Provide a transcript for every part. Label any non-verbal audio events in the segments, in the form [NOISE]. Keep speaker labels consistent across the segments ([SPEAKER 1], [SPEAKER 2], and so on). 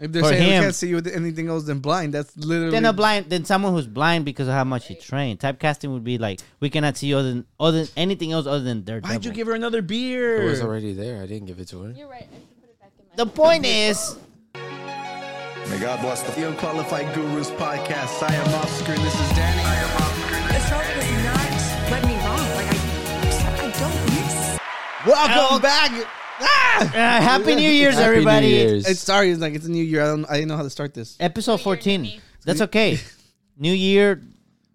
[SPEAKER 1] If they're
[SPEAKER 2] For
[SPEAKER 1] saying
[SPEAKER 2] him-
[SPEAKER 1] we can't see you with anything else than blind, that's literally
[SPEAKER 2] Then a blind, then someone who's blind because of how much he trained. Typecasting would be like we cannot see other than other anything else other than their.
[SPEAKER 3] Why'd you give her another beer?
[SPEAKER 4] It was already there. I didn't give it to her.
[SPEAKER 5] You're right. I should put it back in my.
[SPEAKER 2] The point is,
[SPEAKER 6] May God bless the.
[SPEAKER 7] The Unqualified Gurus Podcast. I am off screen. This is Danny. I am off screen.
[SPEAKER 8] This road does not let me wrong. Like I, I don't miss.
[SPEAKER 1] Welcome back.
[SPEAKER 2] uh,
[SPEAKER 1] Ah!
[SPEAKER 2] [LAUGHS] Happy New Year's,
[SPEAKER 4] Happy New
[SPEAKER 2] everybody!
[SPEAKER 4] Year's.
[SPEAKER 1] It's sorry, it's like it's a new year. I don't I didn't know how to start this.
[SPEAKER 2] Episode
[SPEAKER 5] New year,
[SPEAKER 2] fourteen.
[SPEAKER 5] Danny.
[SPEAKER 2] That's okay. New year,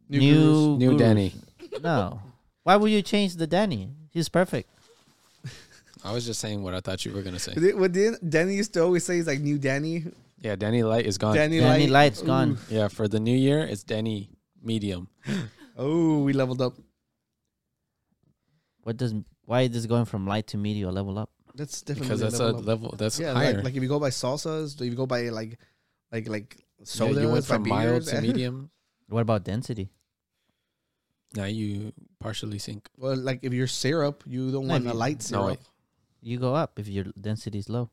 [SPEAKER 2] new
[SPEAKER 1] gurus.
[SPEAKER 4] New
[SPEAKER 2] gurus.
[SPEAKER 4] Danny.
[SPEAKER 2] [LAUGHS] No, why would you change the Danny? He's perfect.
[SPEAKER 4] I was just saying what I thought you were gonna say.
[SPEAKER 1] What did Danny used to always say is like new Danny.
[SPEAKER 4] Yeah, Danny Light is gone.
[SPEAKER 1] Danny,
[SPEAKER 2] Danny
[SPEAKER 1] Light.
[SPEAKER 2] Light's gone.
[SPEAKER 4] Yeah, for the new year, it's Danny Medium.
[SPEAKER 1] Oh, we leveled up.
[SPEAKER 2] What does? Why is this going from light to medium? Level up.
[SPEAKER 1] That's definitely
[SPEAKER 4] Because that's a
[SPEAKER 1] level up.
[SPEAKER 4] level that's
[SPEAKER 1] Yeah,
[SPEAKER 4] higher.
[SPEAKER 1] like like if you go by salsas, if you go by like like like
[SPEAKER 4] Yeah,
[SPEAKER 1] sodas,
[SPEAKER 4] you went
[SPEAKER 1] by
[SPEAKER 4] from mild
[SPEAKER 1] beers,
[SPEAKER 5] [LAUGHS]
[SPEAKER 4] to medium.
[SPEAKER 2] What about density?
[SPEAKER 4] Now you partially sink.
[SPEAKER 1] [LAUGHS] Well, like if you're syrup, you don't
[SPEAKER 2] No,
[SPEAKER 1] want
[SPEAKER 2] if
[SPEAKER 1] a
[SPEAKER 2] you-
[SPEAKER 1] light
[SPEAKER 4] No,
[SPEAKER 1] syrup.
[SPEAKER 4] wait.
[SPEAKER 2] You go up if your density is low.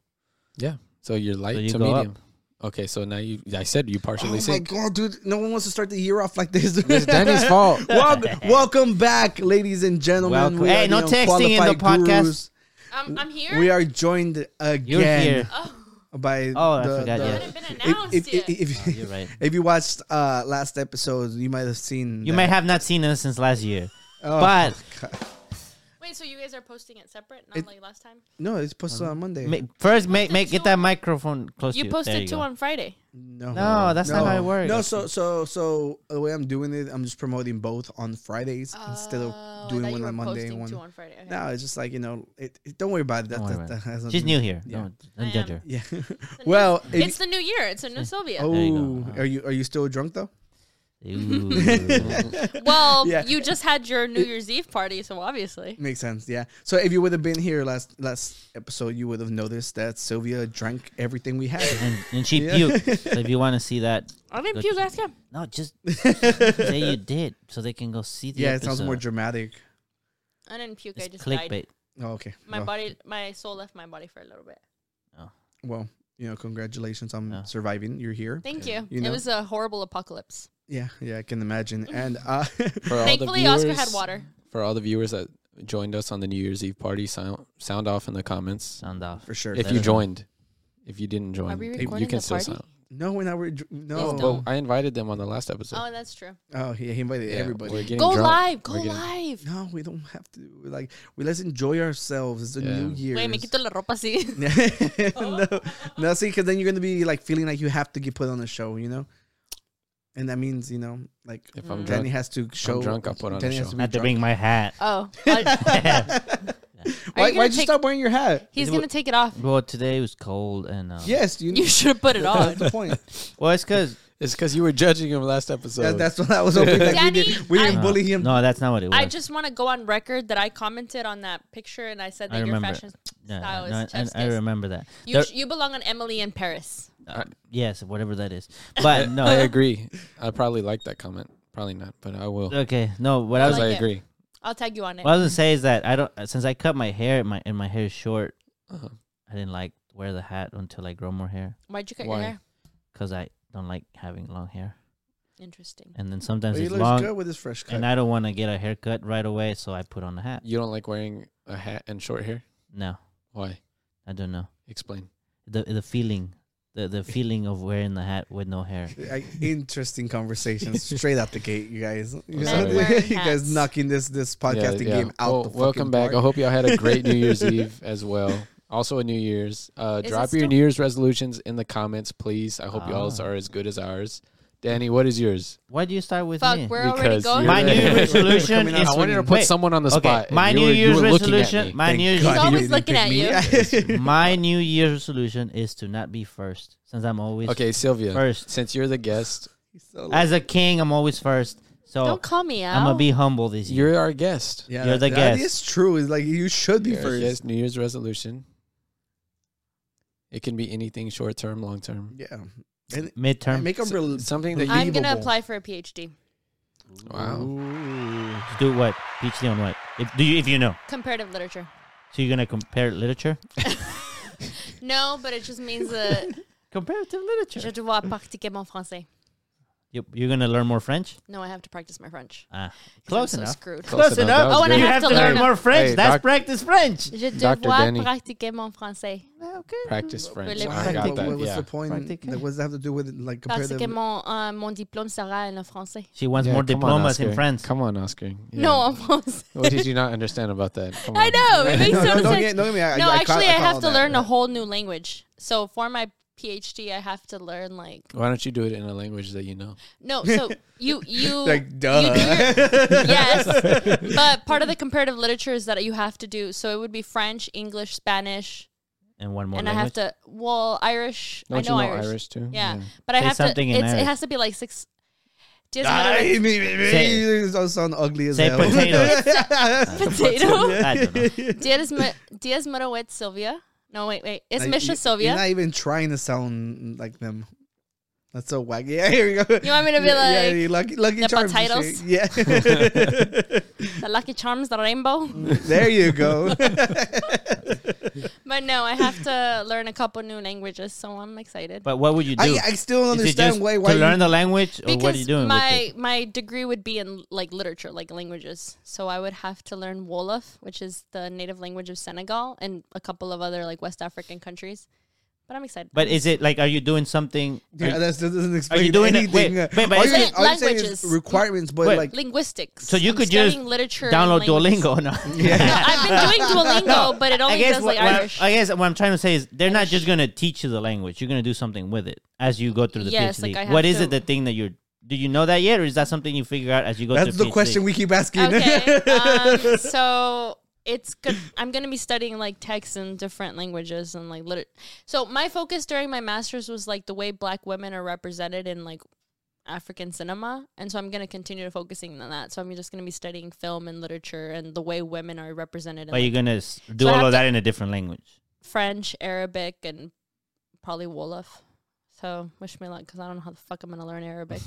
[SPEAKER 4] Yeah. So you're light
[SPEAKER 2] you
[SPEAKER 4] to
[SPEAKER 2] go
[SPEAKER 4] medium. Okay, so now you I said you partially
[SPEAKER 1] oh my
[SPEAKER 4] sink.
[SPEAKER 1] god, dude! No one wants to start the year off like this. [LAUGHS]
[SPEAKER 4] It's
[SPEAKER 5] [LAUGHS]
[SPEAKER 4] Danny's
[SPEAKER 2] [LAUGHS]
[SPEAKER 4] fault.
[SPEAKER 1] welcome, welcome back, ladies and gentlemen.
[SPEAKER 2] Welcome.
[SPEAKER 1] We
[SPEAKER 2] Hey,
[SPEAKER 1] are
[SPEAKER 2] no
[SPEAKER 1] the
[SPEAKER 2] texting in the
[SPEAKER 1] Unqualified
[SPEAKER 2] podcast.
[SPEAKER 1] Gurus.
[SPEAKER 5] Um, I'm here.
[SPEAKER 1] We are joined
[SPEAKER 2] You're
[SPEAKER 1] again
[SPEAKER 2] here.
[SPEAKER 5] Oh,
[SPEAKER 1] by
[SPEAKER 2] Oh, I
[SPEAKER 1] the,
[SPEAKER 2] forgot,
[SPEAKER 1] the-
[SPEAKER 2] yeah. Oh,
[SPEAKER 5] [LAUGHS] it hadn't been announced
[SPEAKER 1] if, if,
[SPEAKER 5] yet.
[SPEAKER 1] if,
[SPEAKER 2] You're right.
[SPEAKER 1] [LAUGHS] if you watched uh, last episode, you might have seen.
[SPEAKER 2] You
[SPEAKER 1] that-
[SPEAKER 2] might have not seen us since last year,
[SPEAKER 1] Oh,
[SPEAKER 2] but
[SPEAKER 5] Wait, so you guys are posting it separate, not
[SPEAKER 1] It-
[SPEAKER 5] like last time?
[SPEAKER 1] no, it's posted
[SPEAKER 2] uh-huh.
[SPEAKER 1] on Monday.
[SPEAKER 2] ma- first make
[SPEAKER 5] Posted
[SPEAKER 2] make
[SPEAKER 5] two
[SPEAKER 2] get that
[SPEAKER 5] on-
[SPEAKER 2] microphone close.
[SPEAKER 5] You
[SPEAKER 2] to
[SPEAKER 5] posted two
[SPEAKER 2] go.
[SPEAKER 5] on Friday.
[SPEAKER 1] No,
[SPEAKER 2] No, that's not how it works.
[SPEAKER 1] No, so so so the way I'm doing it, I'm just promoting both on Fridays instead
[SPEAKER 5] Oh,
[SPEAKER 1] of
[SPEAKER 5] I
[SPEAKER 1] doing
[SPEAKER 5] thought
[SPEAKER 1] one
[SPEAKER 5] you
[SPEAKER 1] on
[SPEAKER 5] were
[SPEAKER 1] Monday
[SPEAKER 5] posting
[SPEAKER 1] and one.
[SPEAKER 5] Two on Friday. Okay.
[SPEAKER 1] No, it's just like you know. It, it- don't worry about it. That,
[SPEAKER 2] Don't worry
[SPEAKER 1] that,
[SPEAKER 2] about it.
[SPEAKER 1] that has
[SPEAKER 2] She's
[SPEAKER 1] nothing-
[SPEAKER 2] new here.
[SPEAKER 1] Yeah.
[SPEAKER 2] Don't, don't
[SPEAKER 5] I
[SPEAKER 2] judge
[SPEAKER 5] am. [LAUGHS]
[SPEAKER 2] her.
[SPEAKER 1] Yeah.
[SPEAKER 5] It's a new-
[SPEAKER 1] well, if-
[SPEAKER 5] it's the new year. It's a new Sylvia. [LAUGHS]
[SPEAKER 1] oh,
[SPEAKER 2] There you go.
[SPEAKER 1] are you are you still drunk though?
[SPEAKER 2] Ooh.
[SPEAKER 5] Well,
[SPEAKER 1] Yeah.
[SPEAKER 5] you just had your New Year's Eve party, so obviously.
[SPEAKER 1] Makes sense. Yeah. So if you would have been here last last episode, you would have noticed that Sylvia drank everything we had.
[SPEAKER 2] and, and she
[SPEAKER 1] Yeah. [LAUGHS]
[SPEAKER 2] puked. So if you want to see that,
[SPEAKER 5] I didn't
[SPEAKER 2] Good.
[SPEAKER 5] puke last time.
[SPEAKER 2] no, just say you did, so they can go see the.
[SPEAKER 1] yeah, it sounds
[SPEAKER 2] episode.
[SPEAKER 1] more dramatic.
[SPEAKER 5] I didn't puke. I
[SPEAKER 2] It's
[SPEAKER 5] just
[SPEAKER 2] clickbait.
[SPEAKER 5] died.
[SPEAKER 1] Oh, okay.
[SPEAKER 5] My
[SPEAKER 1] well,
[SPEAKER 5] body, my soul left my body for a little bit.
[SPEAKER 1] well, you know, congratulations on
[SPEAKER 2] Yeah.
[SPEAKER 1] surviving. You're here.
[SPEAKER 5] Thank you.
[SPEAKER 1] You
[SPEAKER 5] It
[SPEAKER 1] know.
[SPEAKER 5] was a horrible apocalypse.
[SPEAKER 1] Yeah, yeah, I can imagine. And uh, [LAUGHS]
[SPEAKER 4] For all the
[SPEAKER 5] Thankfully, Oscar had
[SPEAKER 4] viewers-
[SPEAKER 5] water.
[SPEAKER 4] For all the viewers that joined us on the New Year's Eve party, sound sound off in the comments.
[SPEAKER 2] Sound off.
[SPEAKER 1] for sure.
[SPEAKER 4] If
[SPEAKER 2] Let
[SPEAKER 4] you
[SPEAKER 2] us know.
[SPEAKER 4] joined. If you didn't join,
[SPEAKER 5] Are we
[SPEAKER 4] you-
[SPEAKER 5] recording
[SPEAKER 4] you can
[SPEAKER 5] the
[SPEAKER 4] still
[SPEAKER 5] party?
[SPEAKER 4] sound.
[SPEAKER 1] no, we're not. We're, dr- no.
[SPEAKER 4] Oh,
[SPEAKER 5] Please
[SPEAKER 4] well,
[SPEAKER 5] don't.
[SPEAKER 4] I invited them on the last episode.
[SPEAKER 5] Oh, that's true.
[SPEAKER 1] Oh, yeah, he invited
[SPEAKER 4] Yeah,
[SPEAKER 1] everybody.
[SPEAKER 4] we're getting
[SPEAKER 5] Go
[SPEAKER 4] drunk.
[SPEAKER 5] live. Go
[SPEAKER 4] We're getting-
[SPEAKER 5] live.
[SPEAKER 1] No, we don't have to. We're Like, we let's enjoy ourselves. It's the
[SPEAKER 4] Yeah.
[SPEAKER 1] new year.
[SPEAKER 5] Wait, me quito la ropa así.
[SPEAKER 1] no, no, see, because then you're gonna be like feeling like you have to get put on a show, you know. And that means you know, like
[SPEAKER 4] If
[SPEAKER 1] Danny
[SPEAKER 4] I'm drunk,
[SPEAKER 1] has to show.
[SPEAKER 4] drunk, I'll put on a
[SPEAKER 1] Danny has
[SPEAKER 4] show.
[SPEAKER 1] to
[SPEAKER 2] I
[SPEAKER 1] be
[SPEAKER 2] had to
[SPEAKER 1] drunk.
[SPEAKER 2] bring my hat.
[SPEAKER 5] Oh. [LAUGHS] I- Are
[SPEAKER 1] Why,
[SPEAKER 5] you gonna
[SPEAKER 1] why'd you
[SPEAKER 5] take-
[SPEAKER 1] stop wearing your hat?
[SPEAKER 5] He's
[SPEAKER 2] It
[SPEAKER 5] going to
[SPEAKER 2] wa-
[SPEAKER 5] take it off.
[SPEAKER 2] [LAUGHS] Well, today was cold and uh,
[SPEAKER 1] Yes, you.
[SPEAKER 5] You should have
[SPEAKER 2] [LAUGHS]
[SPEAKER 5] put it
[SPEAKER 1] [LAUGHS]
[SPEAKER 5] on.
[SPEAKER 1] that's the point.
[SPEAKER 2] Well, it's because
[SPEAKER 4] It's because you were judging him last episode.
[SPEAKER 1] That, that's what I
[SPEAKER 5] [LAUGHS]
[SPEAKER 1] was hoping. That we
[SPEAKER 5] Danny,
[SPEAKER 1] did. We didn't
[SPEAKER 5] I'm-
[SPEAKER 1] bully him.
[SPEAKER 2] uh, No, that's not what it was.
[SPEAKER 5] I just want to go on record that I commented on that picture and I said
[SPEAKER 2] I
[SPEAKER 5] that your
[SPEAKER 2] remember.
[SPEAKER 5] fashion
[SPEAKER 2] Yeah,
[SPEAKER 5] style
[SPEAKER 2] no,
[SPEAKER 5] is
[SPEAKER 2] I,
[SPEAKER 5] chef's
[SPEAKER 2] I
[SPEAKER 5] kiss.
[SPEAKER 2] remember that.
[SPEAKER 5] You,
[SPEAKER 2] There-
[SPEAKER 5] sh- you belong on Emily in Paris.
[SPEAKER 2] yes, whatever
[SPEAKER 1] [LAUGHS]
[SPEAKER 2] that is. But no,
[SPEAKER 4] I agree. I probably like that comment. Probably not, but I will.
[SPEAKER 2] Okay, no. What I was
[SPEAKER 4] Because
[SPEAKER 5] like
[SPEAKER 4] I
[SPEAKER 5] it.
[SPEAKER 4] agree.
[SPEAKER 5] I'll tag you on it.
[SPEAKER 2] what I was gonna say is that I don't since I cut my hair my and my hair is short.
[SPEAKER 4] Uh-huh.
[SPEAKER 2] I didn't like wear the hat until I grow more hair
[SPEAKER 5] Why'd you cut
[SPEAKER 4] Why?
[SPEAKER 5] your hair?
[SPEAKER 2] because I don't like having long hair.
[SPEAKER 5] Interesting.
[SPEAKER 2] And then sometimes
[SPEAKER 1] But he
[SPEAKER 2] it's
[SPEAKER 1] looks
[SPEAKER 2] long,
[SPEAKER 1] good with his fresh cut.
[SPEAKER 2] and I don't want to get a haircut right away, so I put on a hat.
[SPEAKER 4] You don't like wearing a hat and short hair?
[SPEAKER 2] No,
[SPEAKER 4] Why?
[SPEAKER 2] I don't know
[SPEAKER 4] Explain.
[SPEAKER 2] the the feeling, the the feeling of wearing the hat with no hair.
[SPEAKER 1] Like, interesting
[SPEAKER 5] [LAUGHS]
[SPEAKER 1] conversations straight out the gate, you guys. You,
[SPEAKER 4] sorry.
[SPEAKER 1] know,
[SPEAKER 5] Wearing
[SPEAKER 1] [LAUGHS] you guys
[SPEAKER 5] hats.
[SPEAKER 1] knocking this this podcasting
[SPEAKER 4] Yeah, yeah.
[SPEAKER 1] game out.
[SPEAKER 4] Well,
[SPEAKER 1] the fucking
[SPEAKER 4] welcome back. I
[SPEAKER 1] park.
[SPEAKER 4] hope y'all had a great New
[SPEAKER 1] [LAUGHS]
[SPEAKER 4] Year's Eve as well. Also a New Year's. Uh,
[SPEAKER 5] Is it
[SPEAKER 4] drop your
[SPEAKER 5] still-
[SPEAKER 4] New Year's resolutions in the comments, please. I hope y'all's
[SPEAKER 2] Ah.
[SPEAKER 4] are as good as ours. Danny, what is yours?
[SPEAKER 2] Why do you start with
[SPEAKER 5] Fuck,
[SPEAKER 2] me?
[SPEAKER 5] we're already
[SPEAKER 4] Because
[SPEAKER 5] going.
[SPEAKER 4] you're
[SPEAKER 2] my New
[SPEAKER 4] [LAUGHS] We're
[SPEAKER 2] Year's resolution
[SPEAKER 1] coming out.
[SPEAKER 2] is
[SPEAKER 4] I wanted to put
[SPEAKER 2] wait,
[SPEAKER 4] someone on the spot.
[SPEAKER 2] Okay,
[SPEAKER 4] and
[SPEAKER 2] my
[SPEAKER 4] you
[SPEAKER 2] New
[SPEAKER 4] were- you
[SPEAKER 2] Year's
[SPEAKER 4] were looking at me.
[SPEAKER 2] resolution. My
[SPEAKER 1] Thank
[SPEAKER 2] New Year's
[SPEAKER 1] God you
[SPEAKER 5] always
[SPEAKER 1] didn't
[SPEAKER 5] looking
[SPEAKER 1] pick me.
[SPEAKER 2] my New Year's resolution is to not be first, since I'm always
[SPEAKER 4] Okay, Sylvia.
[SPEAKER 2] first.
[SPEAKER 4] Since you're the guest,
[SPEAKER 1] [LAUGHS] He's so
[SPEAKER 5] [LAUGHS]
[SPEAKER 1] loud.
[SPEAKER 2] As a king, I'm always first. So
[SPEAKER 5] [LAUGHS] Don't call me out.
[SPEAKER 2] I'm gonna be humble this year.
[SPEAKER 4] you're our guest.
[SPEAKER 1] yeah,
[SPEAKER 2] you're
[SPEAKER 1] that-
[SPEAKER 2] the
[SPEAKER 1] that
[SPEAKER 2] guest.
[SPEAKER 1] is true. It's like you should be
[SPEAKER 4] Your
[SPEAKER 1] first.
[SPEAKER 4] guess- New Year's resolution. It can be anything short term, long term.
[SPEAKER 1] Yeah, and
[SPEAKER 2] Midterm.
[SPEAKER 1] make them
[SPEAKER 4] S-
[SPEAKER 1] real.
[SPEAKER 4] something that you-
[SPEAKER 5] I'm going to
[SPEAKER 1] believable.
[SPEAKER 5] apply for a PhD.
[SPEAKER 4] Wow.
[SPEAKER 2] do what? PhD on what? If do you if you know?
[SPEAKER 5] Comparative literature. [LAUGHS]
[SPEAKER 2] So you're gonna compare literature?
[SPEAKER 5] No, but it just means that
[SPEAKER 2] Comparative literature.
[SPEAKER 5] Je dois pratiquer mon français.
[SPEAKER 2] You, you're gonna learn more French.
[SPEAKER 5] No, I have to practice my French.
[SPEAKER 2] Ah,
[SPEAKER 5] 'cause
[SPEAKER 2] close
[SPEAKER 5] I'm so
[SPEAKER 2] enough.
[SPEAKER 5] screwed.
[SPEAKER 4] Close enough. That was
[SPEAKER 5] Oh, and I
[SPEAKER 4] good.
[SPEAKER 2] you have,
[SPEAKER 5] have to
[SPEAKER 2] to learn
[SPEAKER 5] learn-
[SPEAKER 2] more French.
[SPEAKER 4] Hey,
[SPEAKER 2] That's
[SPEAKER 4] doc-
[SPEAKER 2] practice French.
[SPEAKER 5] Je
[SPEAKER 4] Dr.
[SPEAKER 5] dois
[SPEAKER 4] Danny.
[SPEAKER 5] pratiquer mon français.
[SPEAKER 2] Okay.
[SPEAKER 4] Practice French.
[SPEAKER 5] Wow.
[SPEAKER 4] I
[SPEAKER 1] What,
[SPEAKER 4] got that.
[SPEAKER 1] what's
[SPEAKER 4] Yeah.
[SPEAKER 1] the point?
[SPEAKER 2] Practique.
[SPEAKER 1] Like, what does that have to do with like
[SPEAKER 5] Parce
[SPEAKER 1] [LAUGHS]
[SPEAKER 5] que
[SPEAKER 1] comparative?
[SPEAKER 5] mon, uh, mon diplôme sera en français.
[SPEAKER 2] She wants
[SPEAKER 4] Yeah,
[SPEAKER 2] more
[SPEAKER 4] come on,
[SPEAKER 2] diplomas in
[SPEAKER 4] Oscar.
[SPEAKER 2] France.
[SPEAKER 4] Come on, Oscar. Yeah.
[SPEAKER 1] [LAUGHS]
[SPEAKER 5] No, almost.
[SPEAKER 4] what did you not understand about that? Come
[SPEAKER 5] [LAUGHS] I
[SPEAKER 4] on.
[SPEAKER 5] know. It makes
[SPEAKER 1] No,
[SPEAKER 5] no,
[SPEAKER 1] no, don't
[SPEAKER 5] sense.
[SPEAKER 1] get, don't get me. I,
[SPEAKER 5] no,
[SPEAKER 1] I, I caught-
[SPEAKER 5] actually, I,
[SPEAKER 1] I
[SPEAKER 5] have
[SPEAKER 1] caught
[SPEAKER 5] to
[SPEAKER 1] all that.
[SPEAKER 5] learn a whole new language. So for my PhD, I have to learn like
[SPEAKER 4] Why don't you do it in a language that you know?
[SPEAKER 1] [LAUGHS]
[SPEAKER 5] no. So you you
[SPEAKER 1] Like, duh.
[SPEAKER 5] You
[SPEAKER 1] [LAUGHS]
[SPEAKER 5] do your, yes, but part of the comparative literature is that you have to do. So it would be French, English, Spanish,
[SPEAKER 2] And one more.
[SPEAKER 5] and
[SPEAKER 2] language.
[SPEAKER 5] I have to well Irish.
[SPEAKER 4] Don't
[SPEAKER 5] I know,
[SPEAKER 4] you know
[SPEAKER 5] Irish.
[SPEAKER 4] Irish, too?
[SPEAKER 5] Yeah. but I
[SPEAKER 2] Say
[SPEAKER 5] have to.
[SPEAKER 2] something in
[SPEAKER 5] It's, it
[SPEAKER 2] Irish.
[SPEAKER 5] has to be like six.
[SPEAKER 1] [LAUGHS]
[SPEAKER 5] Just
[SPEAKER 1] I
[SPEAKER 5] matter-
[SPEAKER 1] mean, you don't sound ugly as
[SPEAKER 2] Say
[SPEAKER 1] hell. [LAUGHS]
[SPEAKER 2] potatoes.
[SPEAKER 5] potato.
[SPEAKER 2] I don't know.
[SPEAKER 5] [LAUGHS] Diaz Ma- Diaz Marowet Sylvia. No, wait, wait. It's
[SPEAKER 1] Like,
[SPEAKER 5] Misha
[SPEAKER 1] you-
[SPEAKER 5] Sylvia.
[SPEAKER 1] You're not even trying to sound like them. That's so wacky. [LAUGHS] Yeah, here we go.
[SPEAKER 5] You want me to be
[SPEAKER 1] Yeah, yeah,
[SPEAKER 5] like
[SPEAKER 1] you lucky, lucky
[SPEAKER 5] the
[SPEAKER 1] charms and
[SPEAKER 5] potatoes?
[SPEAKER 1] shit. Yeah.
[SPEAKER 5] the Lucky Charms, the Rainbow. [LAUGHS]
[SPEAKER 1] [LAUGHS] there you
[SPEAKER 2] [LAUGHS]
[SPEAKER 1] go.
[SPEAKER 5] But no, I have to learn a couple new languages, so I'm excited.
[SPEAKER 2] But what would you do?
[SPEAKER 1] I, I still don't
[SPEAKER 2] Is it just
[SPEAKER 1] understand why why
[SPEAKER 2] to
[SPEAKER 1] you-
[SPEAKER 2] learn the language, or
[SPEAKER 5] because
[SPEAKER 2] what are you doing with
[SPEAKER 5] my
[SPEAKER 2] it?
[SPEAKER 5] my degree would be in like literature, like languages. So I would have to learn Wolof, which is the native language of Senegal and a couple of other like West African countries. But I'm excited.
[SPEAKER 2] But is it like, are you doing something?
[SPEAKER 1] Yeah,
[SPEAKER 2] are-
[SPEAKER 1] that's, that doesn't explain
[SPEAKER 2] doing it-
[SPEAKER 1] anything.
[SPEAKER 2] wait, wait, but
[SPEAKER 1] all
[SPEAKER 2] is
[SPEAKER 1] you're,
[SPEAKER 5] it-
[SPEAKER 1] all you're saying is
[SPEAKER 5] Languages.
[SPEAKER 1] requirements, but
[SPEAKER 2] Wait.
[SPEAKER 1] like
[SPEAKER 5] linguistics.
[SPEAKER 2] so you
[SPEAKER 5] I'm
[SPEAKER 2] could just
[SPEAKER 5] studying literature. and
[SPEAKER 2] download
[SPEAKER 5] languages.
[SPEAKER 2] Duolingo. [LAUGHS] No.
[SPEAKER 5] No, I've been
[SPEAKER 2] [LAUGHS]
[SPEAKER 5] doing Duolingo, but it
[SPEAKER 2] I
[SPEAKER 5] only
[SPEAKER 2] guess
[SPEAKER 5] does
[SPEAKER 2] what,
[SPEAKER 5] like
[SPEAKER 2] what I'm-
[SPEAKER 5] Irish.
[SPEAKER 2] I guess what I'm trying to say is they're not just gonna teach you the language. You're gonna do something with it as you go through the
[SPEAKER 5] Yes,
[SPEAKER 2] PhD.
[SPEAKER 5] like I have
[SPEAKER 2] what is it the
[SPEAKER 5] to-
[SPEAKER 2] thing that you're? Do you know that yet, or is that something you figure out as you go?
[SPEAKER 1] that's
[SPEAKER 2] through
[SPEAKER 1] the question we keep asking. [LAUGHS]
[SPEAKER 5] Okay. um, so it's good. I'm going to be studying like texts and different languages and like liter- So my focus during my master's was like the way black women are represented in like African cinema. And so I'm going to continue to focusing on that. So I'm just going to be studying film and literature and the way women are represented in
[SPEAKER 2] But you're
[SPEAKER 5] like,
[SPEAKER 2] gonna s- do
[SPEAKER 5] So I
[SPEAKER 2] all
[SPEAKER 5] have
[SPEAKER 2] of that
[SPEAKER 5] to-
[SPEAKER 2] in a different language.
[SPEAKER 5] French, Arabic, and probably Wolof. So wish me luck because I don't know how the fuck I'm going to learn Arabic.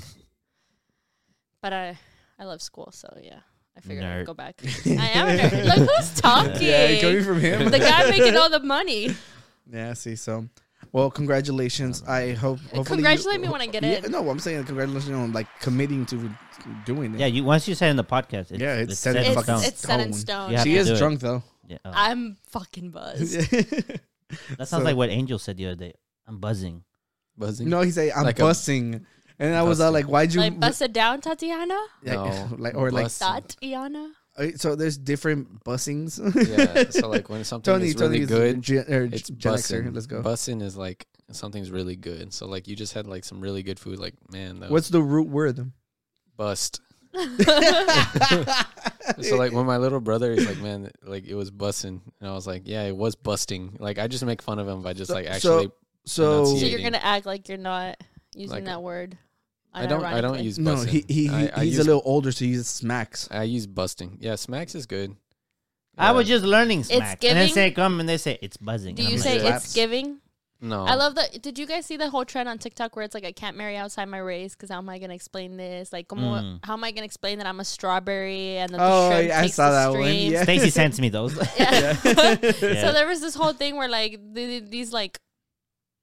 [SPEAKER 5] but I, I love school. So yeah. I figured
[SPEAKER 2] Nerd.
[SPEAKER 5] I'd go back. I
[SPEAKER 1] [LAUGHS]
[SPEAKER 5] am a nerd. Look
[SPEAKER 2] [LAUGHS]
[SPEAKER 5] who's talking.
[SPEAKER 1] yeah, coming from him.
[SPEAKER 5] the guy making all the money.
[SPEAKER 1] [LAUGHS] yeah, I see. So, well, congratulations. I hope. hopefully you-
[SPEAKER 5] Congratulate me when I get
[SPEAKER 1] Yeah,
[SPEAKER 5] in.
[SPEAKER 1] No, I'm saying congratulations on like committing to doing it.
[SPEAKER 2] Yeah, you once you say it in the podcast, it's,
[SPEAKER 1] Yeah, it's
[SPEAKER 2] it's
[SPEAKER 1] set
[SPEAKER 2] set
[SPEAKER 1] in
[SPEAKER 2] in
[SPEAKER 1] fucking
[SPEAKER 2] stone.
[SPEAKER 5] It's, it's set in
[SPEAKER 1] stone.
[SPEAKER 5] stone.
[SPEAKER 2] You have
[SPEAKER 1] she
[SPEAKER 2] to
[SPEAKER 1] is
[SPEAKER 2] do it.
[SPEAKER 1] drunk though. [LAUGHS]
[SPEAKER 2] Yeah, oh.
[SPEAKER 5] I'm fucking buzzed.
[SPEAKER 2] that sounds
[SPEAKER 1] so-
[SPEAKER 2] like what Angel said the other day. I'm buzzing.
[SPEAKER 4] Buzzing.
[SPEAKER 1] no, he said I'm
[SPEAKER 4] Like a-
[SPEAKER 1] busting, and I was all like, "Why'd you?"
[SPEAKER 5] [LAUGHS] like bust it down, Tatiana.
[SPEAKER 1] Yeah, [LAUGHS]
[SPEAKER 4] No.
[SPEAKER 1] like- or like-
[SPEAKER 4] Buzzing.
[SPEAKER 5] Tatiana.
[SPEAKER 1] Uh, so there's different bussings.
[SPEAKER 4] yeah. So like
[SPEAKER 1] [LAUGHS]
[SPEAKER 4] when something
[SPEAKER 1] Tony,
[SPEAKER 4] is
[SPEAKER 1] Tony
[SPEAKER 4] really
[SPEAKER 1] is
[SPEAKER 4] good,
[SPEAKER 1] Gen, or
[SPEAKER 4] it's
[SPEAKER 1] Gen Xer.
[SPEAKER 4] bussin.
[SPEAKER 1] Let's go.
[SPEAKER 4] Bussin is like something's really good. So like you just had like some really good food. Like man, that
[SPEAKER 1] What's
[SPEAKER 4] was
[SPEAKER 1] the root word?
[SPEAKER 5] [LAUGHS]
[SPEAKER 4] bust. [LAUGHS] so like when my little brother is like, man, like it was bussin, and I was like, yeah, it was busting. Like I just make fun of him by just
[SPEAKER 1] So-
[SPEAKER 4] like
[SPEAKER 1] so-
[SPEAKER 4] actually.
[SPEAKER 1] So,
[SPEAKER 5] So
[SPEAKER 4] Eating.
[SPEAKER 5] you're gonna act like you're not using
[SPEAKER 4] Like-
[SPEAKER 5] that word.
[SPEAKER 4] I don't. I don't
[SPEAKER 5] unironically.
[SPEAKER 4] use.
[SPEAKER 1] no,
[SPEAKER 4] Bussin.
[SPEAKER 1] he, he, he
[SPEAKER 4] I, I
[SPEAKER 1] he's
[SPEAKER 4] use,
[SPEAKER 1] a little older, so he uses smacks.
[SPEAKER 4] I use busting. Yeah, smacks is good. Uh,
[SPEAKER 2] I was
[SPEAKER 4] Yeah.
[SPEAKER 2] just learning smack, and they
[SPEAKER 5] giving-
[SPEAKER 2] say come, and they say it's buzzing.
[SPEAKER 5] Do
[SPEAKER 2] And
[SPEAKER 5] you
[SPEAKER 2] I'm
[SPEAKER 5] say
[SPEAKER 2] like,
[SPEAKER 1] slaps.
[SPEAKER 5] it's giving?
[SPEAKER 4] no.
[SPEAKER 5] I love that. Did you guys see the whole trend on TikTok where it's like I can't marry outside my race because how am I gonna explain this? Like, como-
[SPEAKER 2] Mm.
[SPEAKER 5] how am I gonna explain that I'm a strawberry and that the
[SPEAKER 1] Hmm. Oh,
[SPEAKER 5] shrimp
[SPEAKER 1] yeah, I
[SPEAKER 5] takes
[SPEAKER 1] saw
[SPEAKER 5] the
[SPEAKER 1] that one.
[SPEAKER 5] streams?
[SPEAKER 1] Yeah.
[SPEAKER 2] Stacy sends me
[SPEAKER 5] [LAUGHS]
[SPEAKER 2] those. [LAUGHS]
[SPEAKER 5] Yeah.
[SPEAKER 2] Yeah.
[SPEAKER 5] So there was this whole thing where like th- th- these like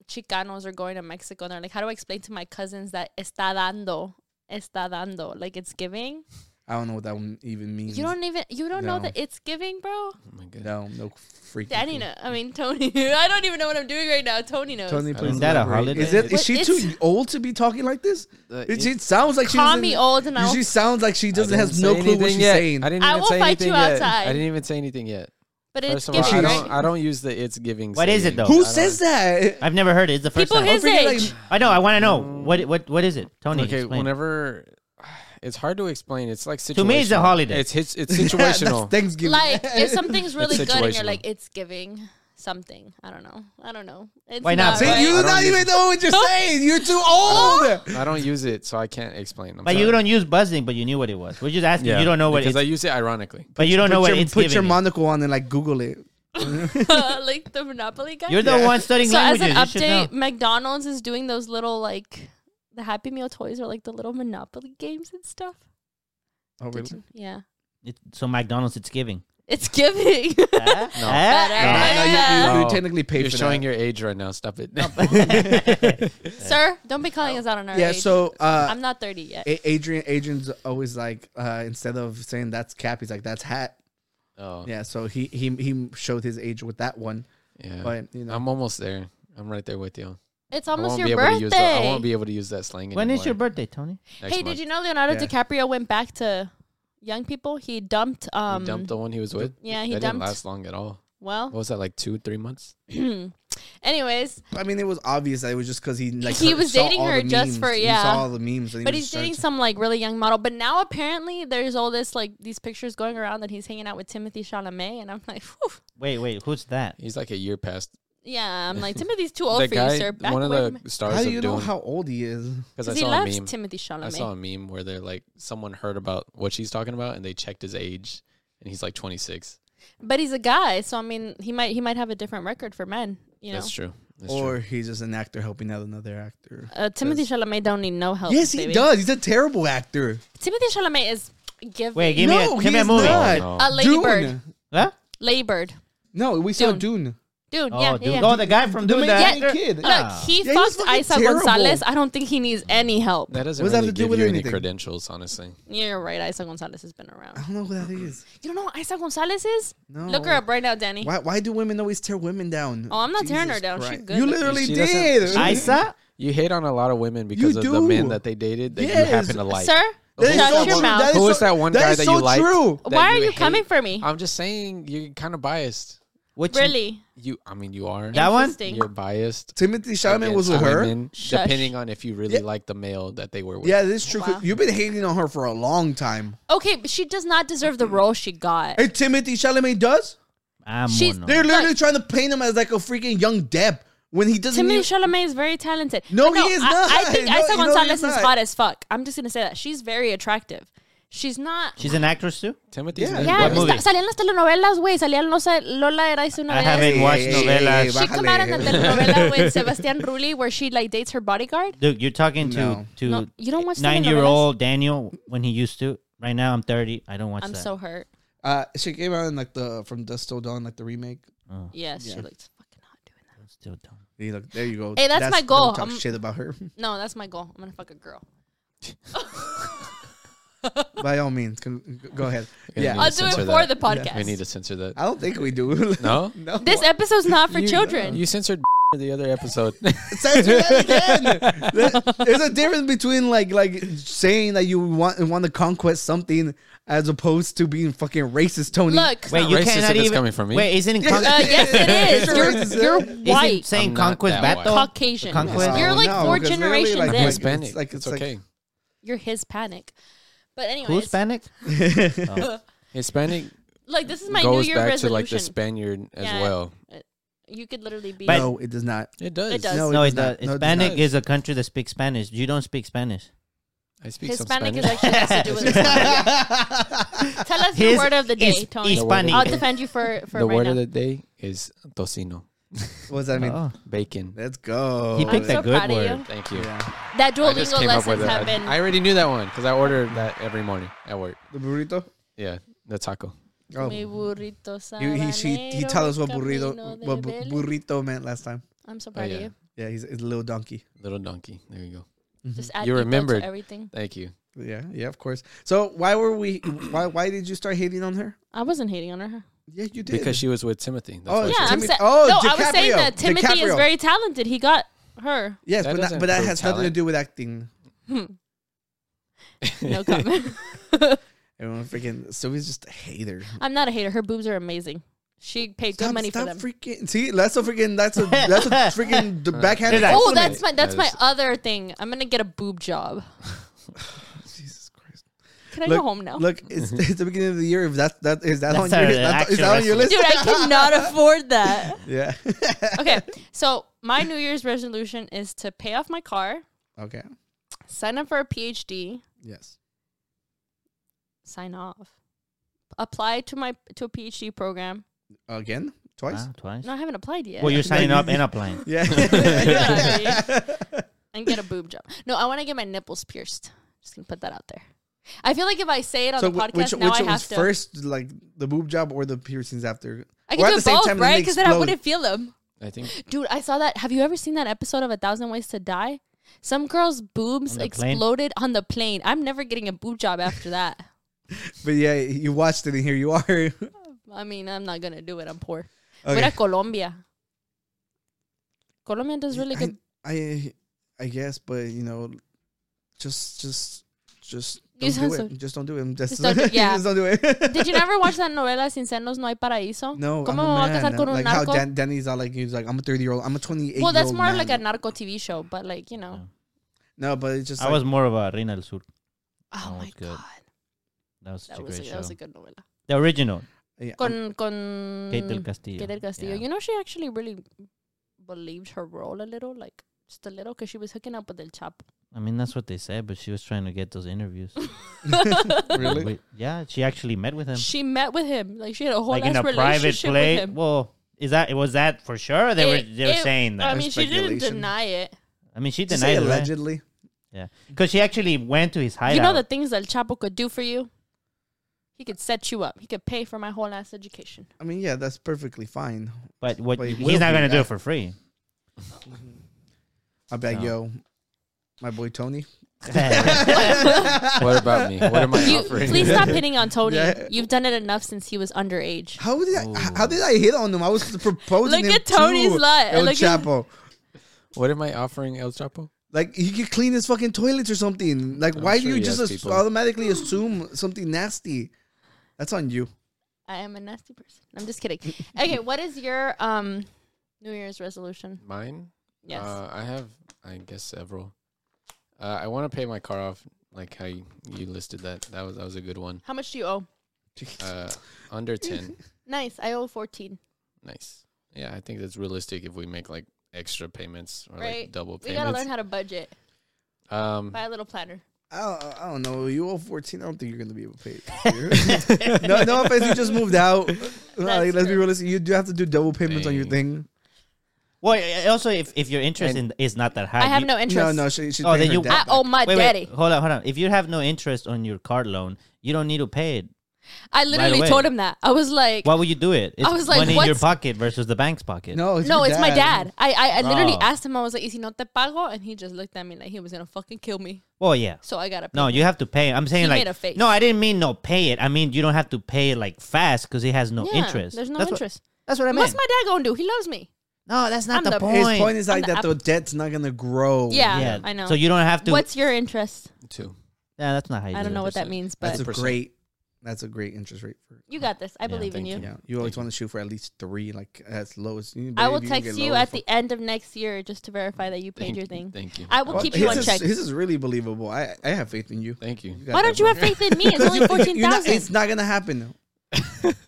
[SPEAKER 5] Chicanos are going to Mexico and they're like, how do I explain to my cousins that está dando, está dando, like it's giving?
[SPEAKER 1] I don't know what that one even means.
[SPEAKER 5] You don't even you don't know
[SPEAKER 1] Mm-hmm. No.
[SPEAKER 5] that it's giving, bro.
[SPEAKER 4] Oh my god.
[SPEAKER 1] No, no freaking.
[SPEAKER 5] Danny,
[SPEAKER 1] clue.
[SPEAKER 5] know. I mean Tony. [LAUGHS] I don't even know what I'm doing right now. Tony knows.
[SPEAKER 1] Tony, please.
[SPEAKER 2] that a
[SPEAKER 1] elaborate.
[SPEAKER 2] holiday?
[SPEAKER 1] Is, it,
[SPEAKER 5] What-
[SPEAKER 1] is she too
[SPEAKER 5] it's-
[SPEAKER 1] old to be talking like this?
[SPEAKER 4] Uh,
[SPEAKER 1] It,
[SPEAKER 4] it-
[SPEAKER 1] she sounds like she
[SPEAKER 5] Call
[SPEAKER 1] doesn't-
[SPEAKER 5] me old and I'll.
[SPEAKER 1] She sounds like she
[SPEAKER 4] I
[SPEAKER 1] doesn't
[SPEAKER 4] didn't
[SPEAKER 1] has no
[SPEAKER 4] say
[SPEAKER 1] clue what
[SPEAKER 4] anything
[SPEAKER 1] she's
[SPEAKER 4] yet.
[SPEAKER 1] saying.
[SPEAKER 4] I didn't
[SPEAKER 5] I
[SPEAKER 4] even
[SPEAKER 5] will
[SPEAKER 4] say
[SPEAKER 5] fight
[SPEAKER 4] anything
[SPEAKER 5] you
[SPEAKER 4] yet.
[SPEAKER 5] outside.
[SPEAKER 4] I didn't even say anything yet.
[SPEAKER 5] But it's
[SPEAKER 4] First of all,
[SPEAKER 5] giving.
[SPEAKER 4] I
[SPEAKER 1] She's-
[SPEAKER 4] don't,
[SPEAKER 5] Right?
[SPEAKER 4] I don't use the it's giving.
[SPEAKER 2] What is it,
[SPEAKER 4] saying.
[SPEAKER 2] though?
[SPEAKER 1] Who
[SPEAKER 4] I don't-
[SPEAKER 1] says
[SPEAKER 4] [LAUGHS]
[SPEAKER 1] that?
[SPEAKER 2] I've never heard it. It's the first time.
[SPEAKER 5] People his
[SPEAKER 1] freaking, like,
[SPEAKER 5] age.
[SPEAKER 2] I know. I want to know what what what is it, Tony?
[SPEAKER 4] Okay,
[SPEAKER 2] explain.
[SPEAKER 4] whenever [SIGHS] it's hard to explain. It's like situational.
[SPEAKER 2] To me, it's a holiday.
[SPEAKER 4] It's
[SPEAKER 2] [LAUGHS]
[SPEAKER 4] it's, it's
[SPEAKER 1] [LAUGHS] That's
[SPEAKER 4] situational.
[SPEAKER 1] Thanksgiving. [LAUGHS]
[SPEAKER 5] like if something's really
[SPEAKER 4] It's
[SPEAKER 5] good and you're
[SPEAKER 4] situational.
[SPEAKER 5] like it's giving something. I don't know. I don't know. It's
[SPEAKER 2] Why not?
[SPEAKER 1] See,
[SPEAKER 5] right.
[SPEAKER 1] you do
[SPEAKER 4] I don't
[SPEAKER 1] not
[SPEAKER 4] use-
[SPEAKER 1] even know what you're saying. You're too old.
[SPEAKER 4] I don't use it, so I can't explain. I'm
[SPEAKER 2] but you
[SPEAKER 4] sorry.
[SPEAKER 2] don't use buzzing, but you knew what it was. We're just asking. You don't know what
[SPEAKER 4] because
[SPEAKER 2] it's.
[SPEAKER 4] I use it ironically.
[SPEAKER 2] but you don't know
[SPEAKER 1] put
[SPEAKER 2] what
[SPEAKER 1] your,
[SPEAKER 2] it's
[SPEAKER 1] put
[SPEAKER 2] giving.
[SPEAKER 1] your
[SPEAKER 2] you.
[SPEAKER 1] monocle on and like Google it.
[SPEAKER 5] [LAUGHS] like the Monopoly guy.
[SPEAKER 2] You're the one studying
[SPEAKER 5] So as
[SPEAKER 2] languages.
[SPEAKER 5] an
[SPEAKER 2] you should
[SPEAKER 5] update,
[SPEAKER 2] know.
[SPEAKER 5] McDonald's is doing those little like the Happy Meal toys are like the little Monopoly games and stuff.
[SPEAKER 1] Oh,
[SPEAKER 5] Did you- Yeah,
[SPEAKER 1] [LAUGHS]
[SPEAKER 2] It- so McDonald's, it's giving. Eh?
[SPEAKER 5] It's giving. [LAUGHS]
[SPEAKER 2] Huh?
[SPEAKER 4] No.
[SPEAKER 5] Better.
[SPEAKER 1] No, you, you- you
[SPEAKER 4] No.
[SPEAKER 1] technically paid
[SPEAKER 4] You're
[SPEAKER 1] for
[SPEAKER 4] showing
[SPEAKER 1] that.
[SPEAKER 4] your age right now. Stop [LAUGHS] it.
[SPEAKER 5] Sir, don't be calling us out on our
[SPEAKER 1] yeah,
[SPEAKER 5] age.
[SPEAKER 1] so uh,
[SPEAKER 5] I'm not 30 yet.
[SPEAKER 1] A- Adrian, Adrian's always like uh, instead of saying that's cap, he's like that's hat.
[SPEAKER 4] oh, yeah.
[SPEAKER 1] Yeah, so he he he showed his age with that one, but you know,
[SPEAKER 4] I'm almost there. I'm right there with you.
[SPEAKER 5] It's
[SPEAKER 4] I won't
[SPEAKER 5] almost your
[SPEAKER 4] be able
[SPEAKER 5] birthday.
[SPEAKER 4] to use. The, I won't be able to use that slang
[SPEAKER 2] When
[SPEAKER 4] anymore.
[SPEAKER 2] is your birthday, Tony?
[SPEAKER 4] Next
[SPEAKER 5] hey,
[SPEAKER 4] month.
[SPEAKER 5] did you know Leonardo
[SPEAKER 1] Yeah.
[SPEAKER 5] DiCaprio went back to young people? He dumped.
[SPEAKER 4] He
[SPEAKER 5] Um,
[SPEAKER 4] dumped the one he was with.
[SPEAKER 5] yeah, he
[SPEAKER 4] that
[SPEAKER 5] dumped.
[SPEAKER 4] didn't last long at all. What
[SPEAKER 5] Well,
[SPEAKER 4] was that like? Two, three months?
[SPEAKER 5] anyways,
[SPEAKER 1] I mean, it was obvious that it was just because he like
[SPEAKER 5] He
[SPEAKER 1] heard-
[SPEAKER 5] was
[SPEAKER 1] saw
[SPEAKER 5] dating
[SPEAKER 1] all the
[SPEAKER 5] her just
[SPEAKER 1] memes.
[SPEAKER 5] for-
[SPEAKER 1] He
[SPEAKER 5] yeah.
[SPEAKER 1] saw all the memes, and he
[SPEAKER 5] but
[SPEAKER 1] was
[SPEAKER 5] he's
[SPEAKER 1] starting
[SPEAKER 5] dating
[SPEAKER 1] to-
[SPEAKER 5] some like really young model. But now apparently there's all this like these pictures going around that he's hanging out with Timothy Chalamet, and I'm like, [LAUGHS] whew.
[SPEAKER 2] Wait, wait, who's that?
[SPEAKER 4] He's like a year past.
[SPEAKER 5] yeah, I'm
[SPEAKER 4] [LAUGHS]
[SPEAKER 5] like Timothy's too old
[SPEAKER 4] That
[SPEAKER 5] for
[SPEAKER 4] guy,
[SPEAKER 5] you, sir. Back
[SPEAKER 4] one of
[SPEAKER 5] away from-
[SPEAKER 4] the stars
[SPEAKER 1] How do
[SPEAKER 4] of
[SPEAKER 1] you know
[SPEAKER 4] Dune.
[SPEAKER 1] how old he is?
[SPEAKER 4] Because I
[SPEAKER 5] he
[SPEAKER 4] saw a
[SPEAKER 5] loves
[SPEAKER 4] meme.
[SPEAKER 5] Timothy Chalamet.
[SPEAKER 4] I saw a meme where they're like, someone heard about what she's talking about, and they checked his age, and he's like 26.
[SPEAKER 5] But he's a guy, so I mean, he might he might have a different record for men. You know,
[SPEAKER 4] That's true. That's
[SPEAKER 1] Or
[SPEAKER 4] true.
[SPEAKER 1] he's just an actor helping out another actor?
[SPEAKER 5] uh, Timothy Chalamet don't need no help.
[SPEAKER 1] Yes, he
[SPEAKER 5] baby.
[SPEAKER 1] does. He's a terrible actor.
[SPEAKER 5] Timothy Chalamet is give
[SPEAKER 2] Wait, give
[SPEAKER 1] No,
[SPEAKER 2] me a, give me a
[SPEAKER 1] he's
[SPEAKER 2] movie.
[SPEAKER 1] not.
[SPEAKER 4] Oh,
[SPEAKER 5] a
[SPEAKER 4] no.
[SPEAKER 1] Dune.
[SPEAKER 5] ladybird,
[SPEAKER 2] Huh?
[SPEAKER 5] ladybird,
[SPEAKER 1] No, we saw Dune.
[SPEAKER 5] dude.
[SPEAKER 2] Oh,
[SPEAKER 5] yeah,
[SPEAKER 2] dude.
[SPEAKER 5] yeah.
[SPEAKER 2] oh, the guy from Doing
[SPEAKER 1] main
[SPEAKER 2] That.
[SPEAKER 5] Yeah,
[SPEAKER 1] kid.
[SPEAKER 5] Look,
[SPEAKER 2] Ah.
[SPEAKER 5] he
[SPEAKER 1] Yeah, he was
[SPEAKER 5] fucked
[SPEAKER 1] fucking
[SPEAKER 5] Isa
[SPEAKER 1] terrible.
[SPEAKER 5] Gonzalez. I don't think he needs any help.
[SPEAKER 4] That doesn't
[SPEAKER 1] What does that have
[SPEAKER 4] really
[SPEAKER 1] to do
[SPEAKER 4] give
[SPEAKER 1] with
[SPEAKER 4] you any
[SPEAKER 1] anything?
[SPEAKER 4] credentials, honestly.
[SPEAKER 5] You're right. Isa Gonzalez has been around.
[SPEAKER 1] I don't know who that is.
[SPEAKER 5] You don't know who Isa Gonzalez is?
[SPEAKER 1] Ah. No.
[SPEAKER 5] Look her up right now, Danny.
[SPEAKER 1] Why, why do women always tear women down?
[SPEAKER 5] Oh, I'm not tearing her down. She good.
[SPEAKER 1] You literally
[SPEAKER 4] She doesn't-
[SPEAKER 1] did.
[SPEAKER 4] she
[SPEAKER 2] I saw.
[SPEAKER 4] You hate on a lot of women because of the
[SPEAKER 1] do.
[SPEAKER 4] men that they dated that
[SPEAKER 1] Yes.
[SPEAKER 4] you happen to like.
[SPEAKER 5] Sir,
[SPEAKER 1] That is
[SPEAKER 5] shut
[SPEAKER 1] so
[SPEAKER 5] your
[SPEAKER 1] true.
[SPEAKER 5] mouth.
[SPEAKER 1] That is
[SPEAKER 4] Who
[SPEAKER 1] so-
[SPEAKER 4] is that one guy
[SPEAKER 1] is
[SPEAKER 4] that
[SPEAKER 1] so
[SPEAKER 4] you liked?
[SPEAKER 1] True.
[SPEAKER 4] that
[SPEAKER 5] Why are you
[SPEAKER 4] hate?
[SPEAKER 5] coming for me?
[SPEAKER 4] I'm just saying you're kind of biased.
[SPEAKER 2] Which
[SPEAKER 5] really?
[SPEAKER 4] You, I mean, you are.
[SPEAKER 2] That one?
[SPEAKER 5] Interesting.
[SPEAKER 4] You're biased.
[SPEAKER 1] Timothy Chalamet
[SPEAKER 4] against
[SPEAKER 1] was with her.
[SPEAKER 4] women,
[SPEAKER 5] Shush.
[SPEAKER 4] depending on if you really
[SPEAKER 1] Yeah.
[SPEAKER 4] like the male that they were with.
[SPEAKER 1] Yeah, this is true. 'cause
[SPEAKER 5] Wow.
[SPEAKER 1] You've been hating on her for a long time.
[SPEAKER 5] Okay, but she does not deserve the role she got.
[SPEAKER 1] And Timothy Chalamet does.
[SPEAKER 2] I'm
[SPEAKER 5] She's-
[SPEAKER 2] one.
[SPEAKER 1] They're literally
[SPEAKER 5] Look.
[SPEAKER 1] trying to paint him as like a freaking young Depp when he doesn't.
[SPEAKER 5] Timothy
[SPEAKER 1] even-
[SPEAKER 5] Chalamet is very talented.
[SPEAKER 1] No,
[SPEAKER 5] But
[SPEAKER 1] he is
[SPEAKER 5] I,
[SPEAKER 1] not.
[SPEAKER 5] I think
[SPEAKER 1] No,
[SPEAKER 5] Isa
[SPEAKER 1] you know
[SPEAKER 5] Gonzalez
[SPEAKER 1] he's
[SPEAKER 5] is
[SPEAKER 1] not.
[SPEAKER 5] hot as fuck. I'm just gonna say that she's very attractive. She's not.
[SPEAKER 2] She's an actress too.
[SPEAKER 4] Timothy's
[SPEAKER 1] Yeah.
[SPEAKER 4] name
[SPEAKER 5] yeah,
[SPEAKER 4] was-
[SPEAKER 2] What movie?
[SPEAKER 5] está- salían las telenovelas, güey. Salían Losa- Lola era su novela.
[SPEAKER 2] I haven't
[SPEAKER 1] Hey,
[SPEAKER 2] watched
[SPEAKER 1] hey, hey,
[SPEAKER 2] novelas.
[SPEAKER 1] hey,
[SPEAKER 5] She come out in the
[SPEAKER 1] Bájale.
[SPEAKER 5] telenovela with Sebastian Rulli where she like dates her bodyguard.
[SPEAKER 2] Dude, you're talking to
[SPEAKER 1] No.
[SPEAKER 2] to
[SPEAKER 5] No, you don't watch
[SPEAKER 2] nine year old Daniel when he used to. Right now, I'm 30. I don't watch
[SPEAKER 5] I'm
[SPEAKER 2] that.
[SPEAKER 5] so hurt.
[SPEAKER 1] [LAUGHS] Uh, she came out in like the from Dust Till Dawn, like the remake.
[SPEAKER 5] Yes, she looks fucking hot doing that.
[SPEAKER 2] Still dumb.
[SPEAKER 1] You look, there you go.
[SPEAKER 5] Hey, that's my
[SPEAKER 1] don't
[SPEAKER 5] goal.
[SPEAKER 1] Talk
[SPEAKER 5] I'm-
[SPEAKER 1] shit about her [LAUGHS]
[SPEAKER 5] No, that's my goal. I'm gonna fuck a girl.
[SPEAKER 1] by all means. Can, go ahead.
[SPEAKER 4] Gonna
[SPEAKER 1] Yeah,
[SPEAKER 4] need
[SPEAKER 5] I'll
[SPEAKER 4] to
[SPEAKER 5] do it
[SPEAKER 4] censor
[SPEAKER 5] for
[SPEAKER 4] that.
[SPEAKER 5] the podcast.
[SPEAKER 4] We need to censor that.
[SPEAKER 1] I don't think we do. [LAUGHS]
[SPEAKER 4] No?
[SPEAKER 1] no.
[SPEAKER 5] This episode's not for
[SPEAKER 4] You-
[SPEAKER 5] children.
[SPEAKER 4] You censored [LAUGHS] the other episode.
[SPEAKER 1] Censor that again. There- There's a difference between like like saying that you want want to conquest something as opposed to being fucking racist, Tony.
[SPEAKER 5] Look,
[SPEAKER 2] Wait,
[SPEAKER 4] not
[SPEAKER 2] you
[SPEAKER 4] racist
[SPEAKER 2] cannot
[SPEAKER 4] if it's
[SPEAKER 2] even.
[SPEAKER 4] coming from me.
[SPEAKER 2] Wait, isn't it
[SPEAKER 5] [LAUGHS] uh,
[SPEAKER 2] con-
[SPEAKER 5] yes, it is. You're, you're
[SPEAKER 2] isn't
[SPEAKER 5] white,
[SPEAKER 2] saying
[SPEAKER 4] I'm not
[SPEAKER 2] conquest
[SPEAKER 4] that
[SPEAKER 2] bad
[SPEAKER 4] white.
[SPEAKER 2] though?
[SPEAKER 5] Caucasian.
[SPEAKER 2] Conquest?
[SPEAKER 5] You're like
[SPEAKER 1] No,
[SPEAKER 5] four
[SPEAKER 1] 'cause really,
[SPEAKER 5] generations
[SPEAKER 1] like,
[SPEAKER 5] in.
[SPEAKER 1] it's
[SPEAKER 4] Hispanic. [LAUGHS] It's,
[SPEAKER 1] like- it's like-
[SPEAKER 4] okay.
[SPEAKER 5] You're Hispanic. But anyways,
[SPEAKER 2] Who's Hispanic?
[SPEAKER 4] Hispanic
[SPEAKER 5] like this is my New
[SPEAKER 4] goes
[SPEAKER 5] Year
[SPEAKER 4] back
[SPEAKER 5] resolution.
[SPEAKER 4] to like the Spaniard as
[SPEAKER 5] Yeah.
[SPEAKER 4] well.
[SPEAKER 5] you could literally be.
[SPEAKER 2] But-
[SPEAKER 1] no, it does not.
[SPEAKER 4] It does.
[SPEAKER 5] It does.
[SPEAKER 1] No,
[SPEAKER 2] No,
[SPEAKER 1] it
[SPEAKER 2] it's
[SPEAKER 1] does
[SPEAKER 2] the
[SPEAKER 1] not. No, it does
[SPEAKER 2] Hispanic
[SPEAKER 4] not.
[SPEAKER 2] is a country that speaks Spanish. You don't speak Spanish.
[SPEAKER 5] [LAUGHS]
[SPEAKER 4] I speak
[SPEAKER 5] Hispanic
[SPEAKER 4] some
[SPEAKER 5] is
[SPEAKER 4] Spanish.
[SPEAKER 5] actually has to do with Hispanic. Tell us your
[SPEAKER 2] His
[SPEAKER 5] word of the day,
[SPEAKER 2] is-
[SPEAKER 5] Tony.
[SPEAKER 2] Hispanic.
[SPEAKER 5] I'll defend you for for
[SPEAKER 4] the
[SPEAKER 5] right
[SPEAKER 4] word
[SPEAKER 5] now.
[SPEAKER 4] of the day is tocino,
[SPEAKER 1] What does that mean?
[SPEAKER 2] Oh.
[SPEAKER 4] bacon.
[SPEAKER 1] Let's go.
[SPEAKER 2] He
[SPEAKER 5] I'm
[SPEAKER 2] picked
[SPEAKER 5] so
[SPEAKER 2] a
[SPEAKER 5] proud
[SPEAKER 2] good
[SPEAKER 5] of you.
[SPEAKER 2] word.
[SPEAKER 4] Thank you. I
[SPEAKER 5] That
[SPEAKER 4] just
[SPEAKER 5] Duolingo
[SPEAKER 4] came up with
[SPEAKER 5] lessons
[SPEAKER 4] it.
[SPEAKER 5] have been.
[SPEAKER 4] I already knew that one because I order that every morning at work.
[SPEAKER 1] the burrito.
[SPEAKER 4] Yeah, the taco.
[SPEAKER 1] Oh.
[SPEAKER 5] Mi
[SPEAKER 1] He,
[SPEAKER 5] burrito
[SPEAKER 1] he, she, he
[SPEAKER 5] sabanero,
[SPEAKER 1] told us what
[SPEAKER 5] camino
[SPEAKER 1] burrito
[SPEAKER 5] de
[SPEAKER 1] what bu-
[SPEAKER 5] Belén.
[SPEAKER 1] burrito meant last time.
[SPEAKER 5] I'm so
[SPEAKER 4] Oh,
[SPEAKER 5] proud
[SPEAKER 4] yeah.
[SPEAKER 5] of you.
[SPEAKER 1] Yeah, he's, he's a little donkey. Mm-hmm.
[SPEAKER 4] Little donkey. There you go.
[SPEAKER 5] Just add
[SPEAKER 4] You
[SPEAKER 5] ito to
[SPEAKER 4] remembered.
[SPEAKER 5] everything.
[SPEAKER 4] Thank you.
[SPEAKER 1] Yeah, yeah, of course. So why were we? Why why did you start hating on her?
[SPEAKER 5] I wasn't hating on her.
[SPEAKER 1] Yeah, you did
[SPEAKER 4] Because she was with Timothy. That's
[SPEAKER 1] Oh, yeah,
[SPEAKER 4] why
[SPEAKER 5] Yeah,
[SPEAKER 4] she-
[SPEAKER 5] I'm
[SPEAKER 1] Timothy-
[SPEAKER 5] sa-
[SPEAKER 1] oh,
[SPEAKER 5] no, I was saying
[SPEAKER 1] DiCaprio.
[SPEAKER 5] that Timothy is
[SPEAKER 1] DiCaprio.
[SPEAKER 5] very talented. He got her. Hmm.
[SPEAKER 1] Yes,
[SPEAKER 4] That
[SPEAKER 1] but that,
[SPEAKER 4] doesn't
[SPEAKER 1] but that
[SPEAKER 4] prove
[SPEAKER 1] has nothing to
[SPEAKER 4] talent.
[SPEAKER 1] do with acting.
[SPEAKER 4] [LAUGHS]
[SPEAKER 5] No comment. [LAUGHS]
[SPEAKER 1] Everyone freaking Sylvia's just a hater.
[SPEAKER 5] I'm not a hater. Her boobs are amazing. She paid good
[SPEAKER 1] Stop-
[SPEAKER 5] money for
[SPEAKER 1] stop
[SPEAKER 5] them.
[SPEAKER 1] freaking. See, that's a freaking. That's a that's a
[SPEAKER 5] [LAUGHS]
[SPEAKER 1] freaking the backhanded.
[SPEAKER 2] Uh, Relax.
[SPEAKER 5] Oh,
[SPEAKER 1] compliment.
[SPEAKER 5] that's my that's
[SPEAKER 4] That
[SPEAKER 5] my
[SPEAKER 4] is-
[SPEAKER 5] other thing. I'm gonna get a boob job.
[SPEAKER 1] Jesus Christ.
[SPEAKER 5] Can I
[SPEAKER 1] look,
[SPEAKER 5] go home now?
[SPEAKER 1] Look,
[SPEAKER 2] [LAUGHS]
[SPEAKER 1] it's, it's the beginning of the year. If that that is that
[SPEAKER 2] That's
[SPEAKER 1] on your
[SPEAKER 2] our
[SPEAKER 1] that's, is [LAUGHS]
[SPEAKER 2] actual
[SPEAKER 1] that on your list?
[SPEAKER 5] Dude, I cannot
[SPEAKER 1] [LAUGHS]
[SPEAKER 5] afford that.
[SPEAKER 1] Yeah.
[SPEAKER 5] Okay, so my New Year's resolution is to pay off my car,
[SPEAKER 1] okay.
[SPEAKER 5] sign up for a PhD,
[SPEAKER 1] Yes.
[SPEAKER 5] sign off, apply to my to a PhD program.
[SPEAKER 1] Again, twice.
[SPEAKER 2] Wow, twice.
[SPEAKER 5] No, I haven't applied yet.
[SPEAKER 2] Well,
[SPEAKER 5] [LAUGHS]
[SPEAKER 2] you're signing
[SPEAKER 1] you-
[SPEAKER 2] up and applying. [LAUGHS]
[SPEAKER 1] Yeah.
[SPEAKER 5] You know what
[SPEAKER 1] [LAUGHS]
[SPEAKER 5] I mean? and get a boob job. No, I want to get my nipples pierced. Just gonna put that out there. I feel like if I say it on
[SPEAKER 1] So
[SPEAKER 5] the
[SPEAKER 1] wh-
[SPEAKER 5] podcast
[SPEAKER 1] which
[SPEAKER 5] now,
[SPEAKER 1] which
[SPEAKER 5] I have
[SPEAKER 1] was
[SPEAKER 5] to.
[SPEAKER 1] first, like the boob job or the piercings after?
[SPEAKER 5] I
[SPEAKER 1] Or
[SPEAKER 5] can
[SPEAKER 1] at
[SPEAKER 5] do
[SPEAKER 1] the
[SPEAKER 5] it
[SPEAKER 1] same
[SPEAKER 5] both,
[SPEAKER 1] time, and
[SPEAKER 5] right?
[SPEAKER 1] they
[SPEAKER 5] Because then I
[SPEAKER 1] explode.
[SPEAKER 5] wouldn't feel them.
[SPEAKER 4] I think
[SPEAKER 5] Dude, I saw that. Have you ever seen that episode of A Thousand Ways to Die? Some girl's boobs
[SPEAKER 2] On the plane?
[SPEAKER 5] exploded on the plane. I'm never getting a boob job after that.
[SPEAKER 1] But yeah, you watched it and here you are. [LAUGHS]
[SPEAKER 5] I mean, I'm not gonna do it. I'm poor.
[SPEAKER 1] Okay.
[SPEAKER 5] Fuera Colombia. Colombia does really
[SPEAKER 1] I-
[SPEAKER 5] good.
[SPEAKER 1] I I guess, but you know, just just just
[SPEAKER 5] You
[SPEAKER 1] don't do
[SPEAKER 5] sound
[SPEAKER 1] it. Just don't do it. [LAUGHS] Just,
[SPEAKER 5] Just don't do- yeah.
[SPEAKER 1] just don't do it.
[SPEAKER 5] [LAUGHS] Did
[SPEAKER 2] [LAUGHS]
[SPEAKER 5] you never watch that novela Sin Senos No Hay Paraíso?
[SPEAKER 1] [LAUGHS] No, I'm
[SPEAKER 5] ¿Cómo me
[SPEAKER 1] a
[SPEAKER 5] voy a
[SPEAKER 1] man.
[SPEAKER 5] casar con un
[SPEAKER 1] like how
[SPEAKER 5] narco?
[SPEAKER 1] Dan- Danny's all like he's like I'm a 30 year old. I'm a 28 year
[SPEAKER 5] Well,
[SPEAKER 1] old.
[SPEAKER 5] that's more
[SPEAKER 1] man.
[SPEAKER 5] like a narco TV show, but like you know.
[SPEAKER 1] no, but it's just
[SPEAKER 2] I
[SPEAKER 1] like,
[SPEAKER 2] was more of a Reina del Sur.
[SPEAKER 5] Oh
[SPEAKER 2] That
[SPEAKER 5] my
[SPEAKER 2] was good.
[SPEAKER 5] god,
[SPEAKER 2] That was such
[SPEAKER 5] that
[SPEAKER 2] a
[SPEAKER 5] was
[SPEAKER 2] great
[SPEAKER 5] a,
[SPEAKER 2] show.
[SPEAKER 5] that was a good novela.
[SPEAKER 2] the original,
[SPEAKER 1] yeah, I'm-
[SPEAKER 5] Con con
[SPEAKER 2] Kate del Castillo.
[SPEAKER 5] Kate del Castillo.
[SPEAKER 2] Yeah.
[SPEAKER 5] You know, she actually really believed her role a little, like just a little, because she was hooking up with El Chapo.
[SPEAKER 2] I mean, that's what they said, but she was trying to get those interviews.
[SPEAKER 5] [LAUGHS]
[SPEAKER 1] [LAUGHS] really.
[SPEAKER 2] Wait, yeah, she actually met [LAUGHS] with him,
[SPEAKER 5] She met with him, like she had a whole
[SPEAKER 2] like
[SPEAKER 5] ass
[SPEAKER 2] in a private
[SPEAKER 5] relationship with
[SPEAKER 2] play.
[SPEAKER 5] him.
[SPEAKER 2] Well, is that was that for sure? They
[SPEAKER 5] It-
[SPEAKER 2] were they were
[SPEAKER 5] it- um,
[SPEAKER 2] saying that.
[SPEAKER 5] I mean, she didn't
[SPEAKER 1] speculation.
[SPEAKER 5] deny it.
[SPEAKER 2] she
[SPEAKER 1] Just say
[SPEAKER 2] denied it, right?
[SPEAKER 1] allegedly.
[SPEAKER 2] Yeah, because she actually went to his hideout.
[SPEAKER 5] You know the things that El Chapo could do for you? He could set you up. He could pay for my whole
[SPEAKER 2] [LAUGHS]
[SPEAKER 5] ass education.
[SPEAKER 1] I mean, yeah, that's perfectly fine.
[SPEAKER 2] but what
[SPEAKER 1] but he will
[SPEAKER 2] he's not
[SPEAKER 1] do
[SPEAKER 2] gonna do
[SPEAKER 1] that.
[SPEAKER 2] it
[SPEAKER 1] [LAUGHS]
[SPEAKER 2] for free. [LAUGHS]
[SPEAKER 1] I beg
[SPEAKER 2] No.
[SPEAKER 1] yo, my boy
[SPEAKER 5] [LAUGHS]
[SPEAKER 1] Tony.
[SPEAKER 4] what about me? What am I
[SPEAKER 5] You,
[SPEAKER 4] offering?
[SPEAKER 2] [LAUGHS]
[SPEAKER 5] please stop hitting on Tony.
[SPEAKER 1] Yeah.
[SPEAKER 5] You've done it enough since he was underage.
[SPEAKER 1] How did I, h- how did I hit on him? I was proposing.
[SPEAKER 5] Look
[SPEAKER 1] him
[SPEAKER 5] at Tony's
[SPEAKER 1] to
[SPEAKER 5] li-
[SPEAKER 1] El
[SPEAKER 5] look at-
[SPEAKER 1] Chapo.
[SPEAKER 4] what am I offering, El Chapo?
[SPEAKER 1] Like he could clean his fucking toilets or something. Like
[SPEAKER 4] I'm
[SPEAKER 1] why
[SPEAKER 4] sure
[SPEAKER 1] do you
[SPEAKER 4] he
[SPEAKER 1] just
[SPEAKER 4] has
[SPEAKER 1] as-
[SPEAKER 4] people.
[SPEAKER 1] automatically assume something nasty? That's on you.
[SPEAKER 5] I am a nasty person. I'm just [LAUGHS] kidding. okay, what is your um New Year's resolution?
[SPEAKER 4] Mine?
[SPEAKER 5] Yes.
[SPEAKER 4] Uh, I have, I guess, several. Uh, I want to pay my car off, like how you, you listed that. That was that was a good one.
[SPEAKER 5] How much do you owe?
[SPEAKER 4] Uh,
[SPEAKER 5] [LAUGHS]
[SPEAKER 4] under ten,
[SPEAKER 5] Nice. I owe 14.
[SPEAKER 4] nice. Yeah, I think that's realistic if we make like extra payments or
[SPEAKER 5] Right.
[SPEAKER 4] like double
[SPEAKER 5] We got to learn
[SPEAKER 4] payments.
[SPEAKER 5] how to budget.
[SPEAKER 4] Um,
[SPEAKER 5] Buy a little planner.
[SPEAKER 1] I don't, I don't know. You all 14. I don't think you're gonna be able to pay. it. no, no offense. You just moved out. Like, let's be
[SPEAKER 5] true.
[SPEAKER 1] realistic. You do have to do double payments on your thing.
[SPEAKER 2] well, uh, also if if your interest in is not that high,
[SPEAKER 5] I have
[SPEAKER 2] you-
[SPEAKER 5] no interest.
[SPEAKER 1] No, no. She, she's
[SPEAKER 2] Oh,
[SPEAKER 1] paying
[SPEAKER 2] then
[SPEAKER 1] her
[SPEAKER 2] you-
[SPEAKER 1] debt
[SPEAKER 5] I
[SPEAKER 1] back.
[SPEAKER 5] owe my
[SPEAKER 2] Wait, wait,
[SPEAKER 5] daddy.
[SPEAKER 2] hold on, hold on. If you have no interest on your car loan, you don't need to pay it.
[SPEAKER 5] I literally
[SPEAKER 2] away.
[SPEAKER 5] told him that. I was like,
[SPEAKER 2] Why would you do it? It's
[SPEAKER 5] was like,
[SPEAKER 2] money in your
[SPEAKER 5] what's-
[SPEAKER 2] pocket versus the bank's pocket.
[SPEAKER 1] No, it's
[SPEAKER 5] No,
[SPEAKER 1] your
[SPEAKER 5] it's my dad. I I, I literally
[SPEAKER 2] Oh.
[SPEAKER 5] asked him. I was like, "Y si no te pago?" And he just looked at me like he was gonna fucking kill me.
[SPEAKER 2] Well, yeah.
[SPEAKER 5] So I gotta. Pay
[SPEAKER 2] No,
[SPEAKER 5] him.
[SPEAKER 2] you have to pay. I'm saying
[SPEAKER 5] He
[SPEAKER 2] like
[SPEAKER 5] made a face.
[SPEAKER 2] no, I didn't mean no pay it. I mean you don't have to pay it like fast because it has no
[SPEAKER 5] Yeah,
[SPEAKER 2] interest.
[SPEAKER 5] There's no
[SPEAKER 2] That's what-
[SPEAKER 5] interest.
[SPEAKER 2] that's what I meant.
[SPEAKER 5] What's my dad gonna do? He loves me.
[SPEAKER 2] no, that's not
[SPEAKER 5] I'm
[SPEAKER 2] the,
[SPEAKER 5] the-
[SPEAKER 2] point.
[SPEAKER 1] His point is like
[SPEAKER 5] I'm
[SPEAKER 1] that
[SPEAKER 5] the
[SPEAKER 1] the debt's not gonna grow.
[SPEAKER 5] Yeah,
[SPEAKER 2] Oh, yeah,
[SPEAKER 5] I know.
[SPEAKER 2] So you don't have to.
[SPEAKER 5] What's your interest?
[SPEAKER 4] two.
[SPEAKER 2] yeah, that's not how you
[SPEAKER 5] I
[SPEAKER 2] do
[SPEAKER 5] don't
[SPEAKER 2] it.
[SPEAKER 5] know what that
[SPEAKER 4] 100%.
[SPEAKER 5] means, but
[SPEAKER 1] that's a
[SPEAKER 4] 10%.
[SPEAKER 1] great. That's a great interest rate for.
[SPEAKER 5] you got this. I believe in
[SPEAKER 4] thank
[SPEAKER 5] you.
[SPEAKER 1] Yeah, you always want to shoot for at least three, like as low as. but
[SPEAKER 5] I
[SPEAKER 1] if
[SPEAKER 5] will
[SPEAKER 1] can
[SPEAKER 5] text
[SPEAKER 1] get
[SPEAKER 5] you
[SPEAKER 1] lower,
[SPEAKER 5] at
[SPEAKER 1] fuck
[SPEAKER 5] the end of next year just to verify that you paid
[SPEAKER 4] Thank
[SPEAKER 5] your
[SPEAKER 4] you,
[SPEAKER 5] thing.
[SPEAKER 4] Thank you.
[SPEAKER 5] I will
[SPEAKER 1] Well,
[SPEAKER 5] keep
[SPEAKER 1] his
[SPEAKER 5] you on
[SPEAKER 1] is,
[SPEAKER 5] check.
[SPEAKER 1] His is really believable. I I have faith in you.
[SPEAKER 4] Thank you.
[SPEAKER 5] Why don't you have faith in me?
[SPEAKER 1] [LAUGHS]
[SPEAKER 5] It's only fourteen
[SPEAKER 1] It's
[SPEAKER 5] thousand.
[SPEAKER 1] not gonna happen.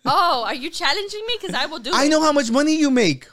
[SPEAKER 5] Oh, are you challenging me? Because I will do.
[SPEAKER 1] I
[SPEAKER 5] it.
[SPEAKER 1] know how much money you make.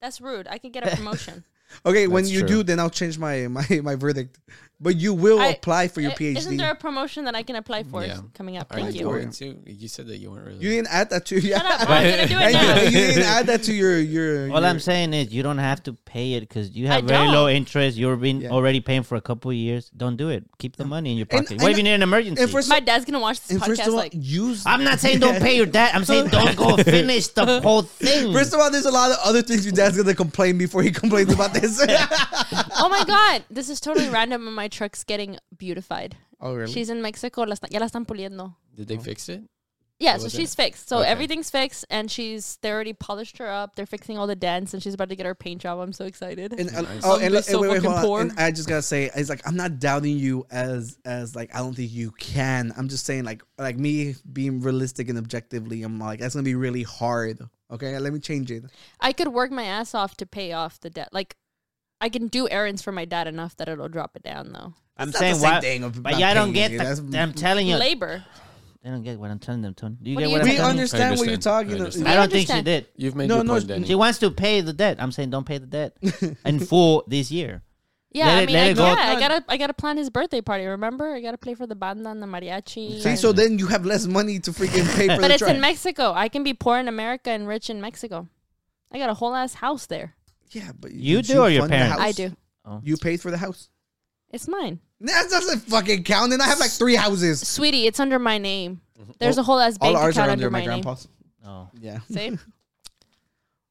[SPEAKER 5] That's rude. I could get a promotion.
[SPEAKER 1] Okay, when
[SPEAKER 4] That's
[SPEAKER 1] you
[SPEAKER 4] true.
[SPEAKER 1] do, then I'll change my [LAUGHS] my my verdict. But you will
[SPEAKER 5] I-
[SPEAKER 1] apply for your
[SPEAKER 5] I-
[SPEAKER 1] PhD.
[SPEAKER 5] Isn't there a promotion that I can apply for
[SPEAKER 4] Yeah.
[SPEAKER 5] coming up?
[SPEAKER 4] Are
[SPEAKER 5] Thank
[SPEAKER 4] you
[SPEAKER 5] you.
[SPEAKER 4] going to? You said that you weren't really.
[SPEAKER 1] you didn't add that to yeah. [LAUGHS]
[SPEAKER 5] Shut up. I'm gonna do it now.
[SPEAKER 1] you didn't add that to your
[SPEAKER 5] [LAUGHS]
[SPEAKER 1] your.
[SPEAKER 2] All
[SPEAKER 1] your-
[SPEAKER 2] I'm saying is you don't have to pay it because you have
[SPEAKER 5] I
[SPEAKER 2] very
[SPEAKER 5] don't.
[SPEAKER 2] low interest. You've been
[SPEAKER 1] Yeah.
[SPEAKER 2] already paying for a couple of years. Don't do it. Keep the money in your
[SPEAKER 1] And-
[SPEAKER 2] pocket. what
[SPEAKER 1] and-
[SPEAKER 2] if you need an emergency?
[SPEAKER 1] And first,
[SPEAKER 5] My dad's gonna watch
[SPEAKER 1] [LAUGHS]
[SPEAKER 5] this
[SPEAKER 1] and
[SPEAKER 5] podcast.
[SPEAKER 1] first of all,
[SPEAKER 5] like,
[SPEAKER 1] use.
[SPEAKER 2] I'm not saying don't pay your dad. I'm saying
[SPEAKER 1] [LAUGHS]
[SPEAKER 2] don't go finish the whole thing.
[SPEAKER 1] First of all, there's a lot of other things your dad's gonna complain before he complains about this.
[SPEAKER 5] [LAUGHS] oh my god, this is totally random, and my truck's getting beautified.
[SPEAKER 1] [LAUGHS] oh really?
[SPEAKER 5] She's in Mexico. La están, ya la están puliendo.
[SPEAKER 4] Did they fix it?
[SPEAKER 5] Yeah,
[SPEAKER 4] What
[SPEAKER 5] so
[SPEAKER 4] was
[SPEAKER 5] she's fixed. So
[SPEAKER 4] Okay.
[SPEAKER 5] everything's fixed, and she's they already polished her up. They're fixing all the dents, and she's about to get her paint job. I'm so excited.
[SPEAKER 1] And, and-
[SPEAKER 4] Nice.
[SPEAKER 1] oh, and,
[SPEAKER 5] Somebody's
[SPEAKER 1] and
[SPEAKER 5] so
[SPEAKER 1] wait, wait,
[SPEAKER 5] fucking
[SPEAKER 1] hold on.
[SPEAKER 5] poor.
[SPEAKER 1] And I just gotta say, it's like I'm not doubting you as as like I don't think you can. I'm just saying like like me being realistic and objectively, I'm like that's gonna be really hard. Okay, let me change it.
[SPEAKER 5] I could work my ass off to pay off the debt. Like, I can do errands for my dad enough that it'll drop it down, though.
[SPEAKER 2] I'm
[SPEAKER 1] It's not
[SPEAKER 2] saying
[SPEAKER 1] the same
[SPEAKER 2] why,
[SPEAKER 1] thing of-
[SPEAKER 2] but
[SPEAKER 1] about
[SPEAKER 2] y'all don't
[SPEAKER 1] paying
[SPEAKER 2] get.
[SPEAKER 1] it.
[SPEAKER 2] The,
[SPEAKER 1] That's-
[SPEAKER 2] I'm telling you,
[SPEAKER 5] Labor.
[SPEAKER 2] they don't get what I'm telling them. Tony, do you
[SPEAKER 5] What
[SPEAKER 2] get
[SPEAKER 5] do
[SPEAKER 2] what
[SPEAKER 5] you
[SPEAKER 2] I'm
[SPEAKER 1] We
[SPEAKER 5] mean?
[SPEAKER 2] telling you?
[SPEAKER 1] understand what you're
[SPEAKER 4] understand. I
[SPEAKER 1] talking
[SPEAKER 4] understand.
[SPEAKER 1] about.
[SPEAKER 2] I don't think she
[SPEAKER 5] understand.
[SPEAKER 2] did.
[SPEAKER 4] You've made
[SPEAKER 1] No,
[SPEAKER 4] your
[SPEAKER 1] no,
[SPEAKER 4] point,
[SPEAKER 2] She
[SPEAKER 4] Danny.
[SPEAKER 2] wants to pay the debt. I'm saying don't pay
[SPEAKER 1] [LAUGHS]
[SPEAKER 2] the debt in full this year.
[SPEAKER 5] Yeah,
[SPEAKER 2] Let
[SPEAKER 5] I
[SPEAKER 2] it-
[SPEAKER 5] mean,
[SPEAKER 2] let
[SPEAKER 5] I,
[SPEAKER 2] it go.
[SPEAKER 5] yeah, I gotta, I gotta plan his birthday party. Remember, I gotta play for the banda and the mariachi.
[SPEAKER 1] See,
[SPEAKER 5] and-
[SPEAKER 1] so then you have less money to freaking pay for
[SPEAKER 5] but
[SPEAKER 1] the
[SPEAKER 5] it's
[SPEAKER 1] truck.
[SPEAKER 5] in Mexico. I can be poor in America and rich in Mexico. I got a whole ass house there.
[SPEAKER 1] yeah, but
[SPEAKER 2] You
[SPEAKER 1] did
[SPEAKER 2] do or your
[SPEAKER 1] fund the
[SPEAKER 2] parents? Oh.
[SPEAKER 1] house?
[SPEAKER 5] I do.
[SPEAKER 1] You paid for the house.
[SPEAKER 5] It's mine.
[SPEAKER 1] That doesn't fucking count. And I have like three houses.
[SPEAKER 5] Sweetie, it's under my name. There's a whole ass
[SPEAKER 1] Mm-hmm. All
[SPEAKER 5] bank
[SPEAKER 1] ours
[SPEAKER 5] account
[SPEAKER 1] are
[SPEAKER 5] under,
[SPEAKER 1] under
[SPEAKER 5] my,
[SPEAKER 1] my
[SPEAKER 5] name.
[SPEAKER 1] grandpa's.
[SPEAKER 2] Oh,
[SPEAKER 1] Yeah.
[SPEAKER 5] [LAUGHS] Same.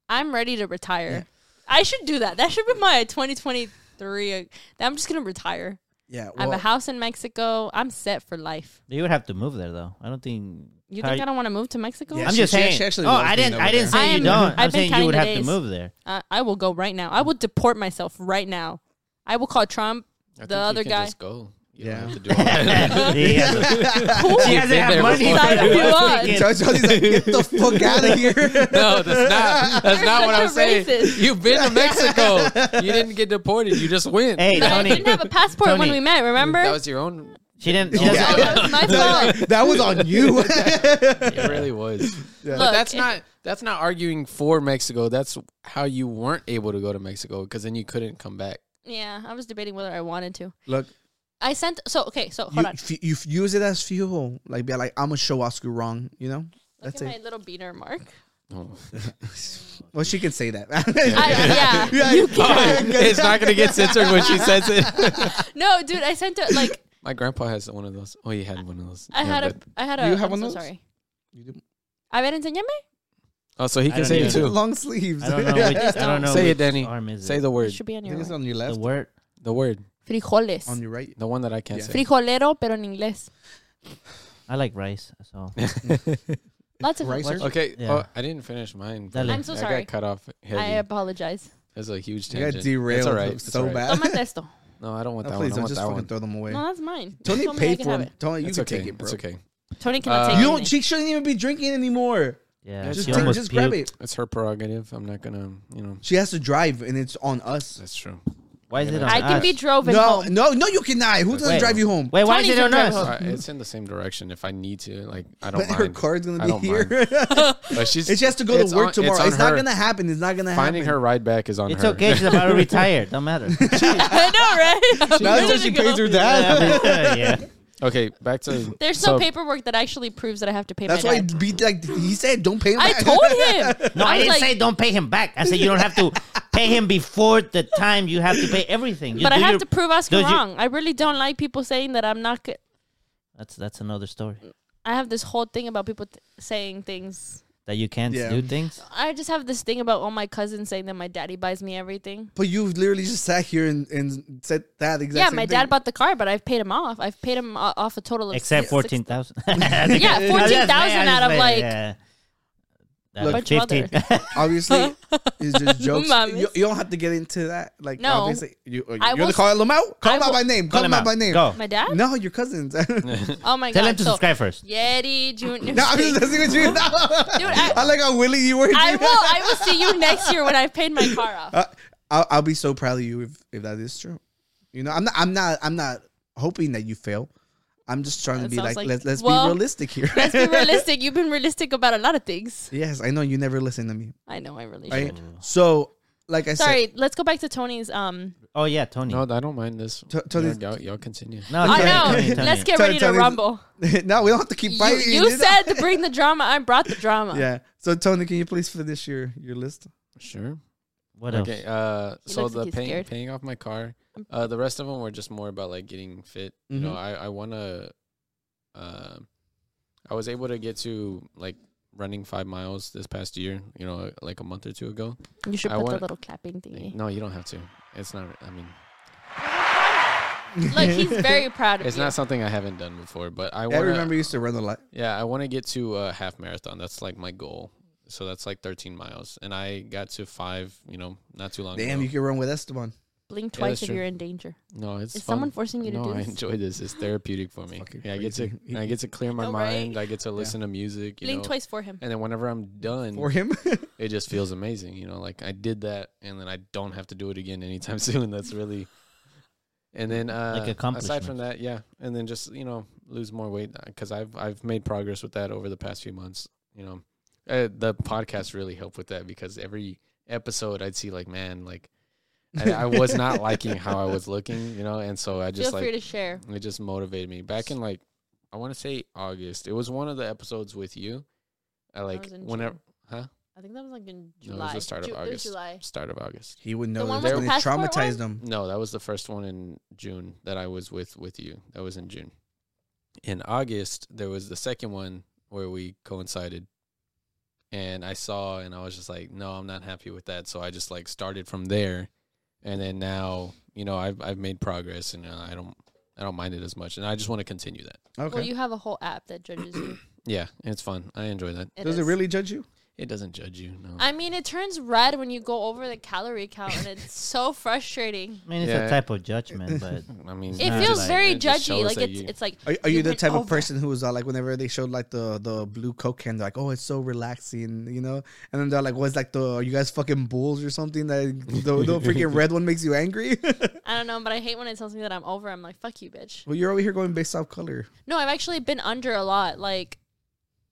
[SPEAKER 5] I'm ready to retire. I should do that. That should be my 2023. uh, I'm just gonna retire.
[SPEAKER 1] Yeah.
[SPEAKER 5] I have a
[SPEAKER 1] well-
[SPEAKER 5] house in Mexico. I'm set for life.
[SPEAKER 2] you would have to move there though. I don't think.
[SPEAKER 5] You
[SPEAKER 2] How
[SPEAKER 5] think
[SPEAKER 2] you-
[SPEAKER 5] I don't want to move to Mexico?
[SPEAKER 1] Yeah,
[SPEAKER 2] I'm
[SPEAKER 1] she-
[SPEAKER 2] just
[SPEAKER 1] she-
[SPEAKER 2] saying.
[SPEAKER 1] she actually
[SPEAKER 2] oh,
[SPEAKER 1] loves
[SPEAKER 2] I
[SPEAKER 1] being
[SPEAKER 2] didn't.
[SPEAKER 1] over
[SPEAKER 2] I
[SPEAKER 1] there.
[SPEAKER 2] didn't say
[SPEAKER 5] I
[SPEAKER 2] you
[SPEAKER 5] am-
[SPEAKER 2] don't. I'm
[SPEAKER 5] I've been
[SPEAKER 2] saying you
[SPEAKER 5] counting
[SPEAKER 2] would
[SPEAKER 5] the
[SPEAKER 2] have
[SPEAKER 5] days.
[SPEAKER 2] to move there.
[SPEAKER 5] I, I will go right now. I will deport myself right now. I will call Trump,
[SPEAKER 4] I think
[SPEAKER 5] the
[SPEAKER 4] you
[SPEAKER 5] other
[SPEAKER 4] can
[SPEAKER 5] guy.
[SPEAKER 4] Just go. You
[SPEAKER 1] Yeah.
[SPEAKER 4] don't have to do all
[SPEAKER 5] [LAUGHS]
[SPEAKER 2] [LAUGHS]
[SPEAKER 4] that. [LAUGHS]
[SPEAKER 2] he
[SPEAKER 1] [LAUGHS]
[SPEAKER 2] has to have money.
[SPEAKER 5] Sign up you up.
[SPEAKER 2] Freaking-
[SPEAKER 1] Joe- Joey's like, get
[SPEAKER 2] [LAUGHS]
[SPEAKER 1] the fuck out of here.
[SPEAKER 4] [LAUGHS] No, that's not. That's
[SPEAKER 5] You're
[SPEAKER 4] not what
[SPEAKER 5] such
[SPEAKER 4] I'm
[SPEAKER 5] a
[SPEAKER 4] saying.
[SPEAKER 5] racist.
[SPEAKER 4] You've been to
[SPEAKER 5] [LAUGHS]
[SPEAKER 4] Mexico. You didn't get deported. You just went.
[SPEAKER 2] Hey,
[SPEAKER 5] But I
[SPEAKER 2] Tony.
[SPEAKER 5] didn't have a passport when
[SPEAKER 2] Tony.
[SPEAKER 5] we met. Remember?
[SPEAKER 4] that was your own.
[SPEAKER 2] She didn't. She
[SPEAKER 4] Yeah.
[SPEAKER 5] [LAUGHS] Oh,
[SPEAKER 2] doesn't-
[SPEAKER 5] that was my
[SPEAKER 1] [LAUGHS]
[SPEAKER 5] fault.
[SPEAKER 1] that was on you.
[SPEAKER 4] It really was. But
[SPEAKER 5] Look,
[SPEAKER 4] that's
[SPEAKER 5] it-
[SPEAKER 4] not. That's not arguing for Mexico. That's how you weren't able to go to Mexico because then you couldn't come back.
[SPEAKER 5] [LAUGHS] Yeah, I was debating whether I wanted to.
[SPEAKER 1] Look,
[SPEAKER 5] I sent. So okay. So
[SPEAKER 1] you,
[SPEAKER 5] hold on.
[SPEAKER 1] f- you f- use it as fuel. Like, be like, I'm gonna show Oscar wrong. You know,
[SPEAKER 5] Look at
[SPEAKER 1] that's
[SPEAKER 5] my
[SPEAKER 1] it.
[SPEAKER 5] little beater mark.
[SPEAKER 1] Well, she can say
[SPEAKER 5] [LAUGHS]
[SPEAKER 1] that. [LAUGHS]
[SPEAKER 5] I,
[SPEAKER 4] [LAUGHS]
[SPEAKER 5] yeah.
[SPEAKER 1] you can.
[SPEAKER 4] it's
[SPEAKER 1] [LAUGHS]
[SPEAKER 4] not gonna get censored when she says it. [LAUGHS]
[SPEAKER 5] No, dude, I sent a like.
[SPEAKER 4] My grandpa has one of those. Oh, he had one of those.
[SPEAKER 5] I
[SPEAKER 4] Yeah,
[SPEAKER 5] had a.
[SPEAKER 4] but-
[SPEAKER 5] I had a.
[SPEAKER 1] Do you have
[SPEAKER 5] I'm
[SPEAKER 1] one
[SPEAKER 5] so
[SPEAKER 1] of those?
[SPEAKER 5] sorry.
[SPEAKER 1] You do-
[SPEAKER 5] A ver, enséñame.
[SPEAKER 4] Oh, so he
[SPEAKER 2] I
[SPEAKER 4] can
[SPEAKER 2] don't
[SPEAKER 4] say it
[SPEAKER 2] either.
[SPEAKER 4] too.
[SPEAKER 1] Long sleeves.
[SPEAKER 2] I
[SPEAKER 1] [LAUGHS]
[SPEAKER 2] don't know.
[SPEAKER 5] [LAUGHS]
[SPEAKER 2] Which, I don't know.
[SPEAKER 4] Say
[SPEAKER 2] which
[SPEAKER 4] it, Danny.
[SPEAKER 2] Arm is
[SPEAKER 4] Say
[SPEAKER 2] it.
[SPEAKER 4] the
[SPEAKER 5] It
[SPEAKER 4] word.
[SPEAKER 5] should be on
[SPEAKER 1] I
[SPEAKER 5] your
[SPEAKER 1] think it's
[SPEAKER 5] right.
[SPEAKER 1] on your
[SPEAKER 2] the
[SPEAKER 1] left.
[SPEAKER 2] word.
[SPEAKER 4] The word.
[SPEAKER 5] Frijoles.
[SPEAKER 1] On your right.
[SPEAKER 4] The one that I can't
[SPEAKER 1] Yeah.
[SPEAKER 4] say.
[SPEAKER 5] Frijolero, pero en inglés.
[SPEAKER 2] I like rice. So
[SPEAKER 5] Lots
[SPEAKER 1] Ricer?
[SPEAKER 5] of languages.
[SPEAKER 4] Okay.
[SPEAKER 2] Yeah.
[SPEAKER 4] Oh, I didn't finish mine.
[SPEAKER 2] Dale.
[SPEAKER 5] I'm so
[SPEAKER 4] I
[SPEAKER 5] sorry.
[SPEAKER 4] got cut off. Heavy.
[SPEAKER 5] I apologize.
[SPEAKER 4] That's a huge
[SPEAKER 1] You
[SPEAKER 4] tangent.
[SPEAKER 1] got
[SPEAKER 4] That's
[SPEAKER 1] derailed
[SPEAKER 4] all right. That's
[SPEAKER 1] so
[SPEAKER 4] all right.
[SPEAKER 1] bad. [LAUGHS]
[SPEAKER 5] Tómate esto.
[SPEAKER 4] No, I don't want
[SPEAKER 1] No,
[SPEAKER 4] that
[SPEAKER 1] Oh, please
[SPEAKER 4] one. I
[SPEAKER 1] don't
[SPEAKER 4] want
[SPEAKER 1] just
[SPEAKER 4] that
[SPEAKER 1] fucking
[SPEAKER 4] one.
[SPEAKER 1] throw them away.
[SPEAKER 5] No, that's mine.
[SPEAKER 1] Tony
[SPEAKER 5] Told me I
[SPEAKER 1] paid
[SPEAKER 5] could
[SPEAKER 1] for
[SPEAKER 5] have
[SPEAKER 1] them. Tony, you
[SPEAKER 4] It's
[SPEAKER 1] can
[SPEAKER 4] okay.
[SPEAKER 1] take it, bro.
[SPEAKER 4] It's okay.
[SPEAKER 5] Tony cannot
[SPEAKER 4] Uh,
[SPEAKER 5] take
[SPEAKER 1] You
[SPEAKER 5] anything.
[SPEAKER 1] don't. She shouldn't even be drinking anymore.
[SPEAKER 2] yeah,
[SPEAKER 1] Just,
[SPEAKER 2] she
[SPEAKER 1] take,
[SPEAKER 2] almost
[SPEAKER 1] just grab
[SPEAKER 2] puked.
[SPEAKER 1] it.
[SPEAKER 4] It's her prerogative. I'm not gonna. You know.
[SPEAKER 1] She has to drive, and it's on us.
[SPEAKER 4] That's true.
[SPEAKER 2] Why is it on
[SPEAKER 5] I can
[SPEAKER 2] us?
[SPEAKER 5] be droven
[SPEAKER 1] No,
[SPEAKER 5] home.
[SPEAKER 1] no, no, you cannot. Who doesn't
[SPEAKER 2] Wait.
[SPEAKER 1] drive you home?
[SPEAKER 2] Wait, why is
[SPEAKER 5] Tony's
[SPEAKER 2] it on
[SPEAKER 5] gonna drive
[SPEAKER 2] us?
[SPEAKER 4] Uh, it's in the same direction. If I need to, like, I don't
[SPEAKER 1] But
[SPEAKER 4] mind.
[SPEAKER 1] her car's gonna
[SPEAKER 4] I
[SPEAKER 1] be
[SPEAKER 4] don't
[SPEAKER 1] here. [LAUGHS]
[SPEAKER 4] mind.
[SPEAKER 1] and
[SPEAKER 4] But she's.
[SPEAKER 1] she has to go
[SPEAKER 4] it's
[SPEAKER 1] to work
[SPEAKER 4] on- it's
[SPEAKER 1] tomorrow.
[SPEAKER 4] on
[SPEAKER 1] It's, not
[SPEAKER 4] her.
[SPEAKER 1] gonna happen. It's not gonna
[SPEAKER 4] Finding her
[SPEAKER 1] happen.
[SPEAKER 4] ride back is on
[SPEAKER 2] It's
[SPEAKER 4] her.
[SPEAKER 2] okay.
[SPEAKER 4] [LAUGHS]
[SPEAKER 2] She's about to retire. Don't matter.
[SPEAKER 5] [LAUGHS]
[SPEAKER 2] [LAUGHS]
[SPEAKER 5] I know, right?
[SPEAKER 1] That's what [LAUGHS] she pays her dad.
[SPEAKER 2] yeah.
[SPEAKER 4] Okay, back to.
[SPEAKER 5] There's
[SPEAKER 4] so,
[SPEAKER 5] no paperwork that actually proves that I have to pay
[SPEAKER 1] That's
[SPEAKER 5] my
[SPEAKER 1] why [LAUGHS]
[SPEAKER 5] dad.
[SPEAKER 1] be like he said. Don't pay him. [LAUGHS]
[SPEAKER 5] I
[SPEAKER 1] back.
[SPEAKER 5] told him.
[SPEAKER 2] No, I,
[SPEAKER 5] was
[SPEAKER 2] didn't
[SPEAKER 5] like-
[SPEAKER 2] say don't pay him back. I said you don't have to pay him before the time you have to pay everything. You
[SPEAKER 5] But I
[SPEAKER 2] do
[SPEAKER 5] have
[SPEAKER 2] your-
[SPEAKER 5] to prove Oscar
[SPEAKER 2] does you-
[SPEAKER 5] wrong. I really don't like people saying that I'm not good.
[SPEAKER 2] That's that's another story.
[SPEAKER 5] I have this whole thing about people th- saying things.
[SPEAKER 2] That you can't
[SPEAKER 1] Yeah.
[SPEAKER 2] do things.
[SPEAKER 5] I just have this thing about all my cousins saying that my daddy buys me everything.
[SPEAKER 1] But you literally just sat here and, and said that exact.
[SPEAKER 5] yeah,
[SPEAKER 1] same
[SPEAKER 5] my
[SPEAKER 1] thing.
[SPEAKER 5] dad bought [LAUGHS] the car, but I've paid him off. I've paid him o- off a total of
[SPEAKER 2] Except
[SPEAKER 5] six-
[SPEAKER 2] fourteen thousand.
[SPEAKER 5] [LAUGHS]
[SPEAKER 2] [LAUGHS]
[SPEAKER 5] Yeah, fourteen thousand out of like Bunch of
[SPEAKER 4] [LAUGHS]
[SPEAKER 2] fifteen.
[SPEAKER 1] Obviously, it's
[SPEAKER 5] [LAUGHS]
[SPEAKER 1] just jokes.
[SPEAKER 5] Mames.
[SPEAKER 1] You, you don't have to get into that. Like,
[SPEAKER 5] No.
[SPEAKER 1] obviously, you, uh, you're
[SPEAKER 5] I
[SPEAKER 1] gonna
[SPEAKER 5] will-
[SPEAKER 1] call them out. Call
[SPEAKER 5] I
[SPEAKER 1] them out
[SPEAKER 5] will-
[SPEAKER 1] by name. Call
[SPEAKER 2] Call
[SPEAKER 1] them
[SPEAKER 2] him
[SPEAKER 1] out
[SPEAKER 2] out.
[SPEAKER 1] by name.
[SPEAKER 2] Go.
[SPEAKER 5] my dad.
[SPEAKER 1] No, your cousins. [LAUGHS] no, I'm
[SPEAKER 5] Oh my
[SPEAKER 2] Tell
[SPEAKER 5] god!
[SPEAKER 2] him to
[SPEAKER 5] so
[SPEAKER 2] subscribe first.
[SPEAKER 5] Yeti
[SPEAKER 4] [LAUGHS]
[SPEAKER 5] Junior.
[SPEAKER 1] just messing with you. [LAUGHS] No.
[SPEAKER 5] Dude,
[SPEAKER 1] I
[SPEAKER 5] I,
[SPEAKER 1] like how willing you [LAUGHS] were.
[SPEAKER 5] I will. I will see you next year when I've paid my car off.
[SPEAKER 1] I, Uh, I'll, I'll be so proud of you if, if that is true. You know, I'm not. I'm not. I'm not hoping that you fail. I'm just trying to
[SPEAKER 5] That
[SPEAKER 1] be
[SPEAKER 5] sounds
[SPEAKER 1] like,
[SPEAKER 5] like-
[SPEAKER 1] let's let's
[SPEAKER 5] well,
[SPEAKER 1] be realistic here. [LAUGHS]
[SPEAKER 5] Let's be realistic. You've been realistic about a lot of things.
[SPEAKER 1] yes, I know you never listen to me.
[SPEAKER 5] I know. I really.
[SPEAKER 1] Right?
[SPEAKER 5] should.
[SPEAKER 1] So, like I
[SPEAKER 5] Sorry. Let's go back to Tony's. Um.
[SPEAKER 2] Oh yeah, Tony.
[SPEAKER 4] No, I don't mind this.
[SPEAKER 1] To- to
[SPEAKER 4] y'all,
[SPEAKER 1] this-
[SPEAKER 4] y'all- y'all continue.
[SPEAKER 2] No,
[SPEAKER 5] I
[SPEAKER 2] Tony,
[SPEAKER 5] know.
[SPEAKER 2] Tony, Tony.
[SPEAKER 5] oh, Let's get
[SPEAKER 1] Tony-
[SPEAKER 5] ready to
[SPEAKER 1] Tony's-
[SPEAKER 5] rumble.
[SPEAKER 1] said, [LAUGHS] no, we don't have to keep
[SPEAKER 5] You,
[SPEAKER 1] fighting.
[SPEAKER 5] you
[SPEAKER 1] know?
[SPEAKER 5] said to bring the drama. I brought the
[SPEAKER 1] [LAUGHS]
[SPEAKER 5] drama.
[SPEAKER 1] Yeah. So Tony, can you please finish your your list?
[SPEAKER 4] Sure.
[SPEAKER 2] What else?
[SPEAKER 4] Okay. Uh,
[SPEAKER 5] He
[SPEAKER 4] so
[SPEAKER 5] looks like
[SPEAKER 4] the
[SPEAKER 5] he's
[SPEAKER 4] paying
[SPEAKER 5] scared.
[SPEAKER 4] paying off my car. Uh, the rest of them were just more about like getting fit. You know,
[SPEAKER 1] Mhm.
[SPEAKER 4] I I want to. Uh, I was able to get to like running five miles this past year. You know, like a month or two ago.
[SPEAKER 5] You should
[SPEAKER 4] I
[SPEAKER 5] put the
[SPEAKER 4] want-
[SPEAKER 5] little clapping thingy.
[SPEAKER 4] No, you don't have to. It's not. I mean,
[SPEAKER 5] Look,
[SPEAKER 4] [LAUGHS]
[SPEAKER 5] he's very proud of
[SPEAKER 4] it's
[SPEAKER 5] you.
[SPEAKER 4] not something I haven't done before. But I
[SPEAKER 1] I
[SPEAKER 4] want.
[SPEAKER 1] remember you used to run a lot.
[SPEAKER 4] Yeah, I want to get to a half marathon. That's like my goal. So that's like 13 miles, and I got to five. You know, not too long.
[SPEAKER 1] Damn,
[SPEAKER 4] ago.
[SPEAKER 1] you can run with Esteban.
[SPEAKER 5] Blink
[SPEAKER 4] Yeah,
[SPEAKER 5] twice
[SPEAKER 4] that's
[SPEAKER 5] if
[SPEAKER 4] true.
[SPEAKER 5] you're in danger.
[SPEAKER 4] No, it's
[SPEAKER 5] Is
[SPEAKER 4] fun.
[SPEAKER 5] someone forcing you to
[SPEAKER 4] no,
[SPEAKER 5] do
[SPEAKER 4] I
[SPEAKER 5] this?
[SPEAKER 4] enjoy this. It's therapeutic for me.
[SPEAKER 1] fucking
[SPEAKER 4] Yeah, I get to
[SPEAKER 1] crazy.
[SPEAKER 4] I get to clear
[SPEAKER 5] [LAUGHS]
[SPEAKER 4] my
[SPEAKER 5] know, right?
[SPEAKER 4] mind. I get to listen to music. You
[SPEAKER 5] Blink
[SPEAKER 4] know?
[SPEAKER 5] twice for him.
[SPEAKER 4] And then whenever I'm done,
[SPEAKER 1] For him, [LAUGHS]
[SPEAKER 4] it just feels amazing. You know, like I did that, and then I don't have to do it again anytime [LAUGHS] soon. That's really. And then, uh, aside from
[SPEAKER 2] accomplishments.
[SPEAKER 4] that, yeah, and then just you know lose more weight because I've I've made progress with that over the past few months. You know, uh, the podcast really helped with that because every episode I'd see like, man, like I, I was
[SPEAKER 5] [LAUGHS]
[SPEAKER 4] not liking how I was looking, you know, and so I just
[SPEAKER 5] Feel
[SPEAKER 4] like
[SPEAKER 5] free to share.
[SPEAKER 4] it just motivated me. Back in like I want to say August. It was one of the episodes with you. I like
[SPEAKER 5] was in
[SPEAKER 4] whenever
[SPEAKER 5] June.
[SPEAKER 4] huh?
[SPEAKER 5] I think that was like in
[SPEAKER 4] No, it was
[SPEAKER 5] July.
[SPEAKER 4] the start of
[SPEAKER 5] Ju- it was
[SPEAKER 4] August.
[SPEAKER 5] July.
[SPEAKER 4] Start of August.
[SPEAKER 1] He would know
[SPEAKER 5] one
[SPEAKER 1] this
[SPEAKER 5] with
[SPEAKER 1] when
[SPEAKER 5] the
[SPEAKER 1] it
[SPEAKER 5] passport one?
[SPEAKER 1] traumatized him.
[SPEAKER 4] No, that was the first one in June that I was with with you. That was in June. In August, there was the second one where we coincided, and I saw, and I was just like, "No, I'm not happy with that." So I just like started from there, and then now, you know, I've I've made progress, and uh, I don't I don't mind it as much, and I just want to continue that.
[SPEAKER 1] Okay.
[SPEAKER 5] Well, you have a whole app that
[SPEAKER 4] [CLEARS THROAT]
[SPEAKER 5] judges you.
[SPEAKER 4] Yeah, and it's fun. I enjoy that.
[SPEAKER 1] Does it
[SPEAKER 5] is.
[SPEAKER 1] really judge you?
[SPEAKER 4] It doesn't judge you. No.
[SPEAKER 5] I mean, it turns red when you go over the calorie count, and it's so frustrating.
[SPEAKER 2] I mean, it's
[SPEAKER 4] Yeah.
[SPEAKER 2] a type of judgment,
[SPEAKER 4] [LAUGHS]
[SPEAKER 2] but
[SPEAKER 4] I mean,
[SPEAKER 5] It
[SPEAKER 2] Nah,
[SPEAKER 5] feels
[SPEAKER 2] like,
[SPEAKER 5] very
[SPEAKER 4] it just
[SPEAKER 5] judgy.
[SPEAKER 4] shows
[SPEAKER 5] Like
[SPEAKER 4] that
[SPEAKER 5] it's
[SPEAKER 4] you-
[SPEAKER 5] it's like
[SPEAKER 1] Are, are you the
[SPEAKER 5] went
[SPEAKER 1] type of
[SPEAKER 5] over.
[SPEAKER 1] person who was uh, like, whenever they showed like the the blue coke can, they're like, oh, it's so relaxing, you know? And then they're like, what's like the, are you guys fucking bulls or something? That the, the freaking red one makes you angry? [LAUGHS]
[SPEAKER 5] I don't know, but I hate when it tells me that I'm over. I'm like, fuck you, bitch.
[SPEAKER 1] well, you're over here going based off color.
[SPEAKER 5] No, I've actually been under a lot. Like,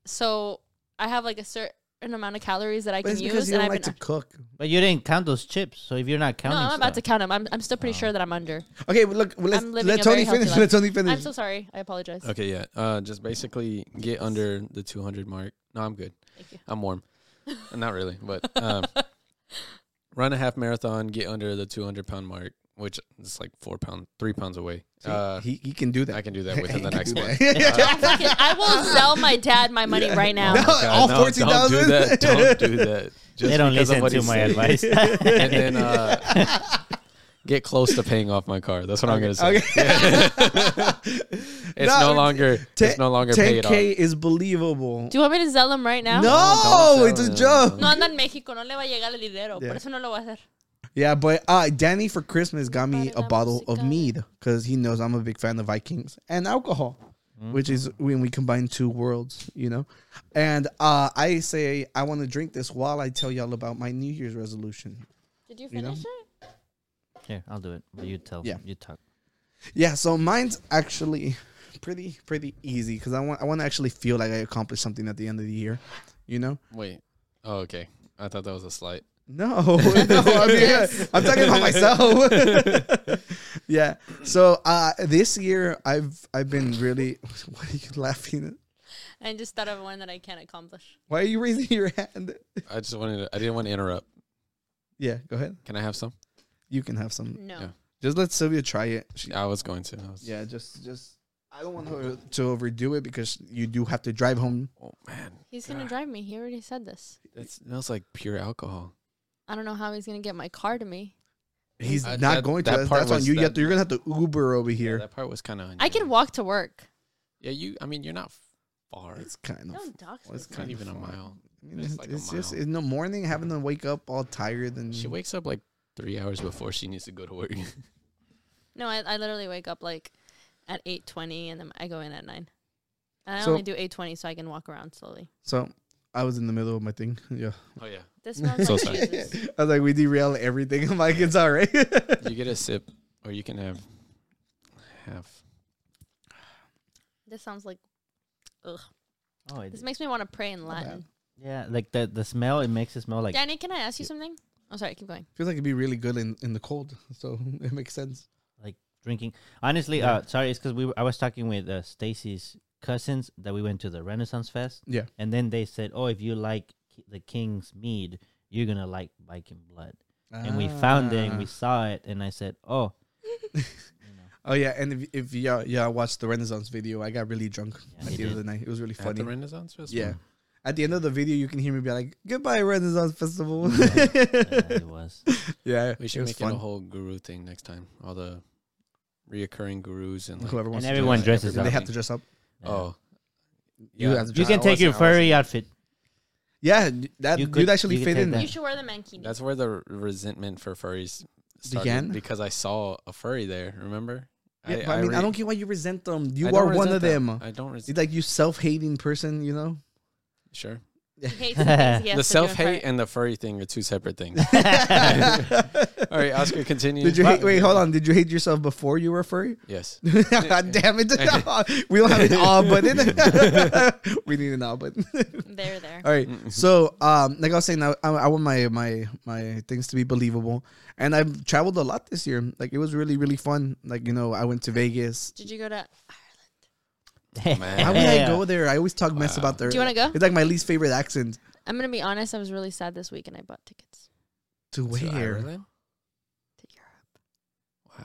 [SPEAKER 5] so I have like a certain amount of calories that I
[SPEAKER 1] But
[SPEAKER 5] can
[SPEAKER 1] it's because
[SPEAKER 5] use,
[SPEAKER 1] you
[SPEAKER 5] and
[SPEAKER 1] don't
[SPEAKER 5] I've
[SPEAKER 1] like to
[SPEAKER 5] been.
[SPEAKER 1] cook.
[SPEAKER 2] but you didn't count those chips, so if you're not
[SPEAKER 5] No,
[SPEAKER 2] counting,
[SPEAKER 5] I'm about to
[SPEAKER 2] stuff-
[SPEAKER 5] count them. I'm, I'm still pretty sure that I'm under.
[SPEAKER 1] Okay, well, look, well, let's,
[SPEAKER 5] I'm living
[SPEAKER 1] let
[SPEAKER 5] a
[SPEAKER 1] Tony
[SPEAKER 5] very healthy
[SPEAKER 1] finish.
[SPEAKER 5] life.
[SPEAKER 1] Let Tony
[SPEAKER 5] I'm
[SPEAKER 1] finish.
[SPEAKER 5] so sorry. I apologize.
[SPEAKER 4] Okay, yeah. Uh, just basically get under the 200 mark. No, I'm good.
[SPEAKER 5] Thank you.
[SPEAKER 4] I'm
[SPEAKER 5] [LAUGHS]
[SPEAKER 4] warm. Not really, but um, run a half marathon, get under the 200 pound mark, which is like four pound, three pounds away. Uh,
[SPEAKER 1] he, he can do that.
[SPEAKER 4] I
[SPEAKER 1] [LAUGHS]
[SPEAKER 4] can do that within the
[SPEAKER 1] He
[SPEAKER 4] next Uh,
[SPEAKER 1] can do
[SPEAKER 5] [LAUGHS]
[SPEAKER 4] month.
[SPEAKER 1] that. [LAUGHS]
[SPEAKER 5] Fucking- I will sell my dad my money right now.
[SPEAKER 1] No.
[SPEAKER 4] Oh God,
[SPEAKER 1] All
[SPEAKER 4] no,
[SPEAKER 1] 14,000?
[SPEAKER 4] Don't do that.
[SPEAKER 1] [LAUGHS]
[SPEAKER 4] Don't do that. Just
[SPEAKER 2] They don't
[SPEAKER 4] because of
[SPEAKER 2] listen
[SPEAKER 4] what
[SPEAKER 2] to
[SPEAKER 4] he
[SPEAKER 2] my
[SPEAKER 4] said.
[SPEAKER 2] advice.
[SPEAKER 4] [LAUGHS]
[SPEAKER 2] [LAUGHS]
[SPEAKER 4] And then uh, get close to paying off my car. That's what I'm gonna say.
[SPEAKER 1] [LAUGHS]
[SPEAKER 4] It's
[SPEAKER 1] No,
[SPEAKER 4] no, longer.
[SPEAKER 1] Ten-
[SPEAKER 4] it's no longer
[SPEAKER 1] 10K
[SPEAKER 4] pay it off.
[SPEAKER 1] is believable.
[SPEAKER 5] Do you want me to sell them right now?
[SPEAKER 1] No,
[SPEAKER 4] No, don't
[SPEAKER 1] it's a
[SPEAKER 4] sell it.
[SPEAKER 1] joke.
[SPEAKER 5] No anda en México, no le va a llegar el dinero.
[SPEAKER 1] Yeah.
[SPEAKER 5] Por eso no lo va a hacer.
[SPEAKER 1] Yeah, but uh, Danny for Christmas got me a
[SPEAKER 5] Para la
[SPEAKER 1] bottle of
[SPEAKER 5] música.
[SPEAKER 1] mead because he knows I'm a big fan of Vikings and alcohol, which is when we combine two worlds, you know. And uh, I say I want to drink this while I tell y'all about my New Year's resolution.
[SPEAKER 5] Did you
[SPEAKER 1] know?
[SPEAKER 5] finish it?
[SPEAKER 2] Here, I'll do it. But you tell.
[SPEAKER 1] Yeah.
[SPEAKER 2] You talk.
[SPEAKER 1] Yeah, so mine's actually pretty pretty easy because I want I want to actually feel like I accomplished something at the end of the year, you know.
[SPEAKER 4] Wait. Oh, okay. I thought that was a slight.
[SPEAKER 1] No, [LAUGHS] no, I mean, I'm talking about
[SPEAKER 4] [LAUGHS]
[SPEAKER 1] myself. [LAUGHS] yeah. So uh, this year, I've I've been really. What are you laughing at?
[SPEAKER 5] I just thought of one that I can't accomplish.
[SPEAKER 1] Why are you raising your hand?
[SPEAKER 4] I just wanted. To, I didn't want to interrupt.
[SPEAKER 1] Yeah, go ahead.
[SPEAKER 4] Can I have some?
[SPEAKER 1] You can have some.
[SPEAKER 5] No.
[SPEAKER 4] Yeah.
[SPEAKER 1] Just let Sylvia try it. She,
[SPEAKER 4] I was going to. I was,
[SPEAKER 1] yeah, just just. I don't want her to overdo it because you do have to drive home.
[SPEAKER 4] Oh man,
[SPEAKER 5] He's going to drive me. He already said this.
[SPEAKER 4] it smells like pure alcohol.
[SPEAKER 5] I don't know how he's going to get my car to me.
[SPEAKER 1] He's
[SPEAKER 4] Uh,
[SPEAKER 1] not
[SPEAKER 4] that-
[SPEAKER 1] going to.
[SPEAKER 4] that
[SPEAKER 1] That's,
[SPEAKER 4] part
[SPEAKER 1] that's on
[SPEAKER 4] was-
[SPEAKER 1] you. you
[SPEAKER 4] that-
[SPEAKER 1] have to, you're gonna have to Uber over
[SPEAKER 4] Yeah,
[SPEAKER 1] here.
[SPEAKER 4] that part was kind of.
[SPEAKER 5] I can walk to work.
[SPEAKER 4] Yeah, you. I mean, you're not far.
[SPEAKER 1] it's kind of.
[SPEAKER 5] Don't dox
[SPEAKER 1] Well, it's
[SPEAKER 4] It's not
[SPEAKER 1] kind
[SPEAKER 4] even a
[SPEAKER 1] of far. Mm-hmm.
[SPEAKER 4] mile.
[SPEAKER 1] I mean,
[SPEAKER 4] it's
[SPEAKER 1] it's,
[SPEAKER 4] like a
[SPEAKER 1] it's just
[SPEAKER 4] mile.
[SPEAKER 1] in the morning having to wake up all tired and
[SPEAKER 4] She wakes up like three hours before she needs to go
[SPEAKER 1] [LAUGHS]
[SPEAKER 4] to work.
[SPEAKER 5] No, I, I literally wake up like at 8.20 and then I go in at 9. And I
[SPEAKER 1] So-
[SPEAKER 5] only do 8.20 so I can walk around slowly.
[SPEAKER 1] So I was in the middle of my thing. [LAUGHS] Yeah.
[SPEAKER 4] oh yeah, [LAUGHS]
[SPEAKER 5] This smells
[SPEAKER 4] So
[SPEAKER 5] like
[SPEAKER 4] sorry.
[SPEAKER 5] Jesus.
[SPEAKER 1] [LAUGHS] I was like, we derail everything. [LAUGHS] I'm like, it's all right.
[SPEAKER 4] you get a sip, or you can have half.
[SPEAKER 5] This sounds like, ugh.
[SPEAKER 2] Oh, it,
[SPEAKER 5] This makes me want to pray in Latin.
[SPEAKER 2] yeah. Like the the smell. It makes it smell like.
[SPEAKER 5] Danny, can I ask you something? I'm sorry, keep going.
[SPEAKER 1] Feels like it'd be really good in, in the cold. So [LAUGHS] it makes sense.
[SPEAKER 2] like drinking. Honestly, uh, sorry, it's because we were, I was talking with uh, Stacy's cousins that we went to the Renaissance Fest.
[SPEAKER 1] Yeah.
[SPEAKER 2] and then they said, "Oh, if you like ki- the King's Mead, you're gonna like Viking Blood." And we found it, and
[SPEAKER 1] Ah.
[SPEAKER 2] we saw it, and I said, "Oh,
[SPEAKER 1] Oh, yeah. And if, if y'all, y'all watched the Renaissance video, I got really drunk
[SPEAKER 2] Yeah,
[SPEAKER 1] at
[SPEAKER 2] he
[SPEAKER 1] the end of
[SPEAKER 2] did.
[SPEAKER 1] the night. It was really
[SPEAKER 4] At
[SPEAKER 1] funny.
[SPEAKER 4] the Renaissance Festival.
[SPEAKER 1] yeah. At the end of the video, you can hear me be like, goodbye, Renaissance Festival.
[SPEAKER 2] yeah, it was."
[SPEAKER 1] [LAUGHS] yeah.
[SPEAKER 4] we
[SPEAKER 1] it
[SPEAKER 4] should
[SPEAKER 1] was
[SPEAKER 4] make
[SPEAKER 1] fun.
[SPEAKER 4] it a whole guru thing next time. All the reoccurring gurus and like,
[SPEAKER 1] Whoever wants
[SPEAKER 2] and
[SPEAKER 1] to
[SPEAKER 2] everyone
[SPEAKER 1] dress.
[SPEAKER 2] dresses
[SPEAKER 1] And
[SPEAKER 2] up.
[SPEAKER 1] they have to dress up.
[SPEAKER 2] Yeah.
[SPEAKER 4] oh,
[SPEAKER 1] You
[SPEAKER 4] Yeah.
[SPEAKER 1] have to
[SPEAKER 2] you
[SPEAKER 1] dress
[SPEAKER 2] can
[SPEAKER 1] up.
[SPEAKER 2] take your furry outfit. [LAUGHS]
[SPEAKER 1] Yeah. That,
[SPEAKER 2] You
[SPEAKER 1] you'd
[SPEAKER 2] could-
[SPEAKER 1] actually
[SPEAKER 2] you could
[SPEAKER 1] fit
[SPEAKER 2] take
[SPEAKER 1] in.
[SPEAKER 2] that.
[SPEAKER 5] You should wear the mankini.
[SPEAKER 4] That's where the r- resentment for furries started
[SPEAKER 1] Began?
[SPEAKER 4] because I saw a furry there. Remember?
[SPEAKER 1] Yeah, but I, mean, I
[SPEAKER 4] re-
[SPEAKER 1] don't get why you resent them.
[SPEAKER 4] I
[SPEAKER 1] You
[SPEAKER 4] don't
[SPEAKER 1] are one
[SPEAKER 4] resent
[SPEAKER 1] of them.
[SPEAKER 4] I don't resent.
[SPEAKER 1] It's like you self-hating person, you know.
[SPEAKER 4] Sure.
[SPEAKER 5] He hates
[SPEAKER 4] [LAUGHS]
[SPEAKER 5] the things he has
[SPEAKER 4] the
[SPEAKER 5] to do in
[SPEAKER 4] self hate
[SPEAKER 5] front-
[SPEAKER 4] and the furry thing are two
[SPEAKER 1] [LAUGHS]
[SPEAKER 4] separate things. All right, Oscar, continue.
[SPEAKER 1] Did you hate, wait? Hold on. Did you hate yourself before you were furry? [LAUGHS]
[SPEAKER 4] Yes.
[SPEAKER 1] God damn
[SPEAKER 4] [LAUGHS]
[SPEAKER 1] it! we don't have an all button. [LAUGHS] we need an all button. [LAUGHS]
[SPEAKER 5] There, there.
[SPEAKER 1] all right. So, um, like I was saying, I, I I want my my my things to be believable, and I've traveled a lot this year. Like it was really really fun. Like you know, I went to Vegas.
[SPEAKER 5] Did you go to Ireland?
[SPEAKER 1] How would I go there? I always talk mess about there.
[SPEAKER 5] Do you wanna go?
[SPEAKER 1] It's like my least favorite accent.
[SPEAKER 5] I'm gonna be honest. I was really sad this week, and I bought tickets
[SPEAKER 1] To
[SPEAKER 4] To
[SPEAKER 1] where?
[SPEAKER 4] Ireland?
[SPEAKER 5] to Europe.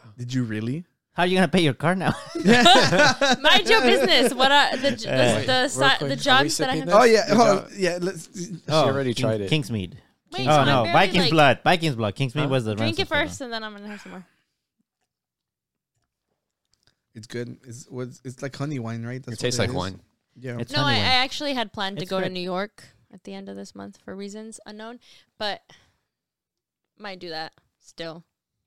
[SPEAKER 4] Wow.
[SPEAKER 1] Did you really?
[SPEAKER 2] How are you gonna pay your car
[SPEAKER 4] [LAUGHS]
[SPEAKER 2] now?
[SPEAKER 5] [LAUGHS] Mind your business. What are the j-
[SPEAKER 2] Hey,
[SPEAKER 5] the
[SPEAKER 4] wait,
[SPEAKER 5] the,
[SPEAKER 4] real
[SPEAKER 5] si-
[SPEAKER 4] quick,
[SPEAKER 5] the
[SPEAKER 4] are we
[SPEAKER 5] jobs that I
[SPEAKER 4] sipping
[SPEAKER 5] have?
[SPEAKER 4] this?
[SPEAKER 1] Oh yeah,
[SPEAKER 4] Good
[SPEAKER 1] hold
[SPEAKER 4] job.
[SPEAKER 1] on. yeah. Let's,
[SPEAKER 2] Oh,
[SPEAKER 4] already tried it.
[SPEAKER 2] Kingsmead.
[SPEAKER 5] Wait,
[SPEAKER 2] Oh
[SPEAKER 5] I'm
[SPEAKER 2] no,
[SPEAKER 5] barely,
[SPEAKER 2] Vikings
[SPEAKER 5] like,
[SPEAKER 2] blood. Vikings blood. Kingsmead
[SPEAKER 4] Huh?
[SPEAKER 2] was the
[SPEAKER 5] Drink
[SPEAKER 2] ransom
[SPEAKER 5] it
[SPEAKER 2] for them.
[SPEAKER 5] first, and then I'm gonna have some more.
[SPEAKER 1] it's good. It's was it's like honey wine, right?
[SPEAKER 4] It
[SPEAKER 1] That's
[SPEAKER 4] tastes
[SPEAKER 1] what
[SPEAKER 4] like
[SPEAKER 1] is.
[SPEAKER 4] wine.
[SPEAKER 1] Yeah.
[SPEAKER 2] It's
[SPEAKER 5] no, I, I
[SPEAKER 2] honey wine.
[SPEAKER 5] actually had planned to
[SPEAKER 2] It's
[SPEAKER 5] go to
[SPEAKER 2] good.
[SPEAKER 5] New York at the end of this month for reasons unknown, but might do that still.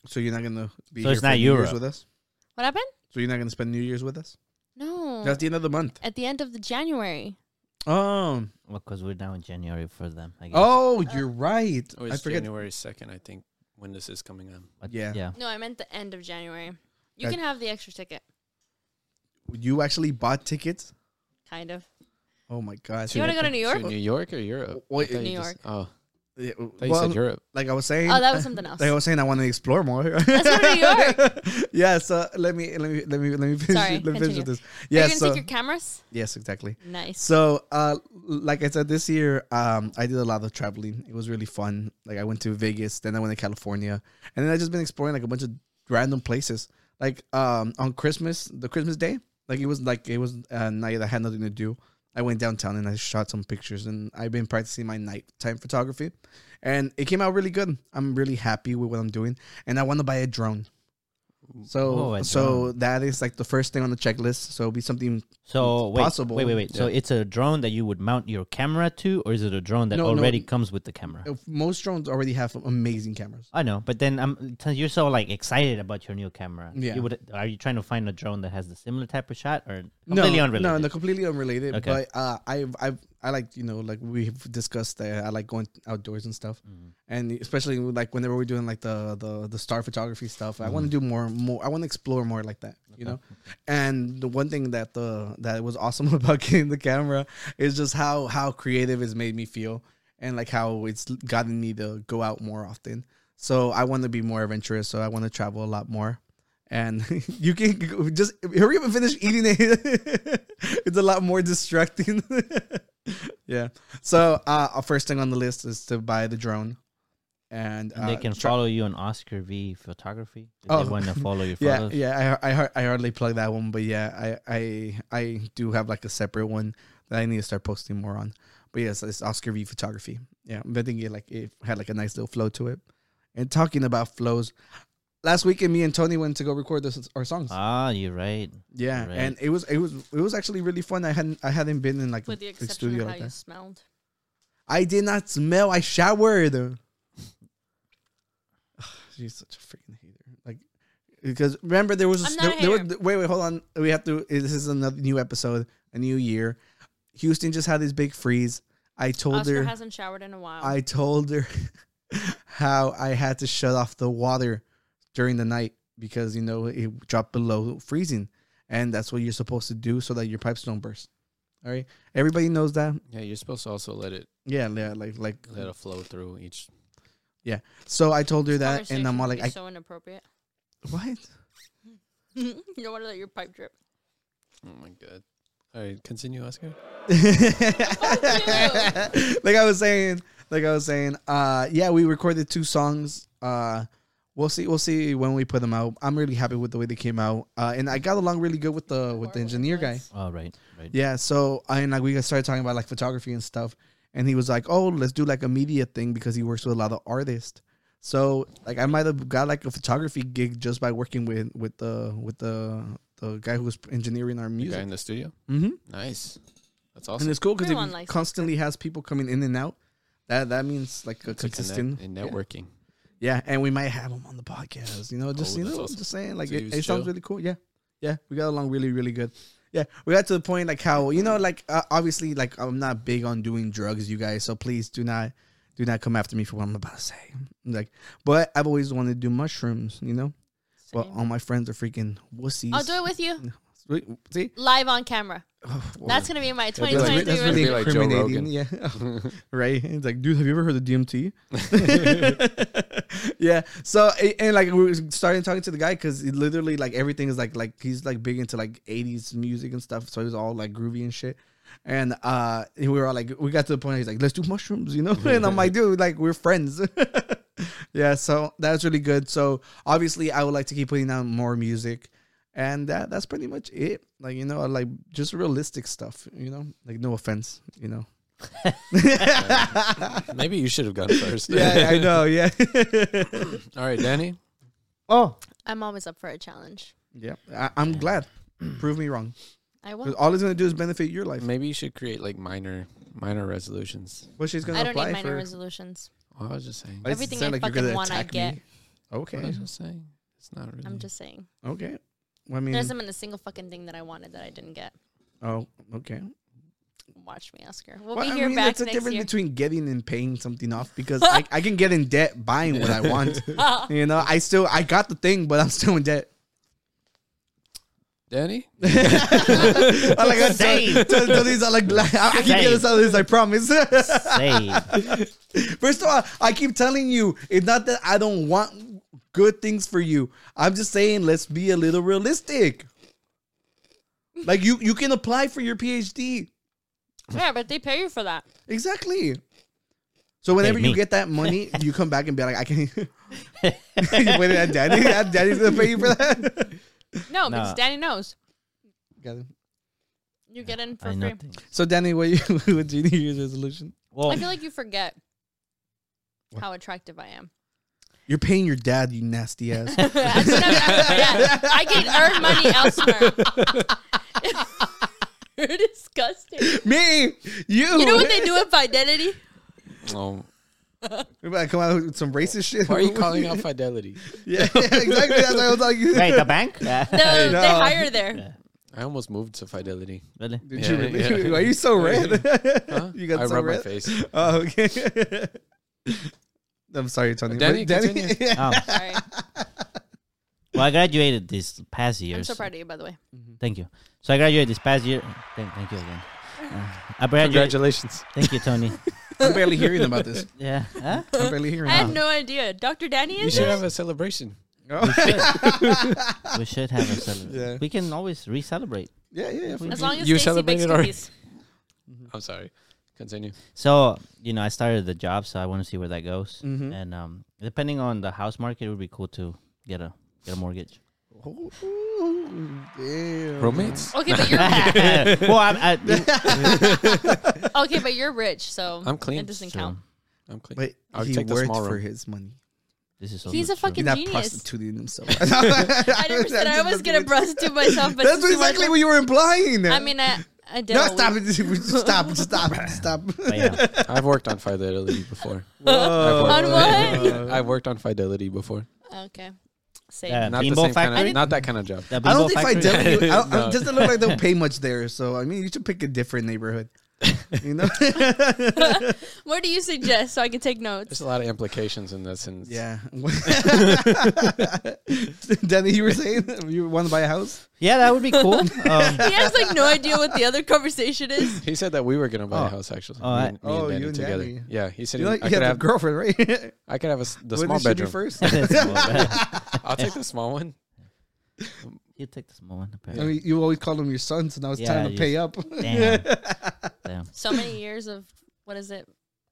[SPEAKER 1] so you're not gonna be
[SPEAKER 2] So
[SPEAKER 1] here
[SPEAKER 2] it's
[SPEAKER 1] for
[SPEAKER 2] not
[SPEAKER 1] New
[SPEAKER 2] Europe.
[SPEAKER 1] Year's with us.
[SPEAKER 5] What happened?
[SPEAKER 1] So you're not gonna spend New Year's with us.
[SPEAKER 5] No,
[SPEAKER 1] That's the end of the month.
[SPEAKER 5] at the end of the January.
[SPEAKER 1] Oh,
[SPEAKER 2] Well, because we're now in January for them. I guess.
[SPEAKER 1] oh, you're right.
[SPEAKER 4] It was
[SPEAKER 1] I forget.
[SPEAKER 4] January second, I think, when this is coming on.
[SPEAKER 2] But
[SPEAKER 1] yeah.
[SPEAKER 2] yeah.
[SPEAKER 5] No, I meant the end of January. You
[SPEAKER 1] That-
[SPEAKER 5] can have the extra ticket,
[SPEAKER 1] You actually bought tickets.
[SPEAKER 5] kind of.
[SPEAKER 1] Oh my god.
[SPEAKER 5] Do you want to go to New York?
[SPEAKER 4] To New York or Europe?
[SPEAKER 1] Wait,
[SPEAKER 4] I thought
[SPEAKER 5] New
[SPEAKER 4] you just-
[SPEAKER 5] York.
[SPEAKER 4] oh,
[SPEAKER 1] Yeah,
[SPEAKER 4] I thought you
[SPEAKER 1] well,
[SPEAKER 4] said Europe.
[SPEAKER 1] like I was saying.
[SPEAKER 5] Oh, that was
[SPEAKER 1] [LAUGHS]
[SPEAKER 5] something else.
[SPEAKER 1] Like I was saying, I want to explore more.
[SPEAKER 5] Let's go to New York.
[SPEAKER 1] [LAUGHS] yeah. So let me let me let me let me finish,
[SPEAKER 5] Sorry,
[SPEAKER 1] let me finish
[SPEAKER 5] continue.
[SPEAKER 1] with this.
[SPEAKER 5] Are
[SPEAKER 1] Yeah.
[SPEAKER 5] you gonna
[SPEAKER 1] so
[SPEAKER 5] take your cameras?
[SPEAKER 1] yes, exactly.
[SPEAKER 5] Nice.
[SPEAKER 1] So, uh, like I said, this year um, I did a lot of traveling. It was really fun. Like I went to Vegas, then I went to California, and then I just been exploring like a bunch of random places. Like um, on Christmas, the Christmas day, like it was like it was a night I had nothing to do. I went downtown and I shot some pictures, and I've been practicing my nighttime photography, and it came out really good. I'm really happy with what I'm doing, and I want to buy a drone. So,
[SPEAKER 2] Oh, a
[SPEAKER 1] so that is like the first thing on the checklist. So it'll be something
[SPEAKER 2] So
[SPEAKER 1] It's
[SPEAKER 2] wait,
[SPEAKER 1] possible.
[SPEAKER 2] wait, wait, wait. So
[SPEAKER 4] Yeah.
[SPEAKER 2] it's a drone that you would mount your camera to, or is it a drone that
[SPEAKER 1] No, no.
[SPEAKER 2] already comes with the camera?
[SPEAKER 1] Uh, most drones already have amazing cameras.
[SPEAKER 2] I know, but then I'm since you're so like excited about your new camera.
[SPEAKER 1] Yeah.
[SPEAKER 2] You would are you trying to find a drone that has the similar type of shot or completely
[SPEAKER 1] no,
[SPEAKER 2] unrelated?
[SPEAKER 1] No, no, completely unrelated.
[SPEAKER 2] Okay.
[SPEAKER 1] But uh, I've, I've, I like you know, like we've discussed that I like going outdoors and stuff,
[SPEAKER 2] Mm-hmm.
[SPEAKER 1] and especially like whenever we're doing like the the, the star photography stuff, I
[SPEAKER 2] Mm-hmm.
[SPEAKER 1] want to do more, more. I want to explore more like that, you know. [LAUGHS] And the one thing that the that was awesome [LAUGHS] about getting the camera is just how how creative it's made me feel, and like how it's gotten me to go out more often. So I want to be more adventurous. So I want to travel a lot more and [LAUGHS] you can g- just hurry up and finish eating it. [LAUGHS] it's a lot more distracting. [LAUGHS] yeah. So uh, our first thing on the list is to buy the drone, and,
[SPEAKER 2] And they
[SPEAKER 1] uh,
[SPEAKER 2] can
[SPEAKER 1] try-
[SPEAKER 2] follow you on Oscar V Photography if
[SPEAKER 1] Oh.
[SPEAKER 2] they
[SPEAKER 1] [LAUGHS]
[SPEAKER 2] want to follow your
[SPEAKER 1] Yeah,
[SPEAKER 2] photos.
[SPEAKER 1] yeah. I, I har- I hardly plug that one, but yeah, I I I do have like a separate one that I need to start posting more on. But yes, it's Oscar V photography. Yeah, I'm thinking it, like it had like a nice little flow to it. And talking about flows, last weekend me and Tony went to go record this, our songs.
[SPEAKER 2] Ah, you're right.
[SPEAKER 1] Yeah,
[SPEAKER 2] Right.
[SPEAKER 1] and it was it was it was actually really fun. I hadn't I hadn't been in like
[SPEAKER 5] With
[SPEAKER 1] a
[SPEAKER 5] the exception
[SPEAKER 1] studio
[SPEAKER 5] of how
[SPEAKER 1] like
[SPEAKER 5] you
[SPEAKER 1] that.
[SPEAKER 5] smelled.
[SPEAKER 1] I did not smell. I showered. [SIGHS] Ugh, She's such a freaking hater. Like because remember there was a
[SPEAKER 5] I'm
[SPEAKER 1] snow,
[SPEAKER 5] not a
[SPEAKER 1] there was,
[SPEAKER 5] hater.
[SPEAKER 1] wait wait hold on we have to this is another new episode a new year. Houston just had this big freeze. I told
[SPEAKER 5] Oscar
[SPEAKER 1] her
[SPEAKER 5] hasn't showered in a while.
[SPEAKER 1] I told her [LAUGHS] how I had to shut off the water during the night because you know it dropped below freezing, and that's what you're supposed to do so that your pipes don't burst. All right, everybody knows that.
[SPEAKER 4] Yeah, you're supposed to also let it
[SPEAKER 1] Yeah, yeah, like like
[SPEAKER 4] let it flow through each.
[SPEAKER 1] so. I told her
[SPEAKER 5] This
[SPEAKER 1] that, and
[SPEAKER 5] conversation
[SPEAKER 1] I'm all
[SPEAKER 5] would
[SPEAKER 1] like, I,
[SPEAKER 5] be so
[SPEAKER 1] [LAUGHS]
[SPEAKER 5] inappropriate.
[SPEAKER 1] "What? [LAUGHS]
[SPEAKER 5] you don't want to let your pipe drip.
[SPEAKER 4] Oh my god! All right, continue, Oscar.
[SPEAKER 1] like I was saying, like I was saying, uh, yeah, we recorded two songs. Uh, we'll see, we'll see when we put them out. I'm really happy with the way they came out, uh, and I got along really good with the with the engineer guy.
[SPEAKER 2] All right,
[SPEAKER 1] [LAUGHS]
[SPEAKER 2] right.
[SPEAKER 1] Yeah, so and like we got started talking about like photography and stuff, and he was like, "Oh, let's do like a media thing because he works with a lot of artists." So like I might have got like a photography gig just by working with with the with the the guy who was engineering our
[SPEAKER 4] You guy
[SPEAKER 1] music.
[SPEAKER 4] in the studio.
[SPEAKER 1] hmm
[SPEAKER 4] Nice. That's
[SPEAKER 1] And
[SPEAKER 4] awesome.
[SPEAKER 1] it's cool because
[SPEAKER 5] Everyone
[SPEAKER 1] it
[SPEAKER 5] likes
[SPEAKER 1] constantly has people coming in and out. That that means like a
[SPEAKER 4] To connect
[SPEAKER 1] consistent.
[SPEAKER 4] and
[SPEAKER 1] yeah.
[SPEAKER 4] networking.
[SPEAKER 1] Yeah, and we might have him on the podcast. You know, just
[SPEAKER 4] Oh,
[SPEAKER 1] you
[SPEAKER 4] that's
[SPEAKER 1] know,
[SPEAKER 4] awesome.
[SPEAKER 1] just saying like
[SPEAKER 4] So he
[SPEAKER 1] it,
[SPEAKER 4] was
[SPEAKER 1] it sounds
[SPEAKER 4] chill?
[SPEAKER 1] really cool. Yeah, yeah, we got along really, really good. Yeah, we got to the point like how you know, like uh, obviously, like I'm not big on doing drugs, you guys. So please do not, do not come after me for what I'm about to say. Like, but I've always wanted to do mushrooms. You know, but
[SPEAKER 5] Same.
[SPEAKER 1] all my friends are freaking wussies.
[SPEAKER 5] I'll do it with you
[SPEAKER 1] Wait, See,
[SPEAKER 5] live on camera.
[SPEAKER 1] Oh,
[SPEAKER 5] That's gonna be my
[SPEAKER 4] be like-
[SPEAKER 1] that's, re-
[SPEAKER 5] 2023
[SPEAKER 1] that's
[SPEAKER 4] It'd
[SPEAKER 1] really
[SPEAKER 4] be like Joe
[SPEAKER 1] incriminating. yeah. [LAUGHS] right. It's like, dude, have you ever heard of DMT? [LAUGHS] yeah. So a- and like we started talking to the guy because literally like everything is like like he's like big into like 80s music and stuff. So he's all like groovy and shit. And uh, we were all like, we got to the point. He's like, let's do mushrooms, you know. [LAUGHS] and I'm
[SPEAKER 4] [LAUGHS]
[SPEAKER 1] like, dude, like we're friends. [LAUGHS] yeah, so that's really good. So obviously, I would like to keep putting out more music, and that that's pretty much it. Like you know, I like just realistic stuff. You know, like no offense, you know.
[SPEAKER 4] Maybe you should
[SPEAKER 1] [LAUGHS]
[SPEAKER 4] have gone first.
[SPEAKER 1] Yeah, I know. Yeah,
[SPEAKER 4] [LAUGHS] All right, Danny.
[SPEAKER 2] Oh,
[SPEAKER 5] I'm always up for a challenge.
[SPEAKER 1] [LAUGHS] yeah. I, I'm glad. Prove me wrong.
[SPEAKER 5] I
[SPEAKER 1] 'Cause
[SPEAKER 5] will.
[SPEAKER 1] All it's gonna do is benefit your life.
[SPEAKER 4] Maybe you should create like minor minor resolutions.
[SPEAKER 1] What she's gonna
[SPEAKER 5] I don't
[SPEAKER 1] apply
[SPEAKER 5] need minor
[SPEAKER 1] for?
[SPEAKER 5] resolutions.
[SPEAKER 4] Oh, I was just saying.
[SPEAKER 1] Why does it
[SPEAKER 5] Everything
[SPEAKER 1] sound
[SPEAKER 5] I
[SPEAKER 1] you're
[SPEAKER 5] fucking
[SPEAKER 1] gonna
[SPEAKER 5] want, I
[SPEAKER 1] attack me?
[SPEAKER 5] get.
[SPEAKER 4] I
[SPEAKER 1] Okay.
[SPEAKER 4] was just saying. It's not really.
[SPEAKER 5] I'm just saying.
[SPEAKER 1] Okay. Well, I mean,
[SPEAKER 5] There hasn't been a single fucking thing that I wanted that I didn't get.
[SPEAKER 1] oh, okay.
[SPEAKER 5] Watch me, Oscar. We'll
[SPEAKER 1] Well,
[SPEAKER 5] be
[SPEAKER 1] I
[SPEAKER 5] here
[SPEAKER 1] mean,
[SPEAKER 5] back
[SPEAKER 1] the
[SPEAKER 5] next
[SPEAKER 1] difference
[SPEAKER 5] year.
[SPEAKER 1] between getting and paying something off because I, I can get in debt buying what I
[SPEAKER 5] [LAUGHS]
[SPEAKER 1] want. you know, I still I got the thing, but I'm still in debt. [LAUGHS]
[SPEAKER 4] Danny.
[SPEAKER 1] I like I
[SPEAKER 2] Same.
[SPEAKER 1] tell- tell these I like, like, I, I can get
[SPEAKER 2] Same.
[SPEAKER 1] us out of this. I promise. [LAUGHS]
[SPEAKER 2] save.
[SPEAKER 1] First of all, I keep telling you, it's not that I don't want good things for you. I'm just saying, let's be a little realistic. Like you, you can apply for your PhD.
[SPEAKER 5] yeah, but they pay you for that.
[SPEAKER 1] Exactly. So whenever
[SPEAKER 2] me.
[SPEAKER 1] you get that
[SPEAKER 4] [LAUGHS]
[SPEAKER 1] money, you come back and be like, I can. you [LAUGHS] waited at Daddy. That Daddy's gonna pay you for that.
[SPEAKER 5] No, because
[SPEAKER 2] Nah.
[SPEAKER 5] Danny knows.
[SPEAKER 1] Got it.
[SPEAKER 5] You get in for
[SPEAKER 2] I
[SPEAKER 5] free.
[SPEAKER 2] know things.
[SPEAKER 1] so Danny, what you [LAUGHS] what's your New Year's resolution?
[SPEAKER 2] Well,
[SPEAKER 5] I feel like you forget how attractive I am.
[SPEAKER 1] You're paying your dad, you nasty
[SPEAKER 4] [LAUGHS]
[SPEAKER 1] ass.
[SPEAKER 5] That's what I'm- yeah, I can earn money elsewhere. You're disgusting.
[SPEAKER 1] Me, you.
[SPEAKER 5] You know what they do with identity?
[SPEAKER 4] Oh,
[SPEAKER 1] [LAUGHS] We're about to come out with some racist shit.
[SPEAKER 4] why are you calling out fidelity?
[SPEAKER 1] [LAUGHS] yeah, yeah, exactly. That's what I was
[SPEAKER 4] [LAUGHS]
[SPEAKER 1] like. [LAUGHS]
[SPEAKER 2] wait, the bank? Yeah.
[SPEAKER 5] No, they
[SPEAKER 1] know.
[SPEAKER 5] hire there.
[SPEAKER 4] I almost moved to fidelity.
[SPEAKER 2] [LAUGHS] Really?
[SPEAKER 1] Did you
[SPEAKER 4] Yeah,
[SPEAKER 1] really-
[SPEAKER 4] yeah.
[SPEAKER 1] Why are you so red?
[SPEAKER 4] Huh?
[SPEAKER 1] [LAUGHS] You got
[SPEAKER 4] I
[SPEAKER 1] so
[SPEAKER 4] rubbed
[SPEAKER 1] red? [LAUGHS]
[SPEAKER 4] my face.
[SPEAKER 1] oh, okay. [LAUGHS] I'm sorry, Tony.
[SPEAKER 4] Danny,
[SPEAKER 1] But Danny,
[SPEAKER 4] continue.
[SPEAKER 1] [LAUGHS]
[SPEAKER 2] Oh.
[SPEAKER 5] Sorry.
[SPEAKER 2] Well, I graduated this past year.
[SPEAKER 5] I'm so
[SPEAKER 2] so-
[SPEAKER 5] proud of you, by the way.
[SPEAKER 2] Thank you. So I graduated this past year. Thank, thank you again. Uh, I graduated.
[SPEAKER 4] Congratulations.
[SPEAKER 2] Thank you, Tony. [LAUGHS]
[SPEAKER 1] I'm barely hearing about this.
[SPEAKER 2] Yeah. Huh?
[SPEAKER 1] I'm barely hearing.
[SPEAKER 5] I
[SPEAKER 1] about
[SPEAKER 5] had no idea. Dr. Danny
[SPEAKER 4] You
[SPEAKER 5] is
[SPEAKER 4] should
[SPEAKER 5] there?
[SPEAKER 4] have a celebration.
[SPEAKER 1] Oh.
[SPEAKER 2] We should have a celebration.
[SPEAKER 1] Yeah.
[SPEAKER 2] We can always re-celebrate.
[SPEAKER 1] Yeah, yeah, yeah. for
[SPEAKER 5] As long as
[SPEAKER 4] You
[SPEAKER 5] Stacy bakes
[SPEAKER 4] celebrated already.
[SPEAKER 5] cookies.
[SPEAKER 4] I'm sorry. Continue.
[SPEAKER 2] So you know, I started the job, so I want to see where that goes. And um, depending on the house market, it would be cool to get a get a mortgage.
[SPEAKER 1] Ooh, damn.
[SPEAKER 4] Roommates.
[SPEAKER 5] Okay, but you're
[SPEAKER 2] well, I'm, I,
[SPEAKER 5] okay, but you're rich, so
[SPEAKER 4] I'm clean,
[SPEAKER 5] It doesn't
[SPEAKER 2] so [LAUGHS]
[SPEAKER 5] [LAUGHS] count.
[SPEAKER 4] I'm clean.
[SPEAKER 1] But
[SPEAKER 4] I'll
[SPEAKER 1] he
[SPEAKER 4] take the
[SPEAKER 1] worked
[SPEAKER 4] small
[SPEAKER 1] for
[SPEAKER 4] room.
[SPEAKER 1] his money.
[SPEAKER 2] this is so
[SPEAKER 5] He's
[SPEAKER 2] not
[SPEAKER 5] a
[SPEAKER 2] true.
[SPEAKER 1] He's
[SPEAKER 5] fucking
[SPEAKER 1] not
[SPEAKER 5] Genius.
[SPEAKER 1] prostituting himself. I
[SPEAKER 5] [LAUGHS] I never
[SPEAKER 1] [LAUGHS]
[SPEAKER 5] said I was gonna prostitute myself, but
[SPEAKER 1] That's
[SPEAKER 5] this is
[SPEAKER 1] exactly
[SPEAKER 5] like-
[SPEAKER 1] what you were implying.
[SPEAKER 5] I mean, I, I did.
[SPEAKER 1] no,
[SPEAKER 5] a
[SPEAKER 1] stop
[SPEAKER 5] week-
[SPEAKER 1] it. [LAUGHS] Stop, stop, stop.
[SPEAKER 2] But yeah.
[SPEAKER 4] I've worked on fidelity
[SPEAKER 1] [LAUGHS]
[SPEAKER 4] before.
[SPEAKER 5] [LAUGHS]
[SPEAKER 1] Uh,
[SPEAKER 4] [LAUGHS]
[SPEAKER 5] On what?
[SPEAKER 4] I've worked on fidelity before.
[SPEAKER 5] Okay. Save.
[SPEAKER 2] Yeah.
[SPEAKER 4] Not the
[SPEAKER 2] Pinball
[SPEAKER 4] same kind
[SPEAKER 2] factory?
[SPEAKER 4] of. Not that kind of job.
[SPEAKER 2] The
[SPEAKER 1] I don't
[SPEAKER 2] Bimbo
[SPEAKER 1] think
[SPEAKER 2] factory-
[SPEAKER 1] Fidelity. I don't, I
[SPEAKER 4] [LAUGHS] No.
[SPEAKER 1] don't- doesn't look like they'll pay much there. So I mean, you should pick a different neighborhood. You
[SPEAKER 4] [LAUGHS]
[SPEAKER 1] know?
[SPEAKER 5] What do you suggest so I can take notes?
[SPEAKER 4] There's a lot of implications in this, and
[SPEAKER 1] yeah. [LAUGHS] Danny, you were saying you want to buy a house?
[SPEAKER 2] Yeah, that would be cool. Um, [LAUGHS]
[SPEAKER 5] He has like no idea what the other conversation is.
[SPEAKER 4] he said that we were gonna buy
[SPEAKER 2] Oh.
[SPEAKER 4] a house actually.
[SPEAKER 2] Oh,
[SPEAKER 4] me,
[SPEAKER 2] I-
[SPEAKER 4] and- me
[SPEAKER 1] Oh,
[SPEAKER 4] and Danny
[SPEAKER 1] you and
[SPEAKER 4] together.
[SPEAKER 1] Danny.
[SPEAKER 4] Yeah, he said
[SPEAKER 1] You like
[SPEAKER 4] I
[SPEAKER 1] you have
[SPEAKER 4] could
[SPEAKER 1] a
[SPEAKER 4] have.
[SPEAKER 1] girlfriend, right?
[SPEAKER 4] I could have a s
[SPEAKER 1] [LAUGHS]
[SPEAKER 4] the
[SPEAKER 1] What
[SPEAKER 4] small
[SPEAKER 1] did she do
[SPEAKER 4] bedroom.
[SPEAKER 1] first.
[SPEAKER 4] I'll take the small one.
[SPEAKER 2] you take this moment.
[SPEAKER 1] I
[SPEAKER 2] Apparently.
[SPEAKER 1] mean, you always called him your son, so now it's
[SPEAKER 2] Yeah,
[SPEAKER 1] time to
[SPEAKER 2] you-
[SPEAKER 1] pay up.
[SPEAKER 2] Damn. Damn.
[SPEAKER 5] So many years of what is it?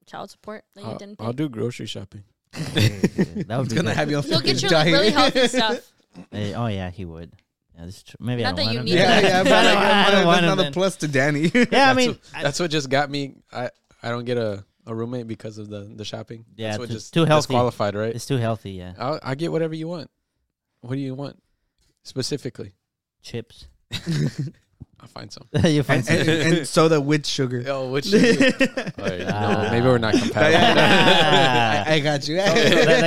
[SPEAKER 5] Child support that you
[SPEAKER 1] Uh,
[SPEAKER 4] I'll,
[SPEAKER 5] didn't pay.
[SPEAKER 4] I'll do grocery shopping.
[SPEAKER 2] That
[SPEAKER 1] It's
[SPEAKER 2] would be
[SPEAKER 1] gonna
[SPEAKER 2] good.
[SPEAKER 1] have you
[SPEAKER 5] He'll
[SPEAKER 1] fucking
[SPEAKER 5] get you like
[SPEAKER 1] dying.
[SPEAKER 5] really [LAUGHS]
[SPEAKER 1] [LAUGHS]
[SPEAKER 5] healthy stuff.
[SPEAKER 2] Eh, oh yeah, he would. Yeah, this is true. Maybe
[SPEAKER 5] Not
[SPEAKER 2] I
[SPEAKER 5] that
[SPEAKER 2] don't
[SPEAKER 5] you
[SPEAKER 2] want him.
[SPEAKER 5] need
[SPEAKER 1] yeah,
[SPEAKER 5] that.
[SPEAKER 1] yeah,
[SPEAKER 5] [LAUGHS]
[SPEAKER 1] but
[SPEAKER 2] [LAUGHS] I don't,
[SPEAKER 1] I,
[SPEAKER 2] I don't
[SPEAKER 1] that's
[SPEAKER 2] want him.
[SPEAKER 1] another
[SPEAKER 2] then.
[SPEAKER 1] plus to Danny.
[SPEAKER 2] yeah, I mean, I-
[SPEAKER 4] That's what just got me. I I don't get a, a roommate because of the the shopping.
[SPEAKER 2] Yeah,
[SPEAKER 4] That's what
[SPEAKER 2] too-
[SPEAKER 4] just
[SPEAKER 2] too healthy.
[SPEAKER 4] disqualified, right?
[SPEAKER 2] it's too healthy.
[SPEAKER 4] [LAUGHS]
[SPEAKER 2] Yeah,
[SPEAKER 4] I'll, I get whatever you want. What do you want specifically?
[SPEAKER 2] chips. [LAUGHS]
[SPEAKER 4] I'll find some.
[SPEAKER 2] you find
[SPEAKER 1] and, and, and soda with sugar. [LAUGHS]
[SPEAKER 4] [LAUGHS] Oh, which maybe
[SPEAKER 2] [LAUGHS]
[SPEAKER 4] we're not compatible. [LAUGHS]
[SPEAKER 2] Ah.
[SPEAKER 1] I, I got [LAUGHS] you.
[SPEAKER 2] the,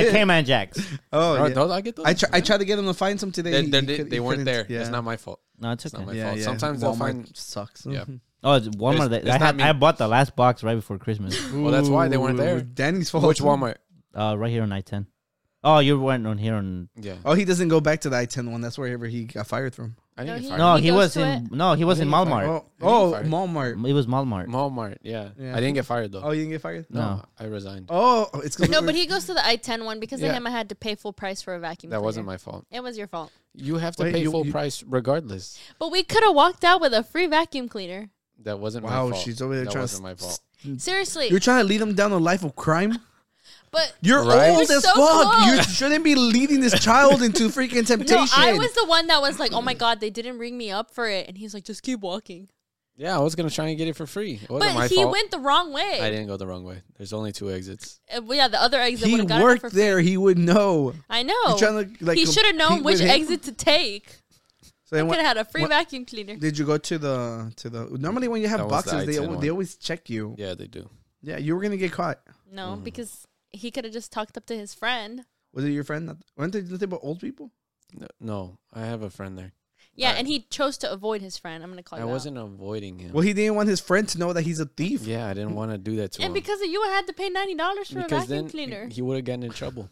[SPEAKER 2] [LAUGHS] the Cayman Jacks.
[SPEAKER 1] oh,
[SPEAKER 4] Oh,
[SPEAKER 1] yeah.
[SPEAKER 4] those- I get those.
[SPEAKER 1] I try, I tried to get him to find some today.
[SPEAKER 4] they,
[SPEAKER 1] He-
[SPEAKER 4] they,
[SPEAKER 1] he
[SPEAKER 4] they,
[SPEAKER 1] could-
[SPEAKER 4] they
[SPEAKER 1] he
[SPEAKER 4] weren't there.
[SPEAKER 1] couldn't.
[SPEAKER 4] It's not my
[SPEAKER 1] [LAUGHS]
[SPEAKER 4] fault.
[SPEAKER 2] No, it's
[SPEAKER 4] It's
[SPEAKER 2] okay.
[SPEAKER 4] not my
[SPEAKER 1] Yeah,
[SPEAKER 4] fault.
[SPEAKER 1] yeah.
[SPEAKER 4] Sometimes they'll
[SPEAKER 1] Walmart
[SPEAKER 4] find.
[SPEAKER 1] sucks.
[SPEAKER 4] Yeah.
[SPEAKER 2] Oh, it's Walmart. that-
[SPEAKER 4] It's-
[SPEAKER 2] I,
[SPEAKER 4] it's
[SPEAKER 2] had,
[SPEAKER 4] not me.
[SPEAKER 2] I bought the last box right before Christmas.
[SPEAKER 4] Well, that's why they weren't
[SPEAKER 1] Ooh,
[SPEAKER 4] there.
[SPEAKER 1] Danny's fault.
[SPEAKER 4] Which Walmart?
[SPEAKER 2] Uh, right here on I ten. Oh, you weren't on here on.
[SPEAKER 4] Yeah.
[SPEAKER 1] Oh, he doesn't go back to the I-10 one. That's wherever he got fired from.
[SPEAKER 4] I
[SPEAKER 5] No,
[SPEAKER 4] didn't
[SPEAKER 5] he-
[SPEAKER 4] get
[SPEAKER 2] No,
[SPEAKER 4] fired.
[SPEAKER 2] he,
[SPEAKER 5] goes
[SPEAKER 2] was
[SPEAKER 5] to
[SPEAKER 2] in.
[SPEAKER 5] it.
[SPEAKER 2] No, he was in Walmart.
[SPEAKER 1] Oh, oh
[SPEAKER 4] fired.
[SPEAKER 1] Walmart.
[SPEAKER 2] It was Walmart.
[SPEAKER 4] Walmart. Yeah.
[SPEAKER 1] Yeah.
[SPEAKER 4] I didn't get fired though.
[SPEAKER 1] Oh, you didn't get fired?
[SPEAKER 2] No.
[SPEAKER 4] no, I resigned.
[SPEAKER 1] Oh, it's because
[SPEAKER 5] No, but he goes to the I 10 one because
[SPEAKER 4] Yeah.
[SPEAKER 5] of him I had to pay full price for a vacuum.
[SPEAKER 4] That wasn't
[SPEAKER 5] cleaner.
[SPEAKER 4] my fault.
[SPEAKER 5] It was your fault.
[SPEAKER 4] You have to
[SPEAKER 1] Wait,
[SPEAKER 4] pay
[SPEAKER 1] you-
[SPEAKER 4] full
[SPEAKER 1] you-
[SPEAKER 4] price regardless.
[SPEAKER 5] But we could have walked out with a free vacuum cleaner.
[SPEAKER 4] That wasn't my
[SPEAKER 1] Wow,
[SPEAKER 4] fault.
[SPEAKER 1] she's over there
[SPEAKER 4] that
[SPEAKER 1] trying to
[SPEAKER 4] wasn't my fault.
[SPEAKER 5] Seriously,
[SPEAKER 1] Mm. You're trying to lead him down a life of crime.
[SPEAKER 5] but
[SPEAKER 1] You're
[SPEAKER 4] Right?
[SPEAKER 1] old
[SPEAKER 5] We're
[SPEAKER 1] as
[SPEAKER 5] so
[SPEAKER 1] fuck. You
[SPEAKER 5] close.
[SPEAKER 1] shouldn't be leading this child into freaking temptation.
[SPEAKER 5] [LAUGHS] no, I was the one that was like, "Oh my god, they didn't ring me up for it," and he's like, "Just keep walking."
[SPEAKER 4] Yeah, I was gonna try and get it for free. It wasn't my
[SPEAKER 5] But he
[SPEAKER 4] fault.
[SPEAKER 5] went the wrong way.
[SPEAKER 4] I didn't go the wrong way. There's only two exits.
[SPEAKER 5] Uh, well, yeah, the other exit would
[SPEAKER 1] he
[SPEAKER 5] have gotten it for
[SPEAKER 1] worked
[SPEAKER 5] free.
[SPEAKER 1] there. He would know.
[SPEAKER 5] I
[SPEAKER 1] You're
[SPEAKER 5] know.
[SPEAKER 1] trying to, like,
[SPEAKER 5] he should have known
[SPEAKER 1] compete with
[SPEAKER 5] which
[SPEAKER 1] him?
[SPEAKER 5] exit to take.
[SPEAKER 1] So then
[SPEAKER 5] Could
[SPEAKER 1] what-
[SPEAKER 5] have had a free
[SPEAKER 1] what-
[SPEAKER 5] vacuum cleaner.
[SPEAKER 1] Did you go to the to the? Normally, when you have
[SPEAKER 4] That was the
[SPEAKER 1] boxes, they
[SPEAKER 4] I-10
[SPEAKER 1] al-
[SPEAKER 4] one.
[SPEAKER 1] they always check you.
[SPEAKER 4] Yeah, they do.
[SPEAKER 1] Yeah, you were gonna get caught.
[SPEAKER 5] No, because he could have just talked up to his friend.
[SPEAKER 1] Was it your friend? That, weren't they nothing but old people?
[SPEAKER 4] No, no, I have a friend there.
[SPEAKER 5] Yeah,
[SPEAKER 4] Right.
[SPEAKER 5] and he chose to avoid his friend. I'm gonna call
[SPEAKER 4] I
[SPEAKER 5] you. out.
[SPEAKER 4] wasn't avoiding him.
[SPEAKER 1] Well, he didn't want his friend to know that he's a thief.
[SPEAKER 4] yeah, I didn't want to do that to him.
[SPEAKER 5] And because of you, I had to pay ninety dollars for
[SPEAKER 4] because
[SPEAKER 5] a vacuum
[SPEAKER 4] then
[SPEAKER 5] cleaner.
[SPEAKER 4] he would have gotten in trouble.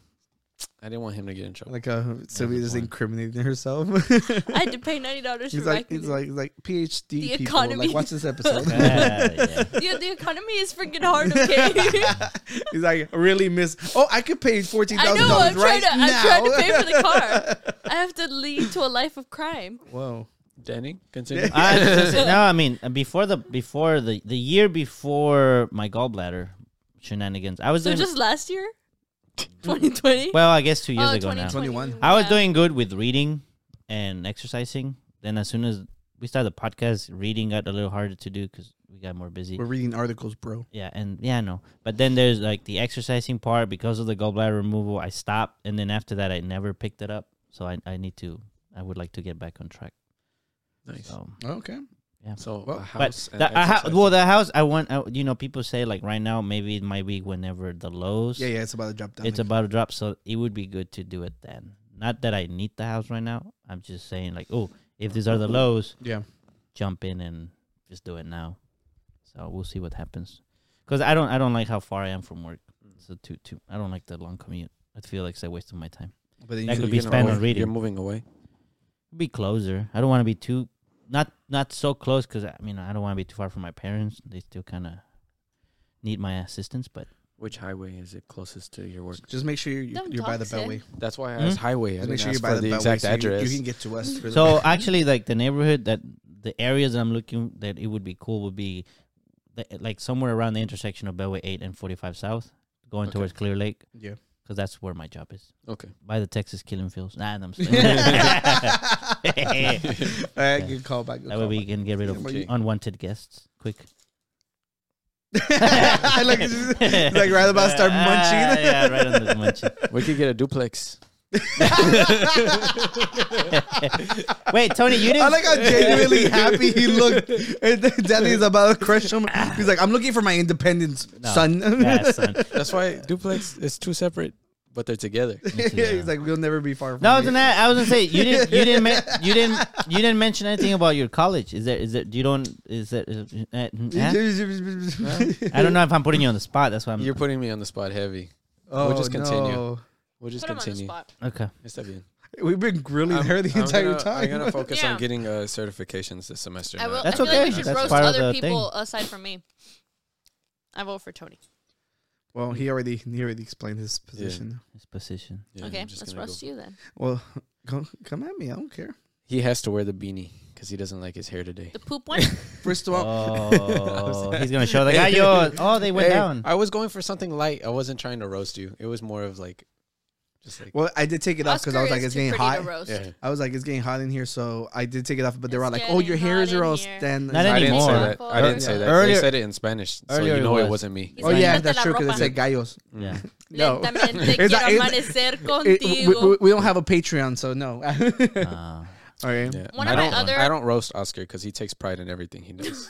[SPEAKER 4] I didn't want him to get in trouble.
[SPEAKER 1] Like uh, Sylvia
[SPEAKER 4] good
[SPEAKER 1] is
[SPEAKER 4] point.
[SPEAKER 1] incriminating herself. [LAUGHS]
[SPEAKER 5] [LAUGHS] I had to pay ninety dollars for
[SPEAKER 1] he's
[SPEAKER 5] a
[SPEAKER 1] like,
[SPEAKER 5] vacuum
[SPEAKER 1] he's
[SPEAKER 5] cleaner.
[SPEAKER 1] like, he's like PhD
[SPEAKER 5] The
[SPEAKER 1] people. Like,
[SPEAKER 5] economy.
[SPEAKER 1] watch this
[SPEAKER 4] [LAUGHS]
[SPEAKER 1] episode.
[SPEAKER 2] Yeah, yeah.
[SPEAKER 5] yeah, the economy is freaking hard. [LAUGHS] Okay.
[SPEAKER 1] he's like, really miss? Oh, I could pay fourteen
[SPEAKER 5] I
[SPEAKER 1] thousand
[SPEAKER 5] know. I'm
[SPEAKER 1] dollars right
[SPEAKER 5] trying to.
[SPEAKER 1] now.
[SPEAKER 5] I'm trying to pay for the car. I have to lead to a life of crime.
[SPEAKER 1] Whoa.
[SPEAKER 4] Danny,
[SPEAKER 1] [LAUGHS]
[SPEAKER 4] continue.
[SPEAKER 1] Yeah.
[SPEAKER 2] I was just- no, I mean before the before the the year before my gallbladder shenanigans, I was
[SPEAKER 5] So
[SPEAKER 2] doing
[SPEAKER 5] just last year, [LAUGHS] 2020.
[SPEAKER 2] well, I guess two years
[SPEAKER 5] Oh,
[SPEAKER 2] ago now.
[SPEAKER 1] 21.
[SPEAKER 2] I was
[SPEAKER 5] yeah.
[SPEAKER 2] doing good with reading and exercising. Then as soon as we started the podcast, reading got a little harder to do because we got more busy.
[SPEAKER 1] We're reading articles, bro.
[SPEAKER 2] Yeah, and yeah, I know. But then there's like the exercising part because of the gallbladder removal. I stopped, and then after that, I never picked it up. So I, I need to. I would like to get back on track.
[SPEAKER 4] nice.
[SPEAKER 2] So.
[SPEAKER 1] Oh, Okay.
[SPEAKER 4] So
[SPEAKER 1] Well,
[SPEAKER 4] a
[SPEAKER 2] But
[SPEAKER 4] house. and
[SPEAKER 2] the, I ha-
[SPEAKER 4] exercise.
[SPEAKER 2] well, the house I want. I, you know, people say like right now maybe it might be whenever the lows.
[SPEAKER 1] Yeah, yeah. It's about to drop down.
[SPEAKER 2] It's about to drop, so it would be good to do it then. Not that I need the house right now. I'm just saying like, oh, if these are the lows,
[SPEAKER 1] Yeah.
[SPEAKER 2] jump in and just do it now. So we'll see what happens. Because I don't, I don't like how far I am from work. So too, too. I don't like the long commute. I feel like it's a waste of my time.
[SPEAKER 1] But then
[SPEAKER 2] That
[SPEAKER 1] you
[SPEAKER 2] could
[SPEAKER 4] You're
[SPEAKER 2] be
[SPEAKER 4] gonna
[SPEAKER 2] spent on
[SPEAKER 4] move- You're
[SPEAKER 2] reading.
[SPEAKER 4] moving away.
[SPEAKER 2] Be closer. I don't want to be too, not not so close. Because I mean, I don't want to be too far from my parents. They still kind of need my assistance, but.
[SPEAKER 4] Which highway is it closest to your work?
[SPEAKER 1] just make sure you're,
[SPEAKER 5] Don't
[SPEAKER 1] you're by the
[SPEAKER 5] talk shit.
[SPEAKER 1] beltway.
[SPEAKER 4] That's why I
[SPEAKER 2] Hmm?
[SPEAKER 4] asked highway. I
[SPEAKER 1] Just
[SPEAKER 4] didn't
[SPEAKER 1] make sure
[SPEAKER 4] ask
[SPEAKER 1] you're by
[SPEAKER 4] for
[SPEAKER 1] the,
[SPEAKER 4] the
[SPEAKER 1] beltway
[SPEAKER 4] exact
[SPEAKER 1] so you-
[SPEAKER 4] address.
[SPEAKER 1] You, can get to us. really
[SPEAKER 2] So
[SPEAKER 1] quick.
[SPEAKER 2] actually, like the neighborhood that the areas that I'm looking that it would be cool would be the, like somewhere around the intersection of Beltway 8 and 45 South, going
[SPEAKER 4] Okay.
[SPEAKER 2] towards Clear Lake, [LAUGHS]
[SPEAKER 1] yeah.
[SPEAKER 2] because that's where my job is.
[SPEAKER 4] okay.
[SPEAKER 2] By the Texas killing fields. Nah, I'm saying. [LAUGHS] that
[SPEAKER 1] All right, good call back. Good
[SPEAKER 2] way
[SPEAKER 1] call [LAUGHS]
[SPEAKER 2] we can get rid of
[SPEAKER 4] Okay.
[SPEAKER 2] unwanted guests quick.
[SPEAKER 1] back. like,
[SPEAKER 2] [LAUGHS]
[SPEAKER 1] it's like right about to start
[SPEAKER 2] Ah,
[SPEAKER 1] munching.
[SPEAKER 2] yeah, right on the munching.
[SPEAKER 4] We could get a duplex.
[SPEAKER 2] Wait, Tony,
[SPEAKER 1] [LAUGHS]
[SPEAKER 2] you
[SPEAKER 1] I
[SPEAKER 2] didn't.
[SPEAKER 1] like how genuinely happy he
[SPEAKER 2] [LAUGHS]
[SPEAKER 1] looked. And then Danny's about to crush him. He's like, I'm looking for my independence,
[SPEAKER 2] No.
[SPEAKER 1] son. [LAUGHS]
[SPEAKER 2] [LAUGHS] Yeah, son.
[SPEAKER 4] That's why duplex is two separate, but they're
[SPEAKER 5] [LAUGHS]
[SPEAKER 4] together.
[SPEAKER 1] He's like, we'll never be far from
[SPEAKER 2] No, I was
[SPEAKER 1] you."
[SPEAKER 2] gonna. I was gonna say you didn't. You didn't.
[SPEAKER 1] [LAUGHS]
[SPEAKER 2] men- you didn't. You didn't mention anything about your college. Is there? Is there? You don't. Is there? is- uh,
[SPEAKER 1] [LAUGHS]
[SPEAKER 2] huh? I don't know if I'm putting you on the spot. That's why I'm.
[SPEAKER 4] You're putting me on the spot heavy.
[SPEAKER 1] Oh,
[SPEAKER 4] We'll just continue.
[SPEAKER 1] no.
[SPEAKER 4] We'll just
[SPEAKER 5] Put him on the
[SPEAKER 4] continue.
[SPEAKER 5] spot.
[SPEAKER 2] okay.
[SPEAKER 4] Está bien.
[SPEAKER 1] We've been grilling her the entire
[SPEAKER 4] gonna,
[SPEAKER 1] time.
[SPEAKER 4] I'm gonna focus on
[SPEAKER 5] Yeah.
[SPEAKER 4] getting uh, certifications this semester.
[SPEAKER 5] I will.
[SPEAKER 4] not-
[SPEAKER 2] That's
[SPEAKER 5] I feel
[SPEAKER 2] okay.
[SPEAKER 5] Like we should
[SPEAKER 2] That's
[SPEAKER 5] roast
[SPEAKER 2] part of
[SPEAKER 5] other
[SPEAKER 2] the
[SPEAKER 5] people aside from me. I vote for Tony.
[SPEAKER 1] well, he already he already explained his position.
[SPEAKER 2] This position.
[SPEAKER 4] Yeah,
[SPEAKER 5] okay,
[SPEAKER 4] I'm just
[SPEAKER 5] let's
[SPEAKER 4] gonna
[SPEAKER 5] roast
[SPEAKER 4] go.
[SPEAKER 5] you then.
[SPEAKER 1] Well, come, come at me. I don't care.
[SPEAKER 4] He has to wear the beanie because he doesn't like his hair today.
[SPEAKER 5] The
[SPEAKER 1] [LAUGHS]
[SPEAKER 5] poop one.
[SPEAKER 1] First of all,
[SPEAKER 2] Uh, Oh, [LAUGHS] he's gonna show the guy. Yo, oh, they went
[SPEAKER 4] Hey, [LAUGHS]
[SPEAKER 5] Hmm.
[SPEAKER 2] down.
[SPEAKER 4] I was going for something light. I wasn't trying to roast you. It was more of like, just like.
[SPEAKER 1] well, I did take it off because I
[SPEAKER 5] Oscar
[SPEAKER 1] was like,
[SPEAKER 5] is
[SPEAKER 1] it's
[SPEAKER 5] too
[SPEAKER 1] getting
[SPEAKER 5] pretty
[SPEAKER 1] hot.
[SPEAKER 5] To roast.
[SPEAKER 4] Yeah.
[SPEAKER 1] I was like, it's getting hot in here, so I did take it off. But they were
[SPEAKER 5] It's
[SPEAKER 1] like, oh, your
[SPEAKER 5] getting
[SPEAKER 1] hairs
[SPEAKER 5] hot
[SPEAKER 1] are
[SPEAKER 5] in
[SPEAKER 1] all
[SPEAKER 5] here.
[SPEAKER 1] stand.
[SPEAKER 2] Not
[SPEAKER 4] I didn't
[SPEAKER 2] anymore.
[SPEAKER 4] say that. I didn't say that.
[SPEAKER 2] Earlier-
[SPEAKER 4] they said it in Spanish, so
[SPEAKER 2] Earlier
[SPEAKER 4] you
[SPEAKER 2] it
[SPEAKER 4] know it,
[SPEAKER 2] was.
[SPEAKER 4] was. not me.
[SPEAKER 5] He's
[SPEAKER 1] Oh
[SPEAKER 5] like,
[SPEAKER 1] yeah,
[SPEAKER 5] "Quítate
[SPEAKER 1] that's
[SPEAKER 5] la
[SPEAKER 1] true because
[SPEAKER 5] ropa."
[SPEAKER 1] it said gallos.
[SPEAKER 2] Yeah.
[SPEAKER 1] No. [LAUGHS]
[SPEAKER 5] Lentamente
[SPEAKER 1] It's like-
[SPEAKER 5] quiero
[SPEAKER 1] it's- [LAUGHS]
[SPEAKER 5] amanecer
[SPEAKER 1] It- we,
[SPEAKER 5] contigo.
[SPEAKER 1] we, we don't have a Patreon, so no. [LAUGHS]
[SPEAKER 2] Uh,
[SPEAKER 1] all right,
[SPEAKER 4] Yeah.
[SPEAKER 5] One
[SPEAKER 4] I
[SPEAKER 5] of my
[SPEAKER 4] don't.
[SPEAKER 5] other-
[SPEAKER 4] I don't roast Oscar because he takes pride in everything he does.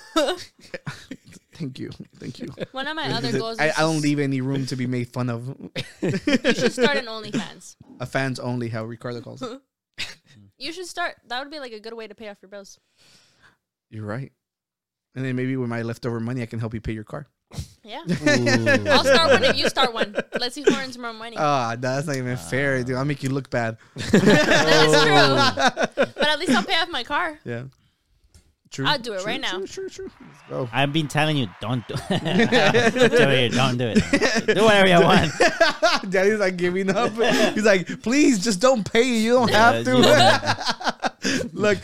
[SPEAKER 1] thank you, thank
[SPEAKER 5] [LAUGHS]
[SPEAKER 1] you.
[SPEAKER 5] One of my other goals.
[SPEAKER 1] I,
[SPEAKER 5] is
[SPEAKER 1] I don't leave any room to be made fun of.
[SPEAKER 5] You
[SPEAKER 1] [LAUGHS]
[SPEAKER 5] should start an OnlyFans.
[SPEAKER 1] a fans only, how Ricardo calls it.
[SPEAKER 5] You should start. That would be like a good way to pay off your bills.
[SPEAKER 1] You're right. And then maybe with my leftover money, I can help you pay your car. [LAUGHS]
[SPEAKER 5] Yeah.
[SPEAKER 2] ooh.
[SPEAKER 5] I'll start one if you start one. Let's see who earns more money.
[SPEAKER 1] Ah, that's not even fair, dude. I'll make you look bad.
[SPEAKER 5] That's true. But at least I'll pay off my car.
[SPEAKER 1] Yeah. True.
[SPEAKER 5] I'll do it
[SPEAKER 1] true,
[SPEAKER 5] right now.
[SPEAKER 1] True, true, true. Let's
[SPEAKER 5] [LAUGHS]
[SPEAKER 1] go. [LAUGHS]
[SPEAKER 2] I've been telling you, don't do. Tony, don't do it. Do whatever you want.
[SPEAKER 1] Daddy's like giving
[SPEAKER 5] [LAUGHS]
[SPEAKER 1] up. He's like, please just don't pay. You don't have
[SPEAKER 2] Yeah, you
[SPEAKER 1] to. [LAUGHS] Look,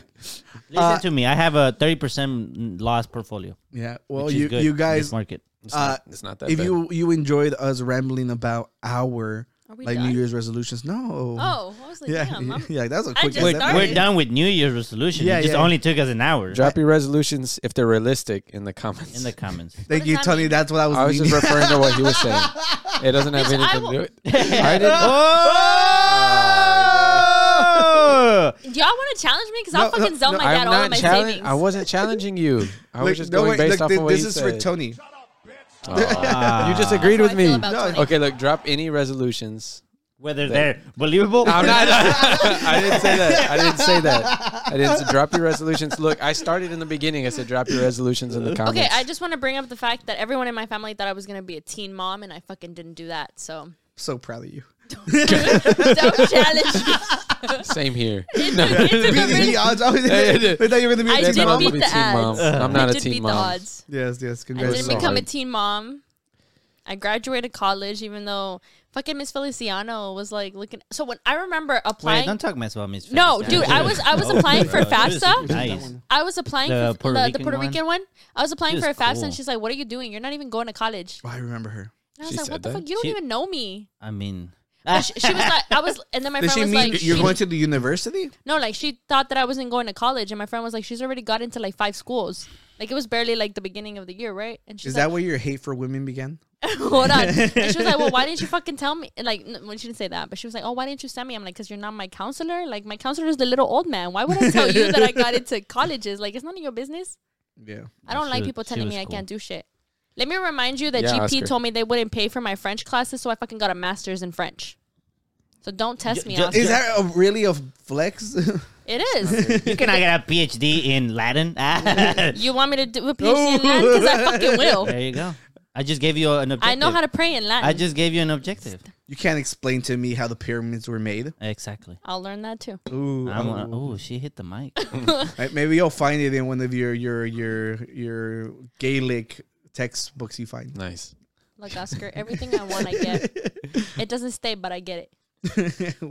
[SPEAKER 2] Listen
[SPEAKER 1] Uh,
[SPEAKER 2] to me. I have a thirty percent loss portfolio.
[SPEAKER 1] Yeah. Well,
[SPEAKER 2] which
[SPEAKER 1] Oh, you
[SPEAKER 2] is good
[SPEAKER 1] you
[SPEAKER 2] in
[SPEAKER 1] guys,
[SPEAKER 2] this market.
[SPEAKER 4] It's,
[SPEAKER 1] Uh,
[SPEAKER 4] not, it's not that
[SPEAKER 1] if
[SPEAKER 4] bad.
[SPEAKER 1] you you enjoyed us rambling about our
[SPEAKER 5] Are we
[SPEAKER 1] like
[SPEAKER 5] done?
[SPEAKER 1] New Year's resolutions, no.
[SPEAKER 5] Oh, I was like,
[SPEAKER 1] yeah,
[SPEAKER 5] damn. I'm,
[SPEAKER 1] [LAUGHS] yeah. That was a quick.
[SPEAKER 5] just
[SPEAKER 1] ass
[SPEAKER 2] We're,
[SPEAKER 5] started.
[SPEAKER 1] episode.
[SPEAKER 2] we're done with New Year's resolution.
[SPEAKER 1] Yeah,
[SPEAKER 2] it just
[SPEAKER 1] yeah.
[SPEAKER 2] only took us an hour.
[SPEAKER 4] Drop your resolutions if they're realistic in the comments.
[SPEAKER 2] in the comments.
[SPEAKER 1] Thank
[SPEAKER 5] does
[SPEAKER 1] you,
[SPEAKER 5] that
[SPEAKER 1] Tony.
[SPEAKER 5] mean?
[SPEAKER 1] That's what I was.
[SPEAKER 4] [LAUGHS] I was just
[SPEAKER 1] meaning. [LAUGHS]
[SPEAKER 4] referring to what he was saying. It doesn't have
[SPEAKER 5] Bitch, I
[SPEAKER 4] anything to
[SPEAKER 5] will-
[SPEAKER 4] do with [LAUGHS] I didn't.
[SPEAKER 2] Oh!
[SPEAKER 5] do y'all want to challenge me? Because I'll
[SPEAKER 1] No, no,
[SPEAKER 5] fucking sell
[SPEAKER 1] no,
[SPEAKER 5] my dad all of my
[SPEAKER 4] challenge-
[SPEAKER 5] savings.
[SPEAKER 4] I wasn't challenging you. I was
[SPEAKER 1] Look,
[SPEAKER 4] just
[SPEAKER 1] no,
[SPEAKER 4] going
[SPEAKER 1] wait,
[SPEAKER 4] based
[SPEAKER 1] look,
[SPEAKER 4] off
[SPEAKER 1] thi-
[SPEAKER 4] of what
[SPEAKER 1] this
[SPEAKER 4] he
[SPEAKER 1] is
[SPEAKER 4] said.
[SPEAKER 1] for Tony.
[SPEAKER 4] You just agreed
[SPEAKER 5] That's
[SPEAKER 4] with
[SPEAKER 5] how I feel
[SPEAKER 4] me.
[SPEAKER 5] about
[SPEAKER 1] No,
[SPEAKER 5] Tony.
[SPEAKER 4] Okay, look, drop any resolutions.
[SPEAKER 2] Whether they're believable,
[SPEAKER 4] I'm
[SPEAKER 5] [LAUGHS]
[SPEAKER 4] not. I didn't say that. I didn't say that. I didn't say, drop your resolutions. Look, I started in the beginning. I said drop your resolutions in the comments.
[SPEAKER 5] Okay, I just want to bring up the fact that everyone in my family thought I was going to be a teen mom, and I fucking didn't do that. So
[SPEAKER 1] so proud of you.
[SPEAKER 5] don't challenge me.
[SPEAKER 4] Same
[SPEAKER 5] [LAUGHS]
[SPEAKER 4] here.
[SPEAKER 1] [LAUGHS]
[SPEAKER 5] It took a
[SPEAKER 1] Beating
[SPEAKER 5] really-
[SPEAKER 1] the odds. I was- [LAUGHS]
[SPEAKER 4] Hey, hey,
[SPEAKER 1] they thought you were gonna be.
[SPEAKER 5] I
[SPEAKER 1] a
[SPEAKER 5] did
[SPEAKER 1] teen
[SPEAKER 5] beat
[SPEAKER 1] mom.
[SPEAKER 4] I'll be
[SPEAKER 5] the
[SPEAKER 4] teen mom.
[SPEAKER 5] odds.
[SPEAKER 4] I'm not
[SPEAKER 5] I
[SPEAKER 4] a
[SPEAKER 5] did
[SPEAKER 4] teen
[SPEAKER 5] beat
[SPEAKER 4] mom.
[SPEAKER 5] the odds.
[SPEAKER 1] Yes, yes.
[SPEAKER 5] I didn't
[SPEAKER 1] Congratulations.
[SPEAKER 4] so
[SPEAKER 5] become a
[SPEAKER 4] hard.
[SPEAKER 5] teen mom. I graduated college, even though fucking Miss Feliciano was like looking. So when I remember
[SPEAKER 2] Wait,
[SPEAKER 5] applying,
[SPEAKER 2] don't talk mess about me.
[SPEAKER 5] No, dude, I was- I was applying for FAFSA.
[SPEAKER 2] Nice.
[SPEAKER 5] I was applying
[SPEAKER 2] The
[SPEAKER 5] for
[SPEAKER 2] Puerto
[SPEAKER 5] the, the
[SPEAKER 2] Rican
[SPEAKER 5] Puerto
[SPEAKER 2] one?
[SPEAKER 5] Rican one. I was applying
[SPEAKER 2] She
[SPEAKER 5] for a
[SPEAKER 2] was
[SPEAKER 5] FAFSA,
[SPEAKER 2] cool.
[SPEAKER 5] and she's like, "What are you doing? You're not even going to college."
[SPEAKER 1] Oh, I remember her.
[SPEAKER 5] And I was
[SPEAKER 4] She
[SPEAKER 5] like,
[SPEAKER 4] said
[SPEAKER 5] "What the
[SPEAKER 4] that?
[SPEAKER 5] fuck? You don't
[SPEAKER 2] She-
[SPEAKER 5] even know me."
[SPEAKER 2] I mean,
[SPEAKER 5] But she, she was like, "I was," and then my
[SPEAKER 1] Does
[SPEAKER 5] friend
[SPEAKER 1] she
[SPEAKER 5] was
[SPEAKER 1] mean
[SPEAKER 5] like,
[SPEAKER 1] you're
[SPEAKER 5] she-
[SPEAKER 1] going to the university?
[SPEAKER 5] No, like she thought that I wasn't going to college, and my friend was like, "She's already got into like five schools. Like it was barely like the beginning of the year, right?" And she's
[SPEAKER 1] Is
[SPEAKER 5] like,
[SPEAKER 1] that where your hate for women began?
[SPEAKER 5] [LAUGHS] Hold on. And she was like, "Well, why didn't you fucking tell me?" And, Like, n- well, she didn't say that, but she was like, "Oh, why didn't you send me?" I'm like, "Cause you're not my counselor. Like, my counselor is the little old man. Why would I tell you that I got into colleges? Like, it's none of your business.
[SPEAKER 1] Yeah.
[SPEAKER 5] I don't
[SPEAKER 2] She
[SPEAKER 5] like
[SPEAKER 2] was-
[SPEAKER 5] people
[SPEAKER 2] she
[SPEAKER 5] telling
[SPEAKER 2] was
[SPEAKER 5] me I
[SPEAKER 2] cool.
[SPEAKER 5] can't do shit." Let me remind you that
[SPEAKER 4] Yeah,
[SPEAKER 5] GP
[SPEAKER 4] Oscar.
[SPEAKER 5] told me they wouldn't pay for my French classes, so I fucking got a master's in French. So don't test
[SPEAKER 2] Ju-
[SPEAKER 5] me,
[SPEAKER 2] ju-
[SPEAKER 5] Oscar.
[SPEAKER 1] Is that a really a flex? [LAUGHS]
[SPEAKER 5] it
[SPEAKER 2] [LAUGHS]
[SPEAKER 5] is.
[SPEAKER 2] you cannot get a PhD in Latin. [LAUGHS] there
[SPEAKER 5] you want me to do a PhD in Latin? Because I fucking will.
[SPEAKER 2] you go. I just gave you an objective.
[SPEAKER 5] I know how to pray in Latin.
[SPEAKER 2] I just gave you an objective.
[SPEAKER 1] you can't explain to me how the pyramids were made.
[SPEAKER 2] Exactly.
[SPEAKER 5] I'll learn that too.
[SPEAKER 1] Ooh.
[SPEAKER 2] I'm a,
[SPEAKER 1] oh.
[SPEAKER 2] oh, she hit the mic.
[SPEAKER 5] [LAUGHS]
[SPEAKER 1] Right, maybe you'll find it in one of your your your your Gaelic textbooks you find. [LAUGHS]
[SPEAKER 4] Nice.
[SPEAKER 5] Look, Oscar, everything I want, I get. It doesn't stay, but I get it.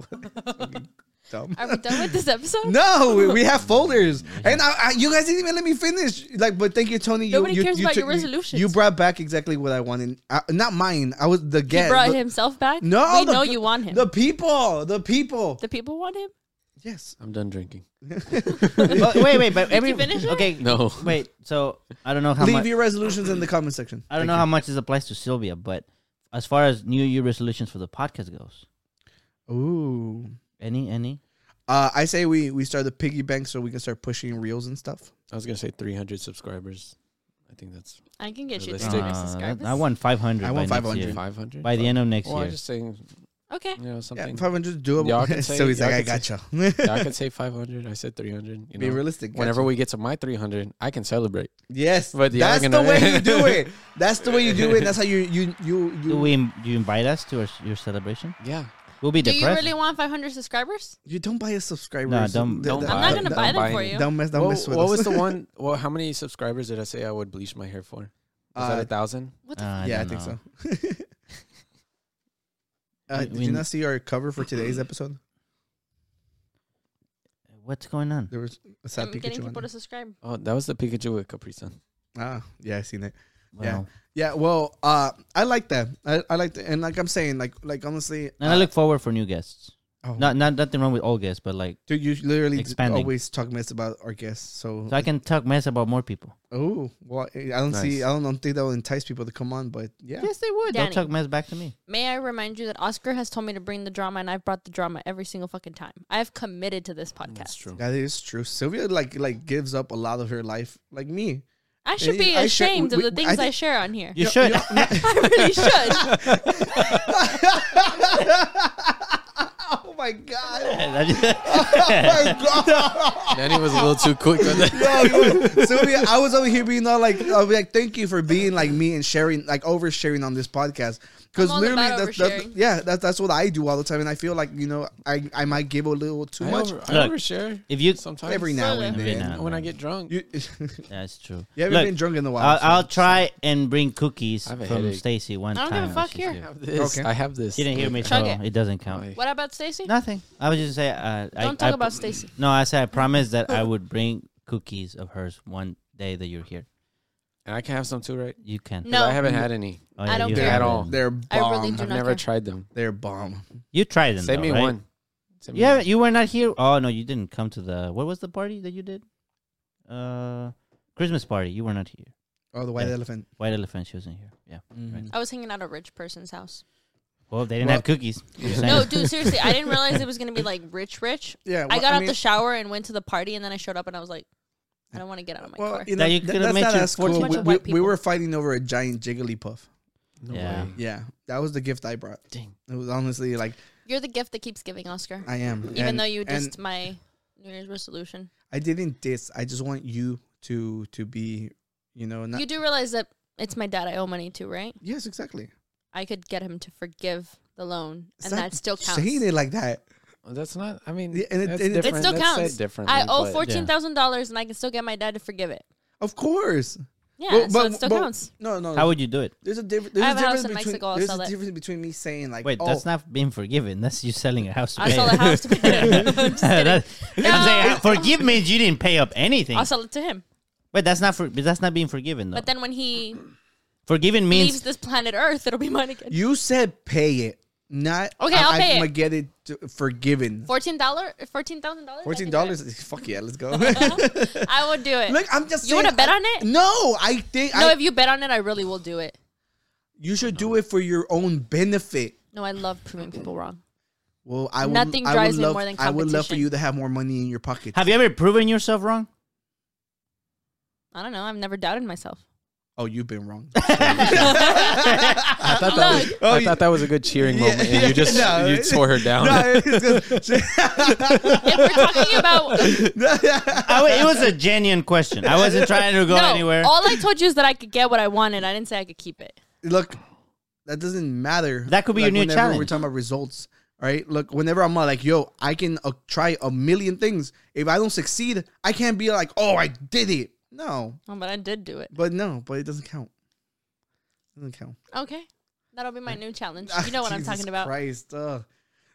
[SPEAKER 5] [LAUGHS]
[SPEAKER 1] Dumb.
[SPEAKER 5] Are we done with this episode?
[SPEAKER 1] No, we, we have folders, and I, I, you guys didn't even let me finish. Like, but thank you, Tony. You,
[SPEAKER 5] Nobody
[SPEAKER 1] you,
[SPEAKER 5] cares
[SPEAKER 1] you
[SPEAKER 5] about
[SPEAKER 1] took-
[SPEAKER 5] your
[SPEAKER 1] you-
[SPEAKER 5] resolutions.
[SPEAKER 1] You, brought back exactly what I wanted. I, not mine. I was the
[SPEAKER 5] He
[SPEAKER 1] guest.
[SPEAKER 5] brought
[SPEAKER 1] the-
[SPEAKER 5] himself back.
[SPEAKER 1] No,
[SPEAKER 5] we
[SPEAKER 1] the
[SPEAKER 5] know
[SPEAKER 1] pe-
[SPEAKER 5] you want him.
[SPEAKER 1] The
[SPEAKER 5] The,
[SPEAKER 1] people, the people.
[SPEAKER 5] people want him.
[SPEAKER 1] yes.
[SPEAKER 4] I'm done drinking. [LAUGHS]
[SPEAKER 2] Oh, wait, wait, but every
[SPEAKER 5] finish it?
[SPEAKER 2] okay.
[SPEAKER 4] No.
[SPEAKER 2] Wait, so I don't know how
[SPEAKER 1] Leave
[SPEAKER 2] much.
[SPEAKER 1] your resolutions in the comment section.
[SPEAKER 2] I don't know how much this applies to Sylvia, but as far as New Year resolutions for the podcast goes,
[SPEAKER 1] how. Ooh.
[SPEAKER 2] any, any,
[SPEAKER 1] Uh, I say we we start the piggy bank so we can start pushing reels and stuff.
[SPEAKER 4] I was gonna say 300 subscribers. I think that's
[SPEAKER 5] I can get you
[SPEAKER 4] Realistic.
[SPEAKER 5] three hundred
[SPEAKER 4] Uh,
[SPEAKER 5] subscribers.
[SPEAKER 2] I want five hundred.
[SPEAKER 1] I want
[SPEAKER 2] by next
[SPEAKER 1] 500.
[SPEAKER 2] year.
[SPEAKER 4] 500
[SPEAKER 2] by the end of next
[SPEAKER 4] Well,
[SPEAKER 2] year.
[SPEAKER 4] I'm just saying,
[SPEAKER 5] Okay.
[SPEAKER 4] you know,
[SPEAKER 1] Yeah,
[SPEAKER 4] something.
[SPEAKER 1] 500 is doable.
[SPEAKER 4] Y'all
[SPEAKER 1] [LAUGHS]
[SPEAKER 4] can say-
[SPEAKER 1] so he's
[SPEAKER 4] y'all
[SPEAKER 1] like, I
[SPEAKER 4] can
[SPEAKER 1] gotcha. [LAUGHS]
[SPEAKER 4] I could say 500. I said 300. You
[SPEAKER 1] Be
[SPEAKER 4] know,
[SPEAKER 1] realistic. gotcha.
[SPEAKER 4] whenever we get to my 300, I can celebrate.
[SPEAKER 1] Yes,
[SPEAKER 4] But y'all
[SPEAKER 1] that's
[SPEAKER 4] gonna-
[SPEAKER 1] the way you do
[SPEAKER 4] [LAUGHS]
[SPEAKER 1] it. That's the way you do it. That's how you you you
[SPEAKER 2] do
[SPEAKER 1] you,
[SPEAKER 2] we? Do you invite us to our, your celebration?
[SPEAKER 4] Yeah.
[SPEAKER 2] We'll be
[SPEAKER 5] Do you
[SPEAKER 2] depressed.
[SPEAKER 5] really want 500 subscribers?
[SPEAKER 1] you don't buy a subscriber.
[SPEAKER 2] No,
[SPEAKER 1] or something.
[SPEAKER 2] don't-
[SPEAKER 1] Th- th-
[SPEAKER 4] don't buy Uh,
[SPEAKER 5] I'm not
[SPEAKER 4] it.
[SPEAKER 5] gonna
[SPEAKER 4] don't buy
[SPEAKER 5] buy them for
[SPEAKER 4] any.
[SPEAKER 5] you.
[SPEAKER 1] Don't mess. Don't
[SPEAKER 4] What,
[SPEAKER 1] mess with
[SPEAKER 4] what
[SPEAKER 1] us.
[SPEAKER 4] was
[SPEAKER 1] [LAUGHS]
[SPEAKER 4] the one? Well, how many subscribers did I say I would bleach my hair for? Was
[SPEAKER 1] Uh,
[SPEAKER 4] that a thousand?
[SPEAKER 5] What the
[SPEAKER 2] Uh,
[SPEAKER 1] yeah, I,
[SPEAKER 2] don't
[SPEAKER 1] think
[SPEAKER 2] know.
[SPEAKER 1] so.
[SPEAKER 2] [LAUGHS]
[SPEAKER 1] uh,
[SPEAKER 2] We-
[SPEAKER 1] did
[SPEAKER 2] we-
[SPEAKER 1] you not see our cover for today's episode?
[SPEAKER 2] What's going on?
[SPEAKER 1] There was a sad
[SPEAKER 5] I'm getting
[SPEAKER 1] Pikachu.
[SPEAKER 5] people
[SPEAKER 1] On
[SPEAKER 5] to
[SPEAKER 1] there.
[SPEAKER 5] subscribe.
[SPEAKER 4] Oh, that was the Pikachu with Capri [LAUGHS] Sun.
[SPEAKER 1] Ah, yeah, I seen it. Yeah.
[SPEAKER 2] Wow.
[SPEAKER 1] Yeah, well, uh, I like that. I, I like that, and like I'm saying, like like honestly,
[SPEAKER 2] And I
[SPEAKER 1] uh,
[SPEAKER 2] look forward for new guests.
[SPEAKER 1] oh,
[SPEAKER 2] Not, not nothing wrong with old guests, but like
[SPEAKER 1] dude, you literally d-
[SPEAKER 2] Expanding.
[SPEAKER 1] always talk mess about our guests. So,
[SPEAKER 2] so I can talk mess about more people.
[SPEAKER 1] oh, well, I don't see,
[SPEAKER 4] Nice.
[SPEAKER 1] I don't, I don't think that will entice people to come on, but yeah,
[SPEAKER 2] Yes, they would.
[SPEAKER 5] Danny.
[SPEAKER 2] They'll talk mess back to me.
[SPEAKER 5] May I remind you that Oscar has told me to bring the drama, and I've brought the drama every single fucking time. I have committed to this podcast.
[SPEAKER 4] That's true.
[SPEAKER 1] That is true. Sylvia like like gives up a lot of her life, like me.
[SPEAKER 5] I should be
[SPEAKER 1] Uh, I should-
[SPEAKER 5] ashamed
[SPEAKER 1] we-
[SPEAKER 5] of the
[SPEAKER 1] we- I
[SPEAKER 5] things I,
[SPEAKER 1] think-
[SPEAKER 5] share on
[SPEAKER 1] [LAUGHS]
[SPEAKER 5] here.
[SPEAKER 2] You should. [LAUGHS]
[SPEAKER 5] I really should.
[SPEAKER 1] Oh my god!
[SPEAKER 4] Danny was a little too quick on that.
[SPEAKER 1] [LAUGHS] Sylvia, I was over here being all like, I'll be like, thank you for being like me and sharing, like oversharing on this podcast. Because
[SPEAKER 5] I'm all
[SPEAKER 1] literally,
[SPEAKER 5] about
[SPEAKER 1] that's, that's
[SPEAKER 5] oversharing.
[SPEAKER 1] yeah, that's that's what I do all the time, and I feel like you know, I I might give a little too
[SPEAKER 4] I,
[SPEAKER 1] much
[SPEAKER 4] over, I
[SPEAKER 2] Look,
[SPEAKER 4] overshare
[SPEAKER 2] [LAUGHS] if you, Oh,
[SPEAKER 4] sometimes.
[SPEAKER 1] every now and
[SPEAKER 5] Sylvia.
[SPEAKER 1] then.
[SPEAKER 2] Every now and
[SPEAKER 4] when I
[SPEAKER 2] then.
[SPEAKER 4] get drunk.
[SPEAKER 1] You, [LAUGHS]
[SPEAKER 2] that's true.
[SPEAKER 1] you haven't
[SPEAKER 2] Look,
[SPEAKER 1] been drunk in a while.
[SPEAKER 2] I'll, I'll
[SPEAKER 1] so-
[SPEAKER 2] try and bring cookies
[SPEAKER 4] I have a
[SPEAKER 2] from
[SPEAKER 4] headache.
[SPEAKER 2] Stacy one
[SPEAKER 5] I
[SPEAKER 2] time.
[SPEAKER 5] don't give a
[SPEAKER 2] when
[SPEAKER 5] fuck
[SPEAKER 2] she's
[SPEAKER 5] here.
[SPEAKER 2] here.
[SPEAKER 4] this,
[SPEAKER 1] Okay.
[SPEAKER 4] I have this.
[SPEAKER 2] She didn't hear me, so
[SPEAKER 5] Chug it.
[SPEAKER 2] it doesn't count.
[SPEAKER 4] Why?
[SPEAKER 5] What about Stacy?
[SPEAKER 2] Nothing. I was just say. Uh, I,
[SPEAKER 5] Don't
[SPEAKER 2] I,
[SPEAKER 5] talk about Stacy. [LAUGHS]
[SPEAKER 2] No, I said I promised that I would bring cookies of hers one day that you're here.
[SPEAKER 4] And I can have some too, right? 'Cause
[SPEAKER 2] You can.
[SPEAKER 5] No.
[SPEAKER 4] I haven't had any.
[SPEAKER 2] Oh,
[SPEAKER 5] I don't
[SPEAKER 2] you
[SPEAKER 5] care.
[SPEAKER 2] have
[SPEAKER 4] At all.
[SPEAKER 2] them.
[SPEAKER 1] They're
[SPEAKER 5] I
[SPEAKER 1] bomb.
[SPEAKER 5] really do
[SPEAKER 4] I've
[SPEAKER 5] not
[SPEAKER 4] never
[SPEAKER 5] care.
[SPEAKER 4] tried them.
[SPEAKER 1] They're bomb.
[SPEAKER 2] You tried them.
[SPEAKER 4] Send
[SPEAKER 2] though,
[SPEAKER 4] me
[SPEAKER 2] right?
[SPEAKER 4] one. Send me
[SPEAKER 2] You
[SPEAKER 4] one.
[SPEAKER 2] haven't. You were not here. Oh no, you didn't come to the. What was the party that you did? Uh, Christmas party. You were not here.
[SPEAKER 1] Oh, the white
[SPEAKER 2] Yeah.
[SPEAKER 1] elephant.
[SPEAKER 2] White elephant. She wasn't here. Yeah.
[SPEAKER 1] Mhm.
[SPEAKER 5] I was hanging out at a rich person's house.
[SPEAKER 2] Well, they didn't
[SPEAKER 1] Well-
[SPEAKER 2] have [LAUGHS] cookies. You're saying-
[SPEAKER 5] No, dude, seriously, I didn't realize it was gonna
[SPEAKER 1] [LAUGHS]
[SPEAKER 5] be like rich, rich.
[SPEAKER 1] Yeah,
[SPEAKER 5] I
[SPEAKER 1] well,
[SPEAKER 5] got out
[SPEAKER 1] mean-
[SPEAKER 5] the shower and went to the party, and then I showed up and I was like, I don't want to get out of my
[SPEAKER 1] Well,
[SPEAKER 5] car.
[SPEAKER 1] you
[SPEAKER 2] That
[SPEAKER 1] know,
[SPEAKER 2] you
[SPEAKER 1] th-
[SPEAKER 2] could've
[SPEAKER 1] that's
[SPEAKER 2] made
[SPEAKER 1] not
[SPEAKER 2] your
[SPEAKER 1] as
[SPEAKER 2] fourteen
[SPEAKER 1] cool.
[SPEAKER 5] bunch
[SPEAKER 1] We,
[SPEAKER 5] of
[SPEAKER 1] we,
[SPEAKER 5] white
[SPEAKER 1] we
[SPEAKER 5] people.
[SPEAKER 1] were fighting over a giant Jigglypuff.
[SPEAKER 4] No
[SPEAKER 2] Yeah.
[SPEAKER 4] way.
[SPEAKER 1] Yeah, that was the gift I brought.
[SPEAKER 4] Dang.
[SPEAKER 1] It was honestly like
[SPEAKER 5] You're the gift that keeps giving, Oscar.
[SPEAKER 1] I am.
[SPEAKER 5] Even
[SPEAKER 1] And-
[SPEAKER 5] though you
[SPEAKER 1] and
[SPEAKER 5] dissed my New Year's resolution,
[SPEAKER 1] I didn't diss. I just want you to to be, you know, not.
[SPEAKER 5] you do realize that it's my dad I owe money to, right?
[SPEAKER 1] yes, exactly.
[SPEAKER 5] I could get him to forgive the loan, and
[SPEAKER 1] Stop
[SPEAKER 5] that still counts.
[SPEAKER 1] Saying it like that.
[SPEAKER 4] Well, That's not. I mean,
[SPEAKER 1] Yeah, and it-
[SPEAKER 4] that's
[SPEAKER 1] and it- It
[SPEAKER 4] different.
[SPEAKER 5] still
[SPEAKER 4] That's said
[SPEAKER 5] counts.
[SPEAKER 4] differently,
[SPEAKER 5] I owe
[SPEAKER 4] but-
[SPEAKER 5] fourteen thousand dollars, and I can still get my dad to forgive it.
[SPEAKER 1] Of course.
[SPEAKER 5] Yeah,
[SPEAKER 1] But-
[SPEAKER 5] so
[SPEAKER 1] but-
[SPEAKER 5] it still
[SPEAKER 1] but-
[SPEAKER 5] counts.
[SPEAKER 1] No, no.
[SPEAKER 2] How would you do it?
[SPEAKER 1] there's a difference.
[SPEAKER 5] I
[SPEAKER 1] There's
[SPEAKER 5] have
[SPEAKER 1] a
[SPEAKER 5] a house
[SPEAKER 1] difference
[SPEAKER 5] in
[SPEAKER 1] between.
[SPEAKER 5] Mexico, I'll
[SPEAKER 1] there's
[SPEAKER 5] sell
[SPEAKER 1] a
[SPEAKER 5] it.
[SPEAKER 1] difference between me saying like,
[SPEAKER 2] Wait,
[SPEAKER 1] oh,
[SPEAKER 2] that's not being forgiven. That's you selling a house. To
[SPEAKER 5] I'll
[SPEAKER 2] pay.
[SPEAKER 5] sell a house
[SPEAKER 2] [LAUGHS]
[SPEAKER 5] to pay [LAUGHS] it. I'm just kidding.
[SPEAKER 2] That- I'm saying,
[SPEAKER 5] No.
[SPEAKER 2] forgive me. You didn't pay up anything.
[SPEAKER 5] I'll sell it to him.
[SPEAKER 2] But that's not for. But that's not being forgiven though.
[SPEAKER 5] But then when he
[SPEAKER 2] forgiven
[SPEAKER 5] leaves
[SPEAKER 2] means
[SPEAKER 5] this planet Earth, it'll be mine again.
[SPEAKER 1] You said pay it, not.
[SPEAKER 5] Okay, I'll
[SPEAKER 1] I,
[SPEAKER 5] pay
[SPEAKER 1] am
[SPEAKER 5] it.
[SPEAKER 1] gonna get it to, forgiven.
[SPEAKER 5] Fourteen dollar, fourteen thousand dollars.
[SPEAKER 1] Fourteen dollars. Fuck yeah,
[SPEAKER 5] [LAUGHS]
[SPEAKER 1] let's go. Look,
[SPEAKER 5] I would do it.
[SPEAKER 1] I'm just.
[SPEAKER 5] You wanna
[SPEAKER 1] saying-
[SPEAKER 5] bet on it?
[SPEAKER 1] No, I think
[SPEAKER 5] no,
[SPEAKER 1] I,
[SPEAKER 5] if you bet on it, I really will do it.
[SPEAKER 1] you should do it for your own benefit.
[SPEAKER 5] No, I love proving people wrong.
[SPEAKER 1] Well, I would,
[SPEAKER 5] Nothing
[SPEAKER 1] I would
[SPEAKER 5] drives me
[SPEAKER 1] love,
[SPEAKER 5] more than
[SPEAKER 1] I would love for
[SPEAKER 5] competition.
[SPEAKER 1] you to have more money in your pocket.
[SPEAKER 2] Have you ever proven yourself
[SPEAKER 5] [LAUGHS]
[SPEAKER 2] wrong?
[SPEAKER 5] I don't know. I've never doubted myself. [LAUGHS]
[SPEAKER 1] oh, you've been
[SPEAKER 2] [LAUGHS]
[SPEAKER 1] wrong.
[SPEAKER 4] I thought that was,
[SPEAKER 1] Oh,
[SPEAKER 4] I
[SPEAKER 1] you-
[SPEAKER 4] thought that was a
[SPEAKER 1] [LAUGHS]
[SPEAKER 4] good cheering moment, and you just
[SPEAKER 1] No,
[SPEAKER 4] you
[SPEAKER 1] it-
[SPEAKER 4] tore her down.
[SPEAKER 1] [LAUGHS] No, it's 'cause she-
[SPEAKER 5] If we're
[SPEAKER 1] [LAUGHS]
[SPEAKER 5] talking about
[SPEAKER 2] I wa- it was a genuine question. I wasn't trying to go
[SPEAKER 5] no,
[SPEAKER 2] anywhere.
[SPEAKER 5] all I told you is that I could get what I wanted. I didn't say I could keep it.
[SPEAKER 1] Look, that doesn't matter.
[SPEAKER 2] That could be your new
[SPEAKER 1] whenever We're
[SPEAKER 2] challenge.
[SPEAKER 1] talking about results, all right? Look, whenever I'm like, yo, I can uh, try a million things. If I don't succeed, I can't be like, oh, I did it. No,
[SPEAKER 5] Oh, but I did do it.
[SPEAKER 1] but no, but it doesn't count. doesn't count.
[SPEAKER 5] Okay, that'll be my new challenge.
[SPEAKER 1] [LAUGHS]
[SPEAKER 5] You know what I'm
[SPEAKER 1] Jesus
[SPEAKER 5] talking about.
[SPEAKER 1] Christ, ugh.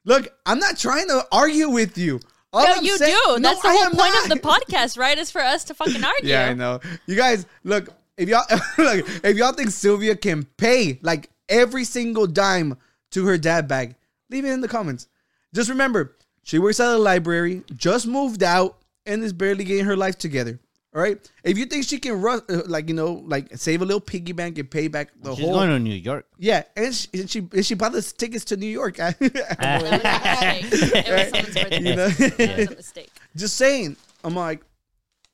[SPEAKER 1] look, I'm not trying to argue with you. All
[SPEAKER 5] No,
[SPEAKER 1] I'm
[SPEAKER 5] you
[SPEAKER 1] saying-
[SPEAKER 5] do.
[SPEAKER 1] No,
[SPEAKER 5] That's the
[SPEAKER 1] I
[SPEAKER 5] whole
[SPEAKER 1] am
[SPEAKER 5] point
[SPEAKER 1] not.
[SPEAKER 5] of
[SPEAKER 1] [LAUGHS]
[SPEAKER 5] the podcast, right? Is for us to fucking argue.
[SPEAKER 1] Yeah, I know. You guys, look if y'all [LAUGHS] look if y'all think Sylvia can pay like every single dime to her dad bag, leave it in the comments. Just remember, she works at a library, just moved out, and is barely getting her life together. All right. If you think she can run, uh, like you know, like save a little piggy bank and pay back the
[SPEAKER 2] She's
[SPEAKER 1] whole,
[SPEAKER 2] going to New York.
[SPEAKER 1] yeah, and she and she, and she bought us tickets to New York. [LAUGHS]
[SPEAKER 2] [LAUGHS]
[SPEAKER 5] It was a mistake. It was someone's birthday.
[SPEAKER 1] you know, [LAUGHS]
[SPEAKER 5] It was a mistake.
[SPEAKER 1] just saying. I'm like,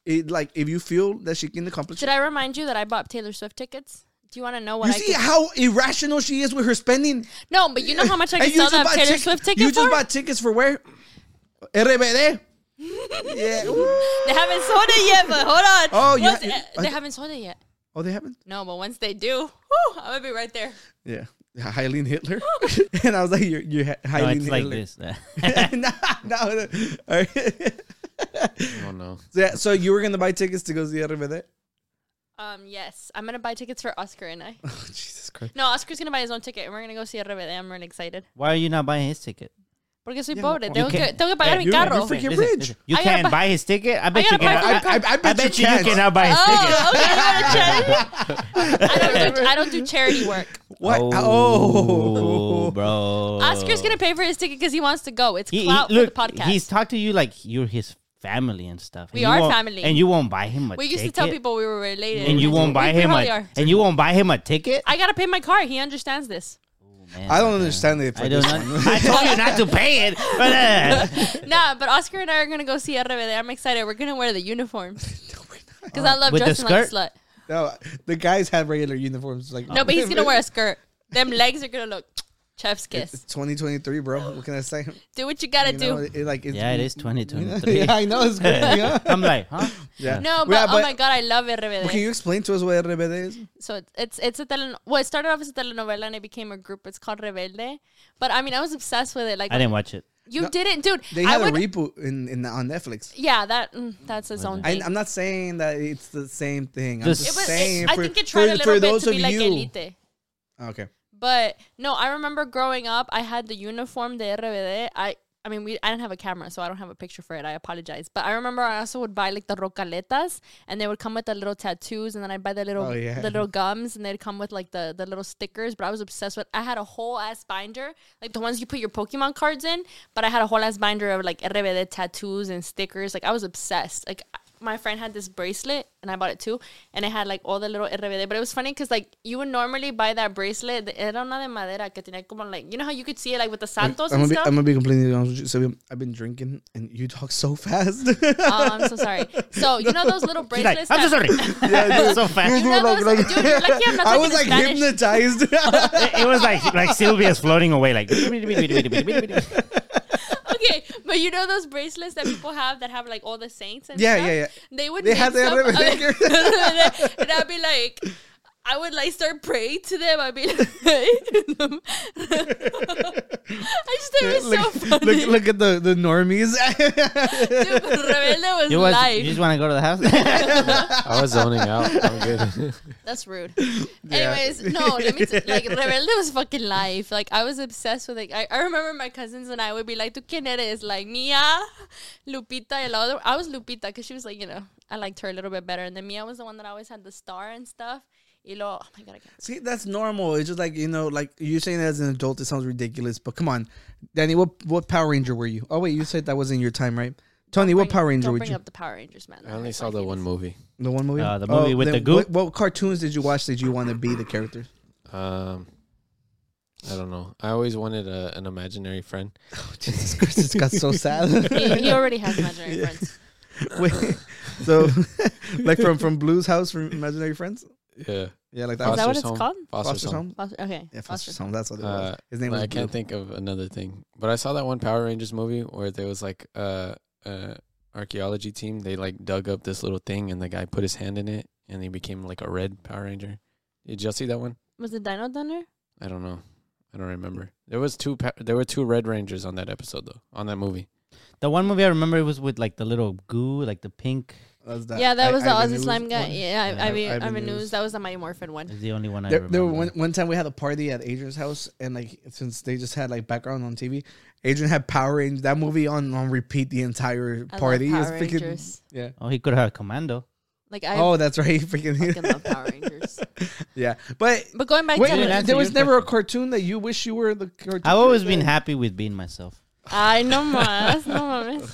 [SPEAKER 1] it, like if you feel that she can accomplish,
[SPEAKER 5] Should I remind you that I bought Taylor Swift tickets? Do you want to know what
[SPEAKER 1] You
[SPEAKER 5] I
[SPEAKER 1] see
[SPEAKER 5] could-
[SPEAKER 1] how irrational she is with her spending.
[SPEAKER 5] No, but you know how much I
[SPEAKER 1] [LAUGHS] And
[SPEAKER 5] can
[SPEAKER 1] you
[SPEAKER 5] sell
[SPEAKER 1] just
[SPEAKER 5] that
[SPEAKER 1] bought
[SPEAKER 5] Taylor
[SPEAKER 1] tick-
[SPEAKER 5] Swift ticket
[SPEAKER 1] You just
[SPEAKER 5] for?
[SPEAKER 1] bought tickets for where?
[SPEAKER 5] [LAUGHS]
[SPEAKER 1] RBD. yeah. Ooh.
[SPEAKER 5] They haven't sold it yet, but hold on.
[SPEAKER 1] Oh, you
[SPEAKER 5] Once-
[SPEAKER 1] ha- you-
[SPEAKER 5] eh,
[SPEAKER 1] I
[SPEAKER 5] they
[SPEAKER 1] th-
[SPEAKER 5] haven't sold it yet.
[SPEAKER 1] Oh, they haven't.
[SPEAKER 5] No, but once they do, whew, I'm gonna be right there.
[SPEAKER 1] Yeah. Eileen
[SPEAKER 5] [LAUGHS]
[SPEAKER 1] Hitler. and I was like, you're you
[SPEAKER 2] No,
[SPEAKER 1] Eileen
[SPEAKER 2] it's like
[SPEAKER 1] Hitler.
[SPEAKER 2] this. [LAUGHS]
[SPEAKER 1] [LAUGHS] no, no. no. All right. [LAUGHS]
[SPEAKER 4] Oh no.
[SPEAKER 1] so, yeah, so you were gonna buy tickets to go see RBD?
[SPEAKER 5] Um, yes, I'm gonna buy tickets for Oscar and I.
[SPEAKER 1] Oh, Jesus Christ.
[SPEAKER 5] No, Oscar's gonna buy his own ticket, and we're gonna go see RBD. I'm really excited.
[SPEAKER 2] Why are you not buying his ticket?
[SPEAKER 5] Porque soy
[SPEAKER 1] Yeah,
[SPEAKER 5] pobre.
[SPEAKER 1] well,
[SPEAKER 5] Tengo
[SPEAKER 2] you
[SPEAKER 5] que,
[SPEAKER 2] can't-
[SPEAKER 5] tengo que pagar
[SPEAKER 2] Hey,
[SPEAKER 5] mi carro.
[SPEAKER 1] you're freaking
[SPEAKER 2] Listen,
[SPEAKER 1] rich.
[SPEAKER 2] listen, You
[SPEAKER 5] I gotta
[SPEAKER 2] can't buy,
[SPEAKER 5] buy-
[SPEAKER 2] his ticket. I bet
[SPEAKER 5] gotta
[SPEAKER 2] you
[SPEAKER 5] buy
[SPEAKER 2] cannot.
[SPEAKER 5] for the
[SPEAKER 2] I,
[SPEAKER 5] car.
[SPEAKER 1] I bet
[SPEAKER 2] I bet
[SPEAKER 1] you
[SPEAKER 2] you,
[SPEAKER 1] can't.
[SPEAKER 2] cannot buy his ticket.
[SPEAKER 5] Oh, okay. You want a charity?
[SPEAKER 1] [LAUGHS]
[SPEAKER 5] I don't, do, I don't do charity work.
[SPEAKER 1] What?
[SPEAKER 2] Oh,
[SPEAKER 1] Oh,
[SPEAKER 2] [LAUGHS] bro.
[SPEAKER 5] Oscar's gonna pay for his ticket because he wants to go. It's
[SPEAKER 2] He- he-
[SPEAKER 5] clout
[SPEAKER 2] look,
[SPEAKER 5] for the podcast.
[SPEAKER 2] he's talked to you like you're his family and stuff.
[SPEAKER 5] We
[SPEAKER 2] and you
[SPEAKER 5] are
[SPEAKER 2] won't-
[SPEAKER 5] family.
[SPEAKER 2] and you won't buy him a.
[SPEAKER 5] we
[SPEAKER 2] ticket,
[SPEAKER 5] used to tell people we were related,
[SPEAKER 2] and you
[SPEAKER 5] We-
[SPEAKER 2] won't buy
[SPEAKER 5] we
[SPEAKER 2] him
[SPEAKER 5] probably
[SPEAKER 2] a,
[SPEAKER 5] are.
[SPEAKER 2] and you won't buy him a ticket.
[SPEAKER 5] I gotta pay my car. He understands this.
[SPEAKER 2] Man,
[SPEAKER 1] I don't
[SPEAKER 2] okay.
[SPEAKER 1] understand it. [LAUGHS]
[SPEAKER 2] I don't. I told you not to pay it. But,
[SPEAKER 5] [LAUGHS]
[SPEAKER 2] uh,
[SPEAKER 5] Nah, but Oscar and I are gonna go see RBD. I'm excited. We're gonna wear the uniforms because I love
[SPEAKER 2] With the
[SPEAKER 5] Justin like a slut.
[SPEAKER 1] No, the guys have regular uniforms. Like
[SPEAKER 5] No, but
[SPEAKER 1] [LAUGHS]
[SPEAKER 5] he's gonna wear a skirt. Them legs are gonna look chef's
[SPEAKER 1] It's
[SPEAKER 5] kiss.
[SPEAKER 1] 2023, bro. What can I say?
[SPEAKER 5] Do what you gotta
[SPEAKER 1] You
[SPEAKER 5] do.
[SPEAKER 1] know, it, like it's,
[SPEAKER 2] yeah, it
[SPEAKER 1] [LAUGHS]
[SPEAKER 2] is
[SPEAKER 1] Yeah,
[SPEAKER 2] 2023.
[SPEAKER 1] I know
[SPEAKER 2] [LAUGHS]
[SPEAKER 1] it's crazy. Huh?
[SPEAKER 2] I'm like, huh?
[SPEAKER 1] Yeah.
[SPEAKER 5] no, but,
[SPEAKER 1] Yeah,
[SPEAKER 5] oh my god, I love RBD.
[SPEAKER 1] Well, Can you explain to us what RBD is?
[SPEAKER 5] So it's it's it's a telen- well, it started off as a telenovela and it became a group. It's called Rebelde. But I mean, I was obsessed with it. Like
[SPEAKER 2] I didn't watch it.
[SPEAKER 5] you
[SPEAKER 1] No,
[SPEAKER 5] didn't, dude.
[SPEAKER 1] They
[SPEAKER 5] I
[SPEAKER 1] had
[SPEAKER 5] would,
[SPEAKER 1] a reboot in, in on Netflix.
[SPEAKER 5] yeah, that mm, that's his own
[SPEAKER 1] Oh I,
[SPEAKER 5] thing.
[SPEAKER 1] I'm not saying that it's the same thing. I'm
[SPEAKER 2] This-
[SPEAKER 1] just
[SPEAKER 5] it was,
[SPEAKER 1] saying
[SPEAKER 5] it, I
[SPEAKER 1] for,
[SPEAKER 5] think it tried
[SPEAKER 1] for,
[SPEAKER 5] a
[SPEAKER 1] for
[SPEAKER 5] little bit
[SPEAKER 1] those
[SPEAKER 5] to
[SPEAKER 1] of
[SPEAKER 5] be like
[SPEAKER 1] you.
[SPEAKER 5] Elite.
[SPEAKER 1] Okay.
[SPEAKER 5] But no, I remember growing up, I had the uniform de RBD. I I mean, we I didn't have a camera, so I don't have a picture for it. I apologize. But I remember I also would buy like the rocaletas, and they would come with the little tattoos, and then I'd buy the little
[SPEAKER 1] Oh, yeah.
[SPEAKER 5] the little gums, and they'd come with like the the little stickers. But I was obsessed with. I had a whole ass binder, like the ones you put your Pokemon cards in. But I had a whole ass binder of like RBD tattoos and stickers. Like I was obsessed. Like my friend had this bracelet and I bought it too. And it had like all the little RBD. But it was funny because like you would normally buy that bracelet. Era una de madera que tenía como like, you know how you could see it like with the santos
[SPEAKER 1] I'm
[SPEAKER 5] and
[SPEAKER 1] gonna, be,
[SPEAKER 5] stuff?
[SPEAKER 1] I'm gonna be completely honest with you. So I've been drinking, and you talk so fast.
[SPEAKER 5] oh, I'm so sorry. So you know those little
[SPEAKER 2] He's like,
[SPEAKER 5] bracelets?
[SPEAKER 2] I'm so
[SPEAKER 5] that-
[SPEAKER 2] [LAUGHS] sorry. so fast.
[SPEAKER 5] know those- dude, you're lucky I'm
[SPEAKER 1] [LAUGHS]
[SPEAKER 5] not
[SPEAKER 1] I
[SPEAKER 5] talking
[SPEAKER 1] was
[SPEAKER 5] in
[SPEAKER 1] like
[SPEAKER 5] Spanish. [LAUGHS]
[SPEAKER 1] hypnotized.
[SPEAKER 2] It, it was like like Sylvia's floating away, like.
[SPEAKER 5] Okay, but you know those bracelets that people have that have like all the saints and
[SPEAKER 1] Yeah,
[SPEAKER 5] stuff?
[SPEAKER 1] yeah, yeah.
[SPEAKER 5] They would
[SPEAKER 1] They
[SPEAKER 5] mix
[SPEAKER 1] had
[SPEAKER 5] up,
[SPEAKER 1] the
[SPEAKER 5] okay. [LAUGHS] and I'd be like, I would like start praying to them. I'd be like, [LAUGHS] I just think it
[SPEAKER 1] [LAUGHS]
[SPEAKER 5] was so
[SPEAKER 1] look,
[SPEAKER 5] funny.
[SPEAKER 1] look, look at the the normies. [LAUGHS]
[SPEAKER 5] Dude, Rebelde was
[SPEAKER 2] You, was, you
[SPEAKER 5] live.
[SPEAKER 2] just want to go to the house? [LAUGHS]
[SPEAKER 4] I was zoning out.
[SPEAKER 1] [LAUGHS]
[SPEAKER 4] I'm good.
[SPEAKER 5] That's rude. Anyways, no, let me t- like
[SPEAKER 1] [LAUGHS]
[SPEAKER 5] Rebelde was fucking life. Like I was obsessed with like I, I remember my cousins and I would be like, "Tu quién eres?" Like Mia, Lupita, and la other. I was Lupita because she was like, you know, I liked her a little bit better, and then Mia was the one that always had the star and stuff. Y lo, oh my god, I can't.
[SPEAKER 1] See, that's normal. It's just like you know, like you saying that as an adult, it sounds ridiculous. But come on, Danny, what what Power Ranger were you? Oh wait, you said that was in your time, right? Tony, what
[SPEAKER 5] Bring-
[SPEAKER 1] Power Ranger
[SPEAKER 5] Don't
[SPEAKER 1] were
[SPEAKER 5] bring
[SPEAKER 1] you?
[SPEAKER 5] up the Power Rangers, man.
[SPEAKER 4] I only saw the one movie.
[SPEAKER 1] the one movie. Oh,
[SPEAKER 2] Uh, the movie with the goop.
[SPEAKER 1] What, what cartoons did you watch that you want to be the
[SPEAKER 5] [LAUGHS]
[SPEAKER 1] characters?
[SPEAKER 4] Um, I don't know. I always wanted a, an
[SPEAKER 1] [LAUGHS]
[SPEAKER 4] imaginary friend.
[SPEAKER 1] Oh, Jesus Christ, it's got so sad.
[SPEAKER 5] [LAUGHS] He, he already has imaginary
[SPEAKER 4] [LAUGHS]
[SPEAKER 5] friends.
[SPEAKER 1] [LAUGHS] Wait, so like from from Blue's house from Imaginary Friends.
[SPEAKER 4] Yeah,
[SPEAKER 1] Yeah, like that.
[SPEAKER 5] Is
[SPEAKER 1] was
[SPEAKER 5] that
[SPEAKER 4] Foster's
[SPEAKER 5] what it's
[SPEAKER 4] home.
[SPEAKER 5] called?
[SPEAKER 1] Foster's,
[SPEAKER 4] Foster's home.
[SPEAKER 1] home.
[SPEAKER 5] Foster, okay.
[SPEAKER 1] Yeah,
[SPEAKER 5] Foster's
[SPEAKER 1] Foster's home. That's what it was.
[SPEAKER 4] Uh,
[SPEAKER 1] His name
[SPEAKER 4] Like,
[SPEAKER 1] was.
[SPEAKER 4] I can't
[SPEAKER 1] Blue.
[SPEAKER 4] think of another thing, but I saw that one Power Rangers movie where there was like a uh, uh, archaeology team. They like dug up this little thing, and the guy put his hand in it, and he became like a red Power Ranger. Did y'all see that one?
[SPEAKER 5] Was it Dino Thunder?
[SPEAKER 4] I don't know. I don't remember. There was two. Pa- there were two Red Rangers on that episode though. On that movie.
[SPEAKER 2] the one movie I remember it was with like the little goo, like the pink.
[SPEAKER 1] That's that.
[SPEAKER 5] yeah, that was the
[SPEAKER 1] I-
[SPEAKER 5] Aussie
[SPEAKER 1] Ivan
[SPEAKER 5] slime
[SPEAKER 1] Ooze
[SPEAKER 5] guy.
[SPEAKER 1] one.
[SPEAKER 5] Yeah, I, I,
[SPEAKER 1] Yeah,
[SPEAKER 5] mean, I,
[SPEAKER 1] Ivan
[SPEAKER 5] mean,
[SPEAKER 1] Ooze.
[SPEAKER 5] news. That was the Mighty Morphin one.
[SPEAKER 2] Is the only one I
[SPEAKER 1] There,
[SPEAKER 2] remember.
[SPEAKER 1] there were one, one time we had a party at Adrian's house, and like since they just had like background on TV, Adrian had Power Rangers that movie on on repeat the entire
[SPEAKER 5] I love
[SPEAKER 1] party.
[SPEAKER 5] Power
[SPEAKER 1] It's freaking-
[SPEAKER 5] Rangers.
[SPEAKER 1] yeah.
[SPEAKER 2] Oh, he could have had Commando.
[SPEAKER 5] Like I
[SPEAKER 1] oh, that's right. [LAUGHS] Freaking,
[SPEAKER 5] fucking love Power
[SPEAKER 1] [LAUGHS]
[SPEAKER 5] Rangers.
[SPEAKER 1] yeah. But
[SPEAKER 5] But going back
[SPEAKER 1] wait,
[SPEAKER 5] to
[SPEAKER 2] didn't answer
[SPEAKER 1] there was
[SPEAKER 2] your
[SPEAKER 1] never a cartoon that you wish you were the cartoon.
[SPEAKER 2] I've always been
[SPEAKER 1] character?
[SPEAKER 2] happy with being myself.
[SPEAKER 5] I no más, no mames.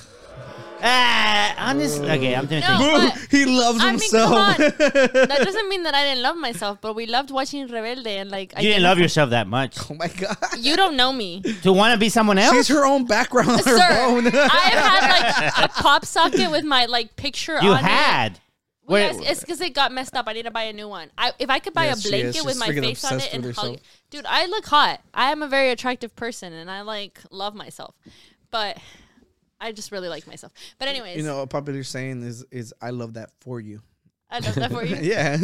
[SPEAKER 2] Ah, honestly, okay, I'm doing
[SPEAKER 5] No,
[SPEAKER 2] things.
[SPEAKER 5] but
[SPEAKER 1] [LAUGHS] He loves
[SPEAKER 5] I mean,
[SPEAKER 1] himself. [LAUGHS]
[SPEAKER 5] come on. That doesn't mean that I didn't love myself, but we loved watching Rebelde and like I
[SPEAKER 2] You didn't love yourself that much
[SPEAKER 1] oh my god.
[SPEAKER 5] You don't
[SPEAKER 1] [LAUGHS]
[SPEAKER 5] know me,
[SPEAKER 2] to want to be someone else.
[SPEAKER 1] She's her own background on
[SPEAKER 5] sir.
[SPEAKER 1] her phone.
[SPEAKER 5] I have had like a pop socket with my like picture.
[SPEAKER 2] you
[SPEAKER 5] on It.
[SPEAKER 2] had.
[SPEAKER 5] Well,
[SPEAKER 2] Wait.
[SPEAKER 5] yes, it's because it got messed up. I need to buy a new one. I if I could buy
[SPEAKER 1] Yes, she is.
[SPEAKER 5] a blanket with
[SPEAKER 1] She's
[SPEAKER 5] my
[SPEAKER 1] freaking
[SPEAKER 5] face on
[SPEAKER 1] obsessed
[SPEAKER 5] it and
[SPEAKER 1] with
[SPEAKER 5] hug,
[SPEAKER 1] herself.
[SPEAKER 5] dude, I look hot. I am a very attractive person, and I like love myself, but I just really like myself. But anyways,
[SPEAKER 1] You know, a popular saying is is I love that for you. [LAUGHS]
[SPEAKER 5] I love that for you.
[SPEAKER 1] Yeah.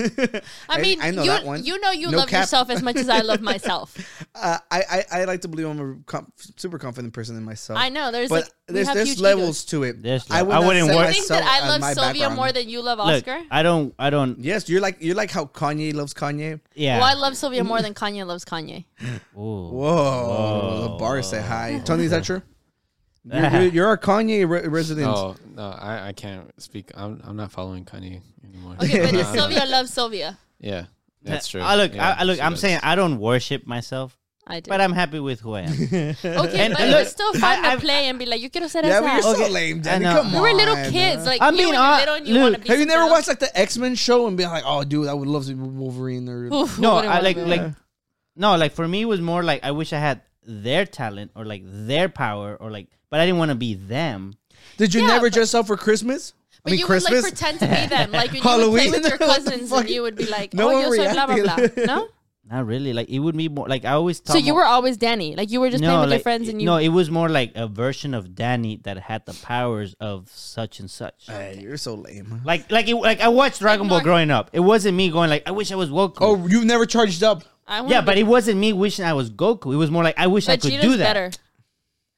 [SPEAKER 5] I mean,
[SPEAKER 1] I know
[SPEAKER 5] you,
[SPEAKER 1] that one.
[SPEAKER 5] you know you
[SPEAKER 1] No
[SPEAKER 5] love
[SPEAKER 1] cap.
[SPEAKER 5] yourself as much as I love myself.
[SPEAKER 1] uh, I, I I like to believe I'm a com- super confident person in myself.
[SPEAKER 5] I know there's
[SPEAKER 1] but
[SPEAKER 5] like we
[SPEAKER 1] there's
[SPEAKER 5] have
[SPEAKER 1] there's
[SPEAKER 5] huge
[SPEAKER 1] levels
[SPEAKER 5] egos.
[SPEAKER 1] to it.
[SPEAKER 2] There's
[SPEAKER 1] I,
[SPEAKER 2] level-
[SPEAKER 1] would
[SPEAKER 2] I
[SPEAKER 1] not
[SPEAKER 2] wouldn't
[SPEAKER 1] set
[SPEAKER 2] work-
[SPEAKER 5] You think that
[SPEAKER 1] myself
[SPEAKER 5] I
[SPEAKER 1] on
[SPEAKER 5] love
[SPEAKER 1] my
[SPEAKER 5] Sylvia
[SPEAKER 1] background.
[SPEAKER 5] more than you love
[SPEAKER 2] Look,
[SPEAKER 5] Oscar?
[SPEAKER 2] I don't. I don't.
[SPEAKER 1] yes. You're like you're like how Kanye loves Kanye.
[SPEAKER 2] Yeah.
[SPEAKER 5] Well, I love Sylvia more than Kanye loves Kanye.
[SPEAKER 2] Ooh.
[SPEAKER 1] Whoa, the bar said hi. Tony, is that true?
[SPEAKER 2] [LAUGHS]
[SPEAKER 1] You're,
[SPEAKER 2] Ah.
[SPEAKER 1] you're- you're a Kanye re- resident.
[SPEAKER 4] Oh no, I, I can't speak. I'm I'm not following Kanye anymore.
[SPEAKER 5] Okay, but
[SPEAKER 4] No,
[SPEAKER 5] does
[SPEAKER 4] I'm not.
[SPEAKER 5] Sylvia loves Sylvia?
[SPEAKER 4] [LAUGHS]
[SPEAKER 2] [LAUGHS]
[SPEAKER 4] Yeah, that's true.
[SPEAKER 2] I look.
[SPEAKER 4] Yeah,
[SPEAKER 2] I, I look.
[SPEAKER 4] she
[SPEAKER 2] I'm
[SPEAKER 4] does.
[SPEAKER 2] saying I don't worship myself,
[SPEAKER 5] I do.
[SPEAKER 2] but I'm happy with who I am.
[SPEAKER 5] okay,
[SPEAKER 2] and-
[SPEAKER 5] but
[SPEAKER 2] and
[SPEAKER 5] it
[SPEAKER 2] look,
[SPEAKER 5] was still fun
[SPEAKER 2] I-
[SPEAKER 5] to play and be like, you quiero ser
[SPEAKER 1] Yeah,
[SPEAKER 5] esa.
[SPEAKER 1] but you're
[SPEAKER 2] Okay.
[SPEAKER 1] so lame,
[SPEAKER 2] I
[SPEAKER 1] Danny.
[SPEAKER 2] know.
[SPEAKER 1] Come
[SPEAKER 5] we
[SPEAKER 1] on.
[SPEAKER 5] were little kids, like
[SPEAKER 2] I
[SPEAKER 5] you
[SPEAKER 2] mean,
[SPEAKER 5] when
[SPEAKER 2] uh,
[SPEAKER 5] you're little and you want to
[SPEAKER 2] Luke,
[SPEAKER 5] be.
[SPEAKER 1] Have you
[SPEAKER 5] something
[SPEAKER 1] never
[SPEAKER 5] else.
[SPEAKER 1] watched like the X Men show and be like, oh, dude, I would love to be Wolverine or
[SPEAKER 5] Oof,
[SPEAKER 2] No,
[SPEAKER 5] wouldn't
[SPEAKER 2] I
[SPEAKER 5] wanna
[SPEAKER 2] like
[SPEAKER 5] be
[SPEAKER 2] like no, like for me it was more like I wish I had their talent or like their power or like but I didn't want to be them.
[SPEAKER 1] Did you
[SPEAKER 5] Yeah,
[SPEAKER 1] never
[SPEAKER 5] but-
[SPEAKER 1] dress up for Christmas?
[SPEAKER 5] But
[SPEAKER 1] I mean,
[SPEAKER 5] you
[SPEAKER 1] Christmas.
[SPEAKER 5] would like pretend to be them, like you
[SPEAKER 1] Halloween?
[SPEAKER 5] would play with your
[SPEAKER 1] What the
[SPEAKER 5] cousins,
[SPEAKER 1] fuck?
[SPEAKER 5] and you would be like,
[SPEAKER 1] No
[SPEAKER 5] "Oh,
[SPEAKER 1] one
[SPEAKER 5] you're so blah blah blah."
[SPEAKER 1] reacted.
[SPEAKER 5] No,
[SPEAKER 2] Not really. Like it would be more like I always
[SPEAKER 5] so
[SPEAKER 2] thought
[SPEAKER 5] you
[SPEAKER 2] more-
[SPEAKER 5] were always Danny, like you were just playing with your friends, and you
[SPEAKER 2] No, it was more like a version of Danny that had the powers of such and such.
[SPEAKER 1] Hey, you're so lame.
[SPEAKER 2] Like like it, like I watched Dragon Ball
[SPEAKER 5] Ignore-
[SPEAKER 2] growing up. It wasn't me going like I wish I was Goku.
[SPEAKER 1] Oh, you've never charged up.
[SPEAKER 5] I wanna
[SPEAKER 2] yeah, but
[SPEAKER 5] be-
[SPEAKER 2] it wasn't me wishing I was Goku. It was more like I wish I
[SPEAKER 5] but
[SPEAKER 2] could
[SPEAKER 5] Vegeta's
[SPEAKER 2] do that.
[SPEAKER 5] better.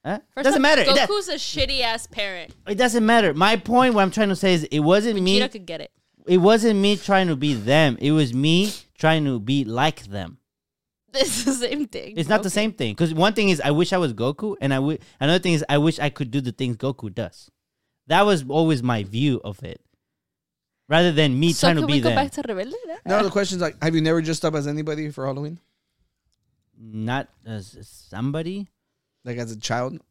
[SPEAKER 2] Huh?
[SPEAKER 5] First
[SPEAKER 2] Doesn't
[SPEAKER 5] off,
[SPEAKER 2] matter. It, do-
[SPEAKER 5] Goku's a shitty ass parent.
[SPEAKER 2] it doesn't matter. My point, what I'm trying to say is, it wasn't me.
[SPEAKER 5] Vegeta could get it.
[SPEAKER 2] it wasn't me trying to be them. It was me trying to be like them.
[SPEAKER 5] It's the same thing.
[SPEAKER 2] It's not the
[SPEAKER 5] Okay.
[SPEAKER 2] same thing. Because one thing is, I wish I was Goku, and I would. Another thing is, I wish I could do the things Goku does. That was always my view of it, rather than me
[SPEAKER 5] So
[SPEAKER 2] trying
[SPEAKER 5] can
[SPEAKER 2] to
[SPEAKER 5] we
[SPEAKER 2] be
[SPEAKER 5] go
[SPEAKER 2] them.
[SPEAKER 5] back to Rebelde?
[SPEAKER 1] No, the question's like, have you never dressed up as anybody for Halloween?
[SPEAKER 2] not as somebody.
[SPEAKER 1] Like as a child?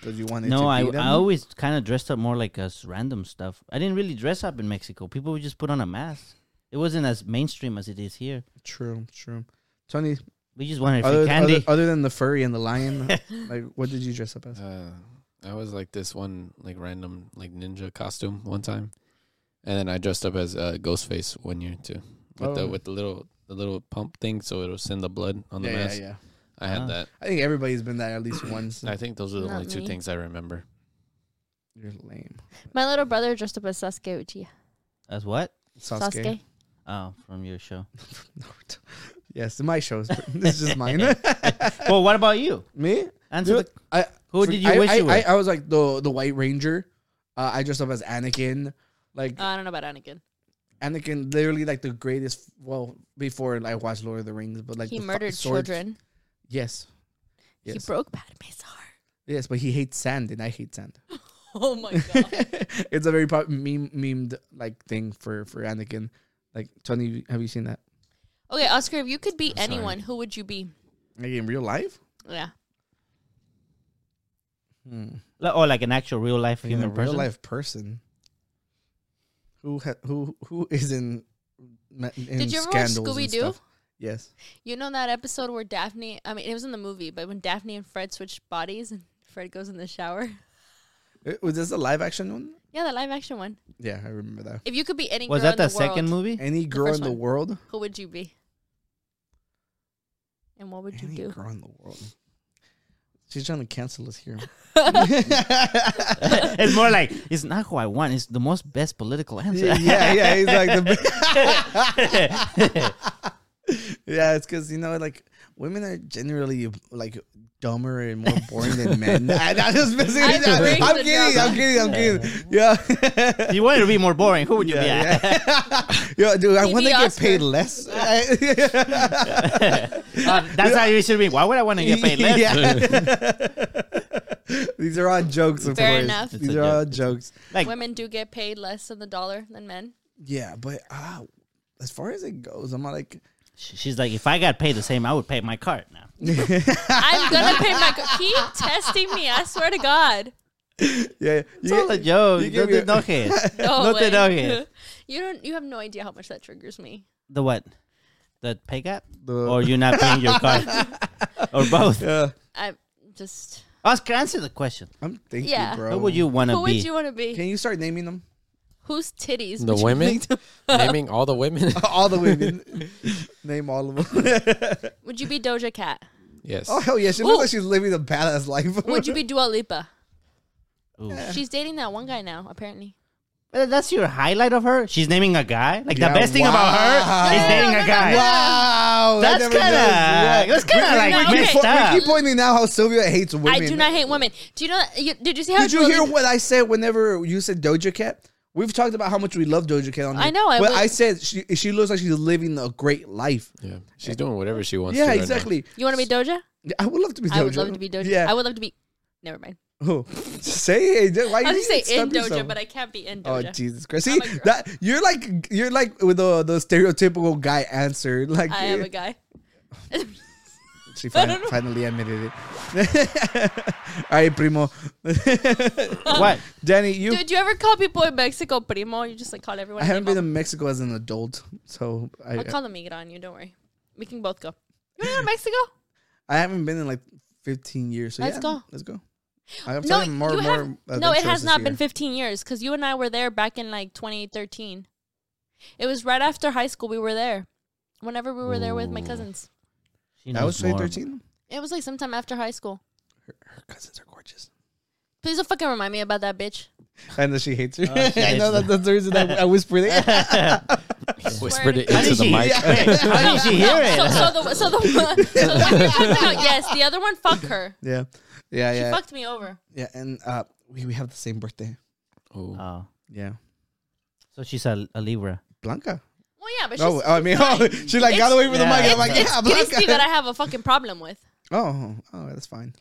[SPEAKER 1] Because you wanted to
[SPEAKER 2] No, I,
[SPEAKER 1] be them?
[SPEAKER 2] I always kind of dressed up more like as random stuff. I didn't really dress up in Mexico. People would just put on a mask. It wasn't as mainstream as it is here.
[SPEAKER 1] True, true. Tony,
[SPEAKER 2] We just wanted
[SPEAKER 1] other,
[SPEAKER 2] free candy.
[SPEAKER 1] other, other than the furry and the
[SPEAKER 2] [LAUGHS]
[SPEAKER 1] lion, like what did you dress up as?
[SPEAKER 4] Uh, I was like this one like random like ninja costume one time, and then I dressed up as uh, Ghostface one year too with the
[SPEAKER 1] Oh.
[SPEAKER 4] with the little the little pump thing so it'll send the blood on the mask. I had
[SPEAKER 2] Ah.
[SPEAKER 4] that.
[SPEAKER 1] I think everybody's been that at least once.
[SPEAKER 4] I think those are the
[SPEAKER 5] Not
[SPEAKER 4] only two
[SPEAKER 5] me.
[SPEAKER 4] things I remember.
[SPEAKER 1] You're lame.
[SPEAKER 5] My little brother dressed up as Sasuke Uchiha.
[SPEAKER 2] As what?
[SPEAKER 5] Sasuke.
[SPEAKER 1] Sasuke.
[SPEAKER 2] Oh, from your show.
[SPEAKER 1] Naruto. yes, my shows. This is mine.
[SPEAKER 2] well, what about you?
[SPEAKER 1] [LAUGHS] Me? [LAUGHS]
[SPEAKER 2] Answer
[SPEAKER 1] Dude,
[SPEAKER 2] the,
[SPEAKER 1] I,
[SPEAKER 2] who
[SPEAKER 1] for-
[SPEAKER 2] did you
[SPEAKER 1] I-
[SPEAKER 2] wish
[SPEAKER 1] I,
[SPEAKER 2] you were?
[SPEAKER 1] I, I was like the the White Ranger. Uh, I dressed up as Anakin. Like
[SPEAKER 5] Oh, I don't know about Anakin.
[SPEAKER 1] Anakin, literally like the greatest. Well, before I watched Lord of the Rings, but like
[SPEAKER 5] he
[SPEAKER 1] the fu-
[SPEAKER 5] murdered
[SPEAKER 1] sword-
[SPEAKER 5] children.
[SPEAKER 1] Yes,
[SPEAKER 5] He
[SPEAKER 1] yes,
[SPEAKER 5] broke Padme's heart.
[SPEAKER 1] yes. But he hates sand, and I hate sand.
[SPEAKER 5] [LAUGHS] Oh my
[SPEAKER 1] [LAUGHS]
[SPEAKER 5] god.
[SPEAKER 1] it's a very pop- meme memed like thing for for Anakin. Like Tony, have you seen that?
[SPEAKER 5] [LAUGHS] okay, Oscar, if you could be
[SPEAKER 4] sorry.
[SPEAKER 5] anyone, who would you be?
[SPEAKER 1] Like in real life?
[SPEAKER 5] Yeah.
[SPEAKER 1] Hmm.
[SPEAKER 2] Li- or like an actual real life
[SPEAKER 1] Like, in a
[SPEAKER 2] human
[SPEAKER 1] real
[SPEAKER 2] person?
[SPEAKER 1] life person. Who ha- who who is in? ma- in
[SPEAKER 5] Did you ever watch
[SPEAKER 1] scandals and
[SPEAKER 5] Scooby-Doo?
[SPEAKER 1] stuff? Yes.
[SPEAKER 5] You know that episode where Daphne, I mean, it was in the movie, but when Daphne and Fred switched bodies and Fred goes in the shower? [LAUGHS]
[SPEAKER 1] Uh, Was this a live action one?
[SPEAKER 5] Yeah, the live action one.
[SPEAKER 1] Yeah, I remember that.
[SPEAKER 5] If you could be any
[SPEAKER 2] Was
[SPEAKER 5] girl
[SPEAKER 2] that the,
[SPEAKER 5] in the, world,
[SPEAKER 2] second
[SPEAKER 5] [LAUGHS]
[SPEAKER 2] movie?
[SPEAKER 1] Any girl
[SPEAKER 5] first
[SPEAKER 1] in the
[SPEAKER 5] one.
[SPEAKER 1] world?
[SPEAKER 5] who would you be? And what would you
[SPEAKER 1] Any
[SPEAKER 5] do?
[SPEAKER 1] girl in the world. She's trying to cancel us
[SPEAKER 5] [LAUGHS]
[SPEAKER 1] here.
[SPEAKER 2] it's more like it's not who I want. It's the most best political answer.
[SPEAKER 1] yeah, yeah, he's like the. [LAUGHS]
[SPEAKER 5] [LAUGHS]
[SPEAKER 1] yeah, it's because you know, like women are generally like dumber and more boring than
[SPEAKER 5] [LAUGHS]
[SPEAKER 1] men. I, am just messing
[SPEAKER 5] I
[SPEAKER 1] with you.
[SPEAKER 5] bring
[SPEAKER 1] I'm
[SPEAKER 5] the
[SPEAKER 1] kidding. I'm
[SPEAKER 5] drama.
[SPEAKER 1] kidding. I'm
[SPEAKER 5] [LAUGHS]
[SPEAKER 1] kidding. Yeah.
[SPEAKER 2] [LAUGHS] If you wanted to be more boring. Who would you be?
[SPEAKER 1] yeah, yeah. [LAUGHS] Yo, dude, I
[SPEAKER 5] TV
[SPEAKER 1] want to get
[SPEAKER 5] Oscar.
[SPEAKER 1] paid
[SPEAKER 2] [LAUGHS]
[SPEAKER 1] less. I-
[SPEAKER 2] Uh, that's how you should be. Why would I want to get paid less? [LAUGHS]
[SPEAKER 1] Yeah. These are all jokes, of
[SPEAKER 5] Fair
[SPEAKER 1] course.
[SPEAKER 5] enough.
[SPEAKER 2] It's
[SPEAKER 1] These
[SPEAKER 2] a
[SPEAKER 1] are all
[SPEAKER 2] joke.
[SPEAKER 1] jokes.
[SPEAKER 2] Like
[SPEAKER 5] Women do get paid less in the dollar
[SPEAKER 1] [LAUGHS]
[SPEAKER 5] than men.
[SPEAKER 1] Yeah, but uh, as far as it goes, I'm not like
[SPEAKER 2] sh- she's like, if I got paid the same, I would pay my card
[SPEAKER 1] [LAUGHS]
[SPEAKER 2] now.
[SPEAKER 5] I'm gonna pay my. co- Keep testing me. I swear to God.
[SPEAKER 1] yeah. You
[SPEAKER 2] It's all a
[SPEAKER 1] get-
[SPEAKER 2] joke.
[SPEAKER 1] you
[SPEAKER 2] No
[SPEAKER 1] give
[SPEAKER 2] te
[SPEAKER 1] me- [LAUGHS]
[SPEAKER 2] enojes.
[SPEAKER 5] No
[SPEAKER 2] No te
[SPEAKER 5] way. [LAUGHS]
[SPEAKER 2] enojes.
[SPEAKER 5] You don't. You have no idea how much that triggers me.
[SPEAKER 2] The what? The pay gap?
[SPEAKER 1] The-
[SPEAKER 2] Or you're not paying
[SPEAKER 1] [LAUGHS]
[SPEAKER 2] your card? or both?
[SPEAKER 1] Yeah,
[SPEAKER 5] I just.
[SPEAKER 2] Oscar, answer the question.
[SPEAKER 1] I'm thinking,
[SPEAKER 5] Yeah.
[SPEAKER 1] bro.
[SPEAKER 2] Who would you want
[SPEAKER 5] Who
[SPEAKER 2] to
[SPEAKER 5] would
[SPEAKER 2] be?
[SPEAKER 5] you want to be?
[SPEAKER 1] Can you start naming them? [LAUGHS]
[SPEAKER 5] Whose titties?
[SPEAKER 4] The
[SPEAKER 5] would you
[SPEAKER 2] [LAUGHS]
[SPEAKER 4] women
[SPEAKER 5] like to-
[SPEAKER 4] naming all the women.
[SPEAKER 1] all the women. Name all of them.
[SPEAKER 5] Would you be Doja Cat?
[SPEAKER 4] yes.
[SPEAKER 1] [LAUGHS] oh hell yeah, she looks
[SPEAKER 5] Ooh.
[SPEAKER 1] like she's living a badass life.
[SPEAKER 5] Would
[SPEAKER 1] [LAUGHS]
[SPEAKER 5] you be Dua Lipa?
[SPEAKER 2] Ooh.
[SPEAKER 5] She's dating that one guy now, apparently.
[SPEAKER 2] But that's your highlight of her? She's naming a guy? Like
[SPEAKER 1] Yeah,
[SPEAKER 2] the best thing about
[SPEAKER 1] wow.
[SPEAKER 2] her is
[SPEAKER 5] No, no,
[SPEAKER 2] dating
[SPEAKER 5] no,
[SPEAKER 2] a
[SPEAKER 5] no,
[SPEAKER 2] guy.
[SPEAKER 5] no, no.
[SPEAKER 1] Wow,
[SPEAKER 2] That's kind of that's kind of like
[SPEAKER 5] no, okay.
[SPEAKER 2] messed
[SPEAKER 1] We,
[SPEAKER 2] up.
[SPEAKER 1] keep pointing out how Sylvia hates women.
[SPEAKER 5] I do not hate women. Do you know? that- You, did you see how?
[SPEAKER 1] Did you
[SPEAKER 5] Dua
[SPEAKER 1] hear
[SPEAKER 5] Lipa-
[SPEAKER 1] what I said whenever you said Doja Cat? We've talked about how much we love Doja Cat on here.
[SPEAKER 5] I know, I
[SPEAKER 1] but
[SPEAKER 5] would-
[SPEAKER 1] I said she she looks like she's living a great life.
[SPEAKER 4] Yeah. She's doing whatever she wants. to
[SPEAKER 1] yeah,
[SPEAKER 4] right now.
[SPEAKER 1] exactly.
[SPEAKER 5] You want to be Doja?
[SPEAKER 1] Yeah, I would love to be Doja.
[SPEAKER 5] I would love to be Doja.
[SPEAKER 1] Yeah.
[SPEAKER 5] I would love to be. Never mind.
[SPEAKER 1] Who? [LAUGHS] say it. Why
[SPEAKER 5] I
[SPEAKER 1] you
[SPEAKER 5] was gonna say
[SPEAKER 1] stop
[SPEAKER 5] in Doja,
[SPEAKER 1] yourself?
[SPEAKER 5] but I can't be in
[SPEAKER 1] Oh
[SPEAKER 5] Doja.
[SPEAKER 1] Jesus Christ! See
[SPEAKER 5] I'm a girl.
[SPEAKER 1] that you're like you're like with the the stereotypical guy answer. [LAUGHS] Like
[SPEAKER 5] I am a guy.
[SPEAKER 1] she
[SPEAKER 5] [LAUGHS] I
[SPEAKER 1] fin-
[SPEAKER 5] don't know.
[SPEAKER 1] finally admitted it. [LAUGHS] All right, primo. [LAUGHS]
[SPEAKER 2] What?
[SPEAKER 1] Danny, you.
[SPEAKER 5] Dude, do you ever call people in Mexico primo? You just like call everyone.
[SPEAKER 1] I haven't been
[SPEAKER 5] primo?
[SPEAKER 1] to Mexico as an adult, so I
[SPEAKER 5] I'll call the migra on you. Don't worry. We can both go. You
[SPEAKER 1] [LAUGHS]
[SPEAKER 5] want to go to Mexico?
[SPEAKER 1] I haven't been in like 15 years. So
[SPEAKER 5] Let's
[SPEAKER 1] yeah,
[SPEAKER 5] go.
[SPEAKER 1] Let's go. I'm
[SPEAKER 5] no,
[SPEAKER 1] starting more
[SPEAKER 5] you
[SPEAKER 1] and
[SPEAKER 5] have,
[SPEAKER 1] more.
[SPEAKER 5] no, it
[SPEAKER 1] adventurous
[SPEAKER 5] has
[SPEAKER 1] this
[SPEAKER 5] not been
[SPEAKER 1] year.
[SPEAKER 5] 15 years because you and I were there back in like 2013. It was right after high school. We were there. Whenever we were there with my
[SPEAKER 2] Ooh.
[SPEAKER 5] cousins,
[SPEAKER 2] She
[SPEAKER 1] That
[SPEAKER 2] knows
[SPEAKER 1] was
[SPEAKER 2] more.
[SPEAKER 1] 2013.
[SPEAKER 5] it was like sometime after high school.
[SPEAKER 1] Her, her cousins are [LAUGHS] gorgeous,
[SPEAKER 5] Please don't fucking remind me about that bitch.
[SPEAKER 1] and that she hates her.
[SPEAKER 2] Oh,
[SPEAKER 1] [LAUGHS]
[SPEAKER 2] she
[SPEAKER 1] I
[SPEAKER 2] hates
[SPEAKER 1] know that, that's the reason I, I whispered it.
[SPEAKER 4] [LAUGHS]
[SPEAKER 5] [LAUGHS]
[SPEAKER 4] Whispered it
[SPEAKER 5] How
[SPEAKER 4] into
[SPEAKER 2] did
[SPEAKER 4] the
[SPEAKER 2] she-
[SPEAKER 4] mic.
[SPEAKER 2] [LAUGHS] yeah. Wait, how did she hear
[SPEAKER 5] So,
[SPEAKER 2] it?
[SPEAKER 5] so the so the, so the one you're talking about, yes, the other one, fuck her.
[SPEAKER 1] yeah, yeah,
[SPEAKER 5] She
[SPEAKER 1] yeah,
[SPEAKER 5] fucked me over.
[SPEAKER 1] yeah. And uh, we we have the same birthday.
[SPEAKER 4] Oh.
[SPEAKER 2] [LAUGHS] Oh,
[SPEAKER 1] Yeah,
[SPEAKER 2] so she's a, a Libra.
[SPEAKER 1] Blanca.
[SPEAKER 5] Well, yeah, Yeah, but she's,
[SPEAKER 1] Oh, I mean, [LAUGHS] oh, she like got
[SPEAKER 5] It's-
[SPEAKER 1] away with
[SPEAKER 2] yeah,
[SPEAKER 1] the mic.
[SPEAKER 2] it's-
[SPEAKER 1] I'm like,
[SPEAKER 5] it's
[SPEAKER 1] yeah, Blanca.
[SPEAKER 5] Christy that I have a fucking problem with.
[SPEAKER 1] oh, oh, that's fine.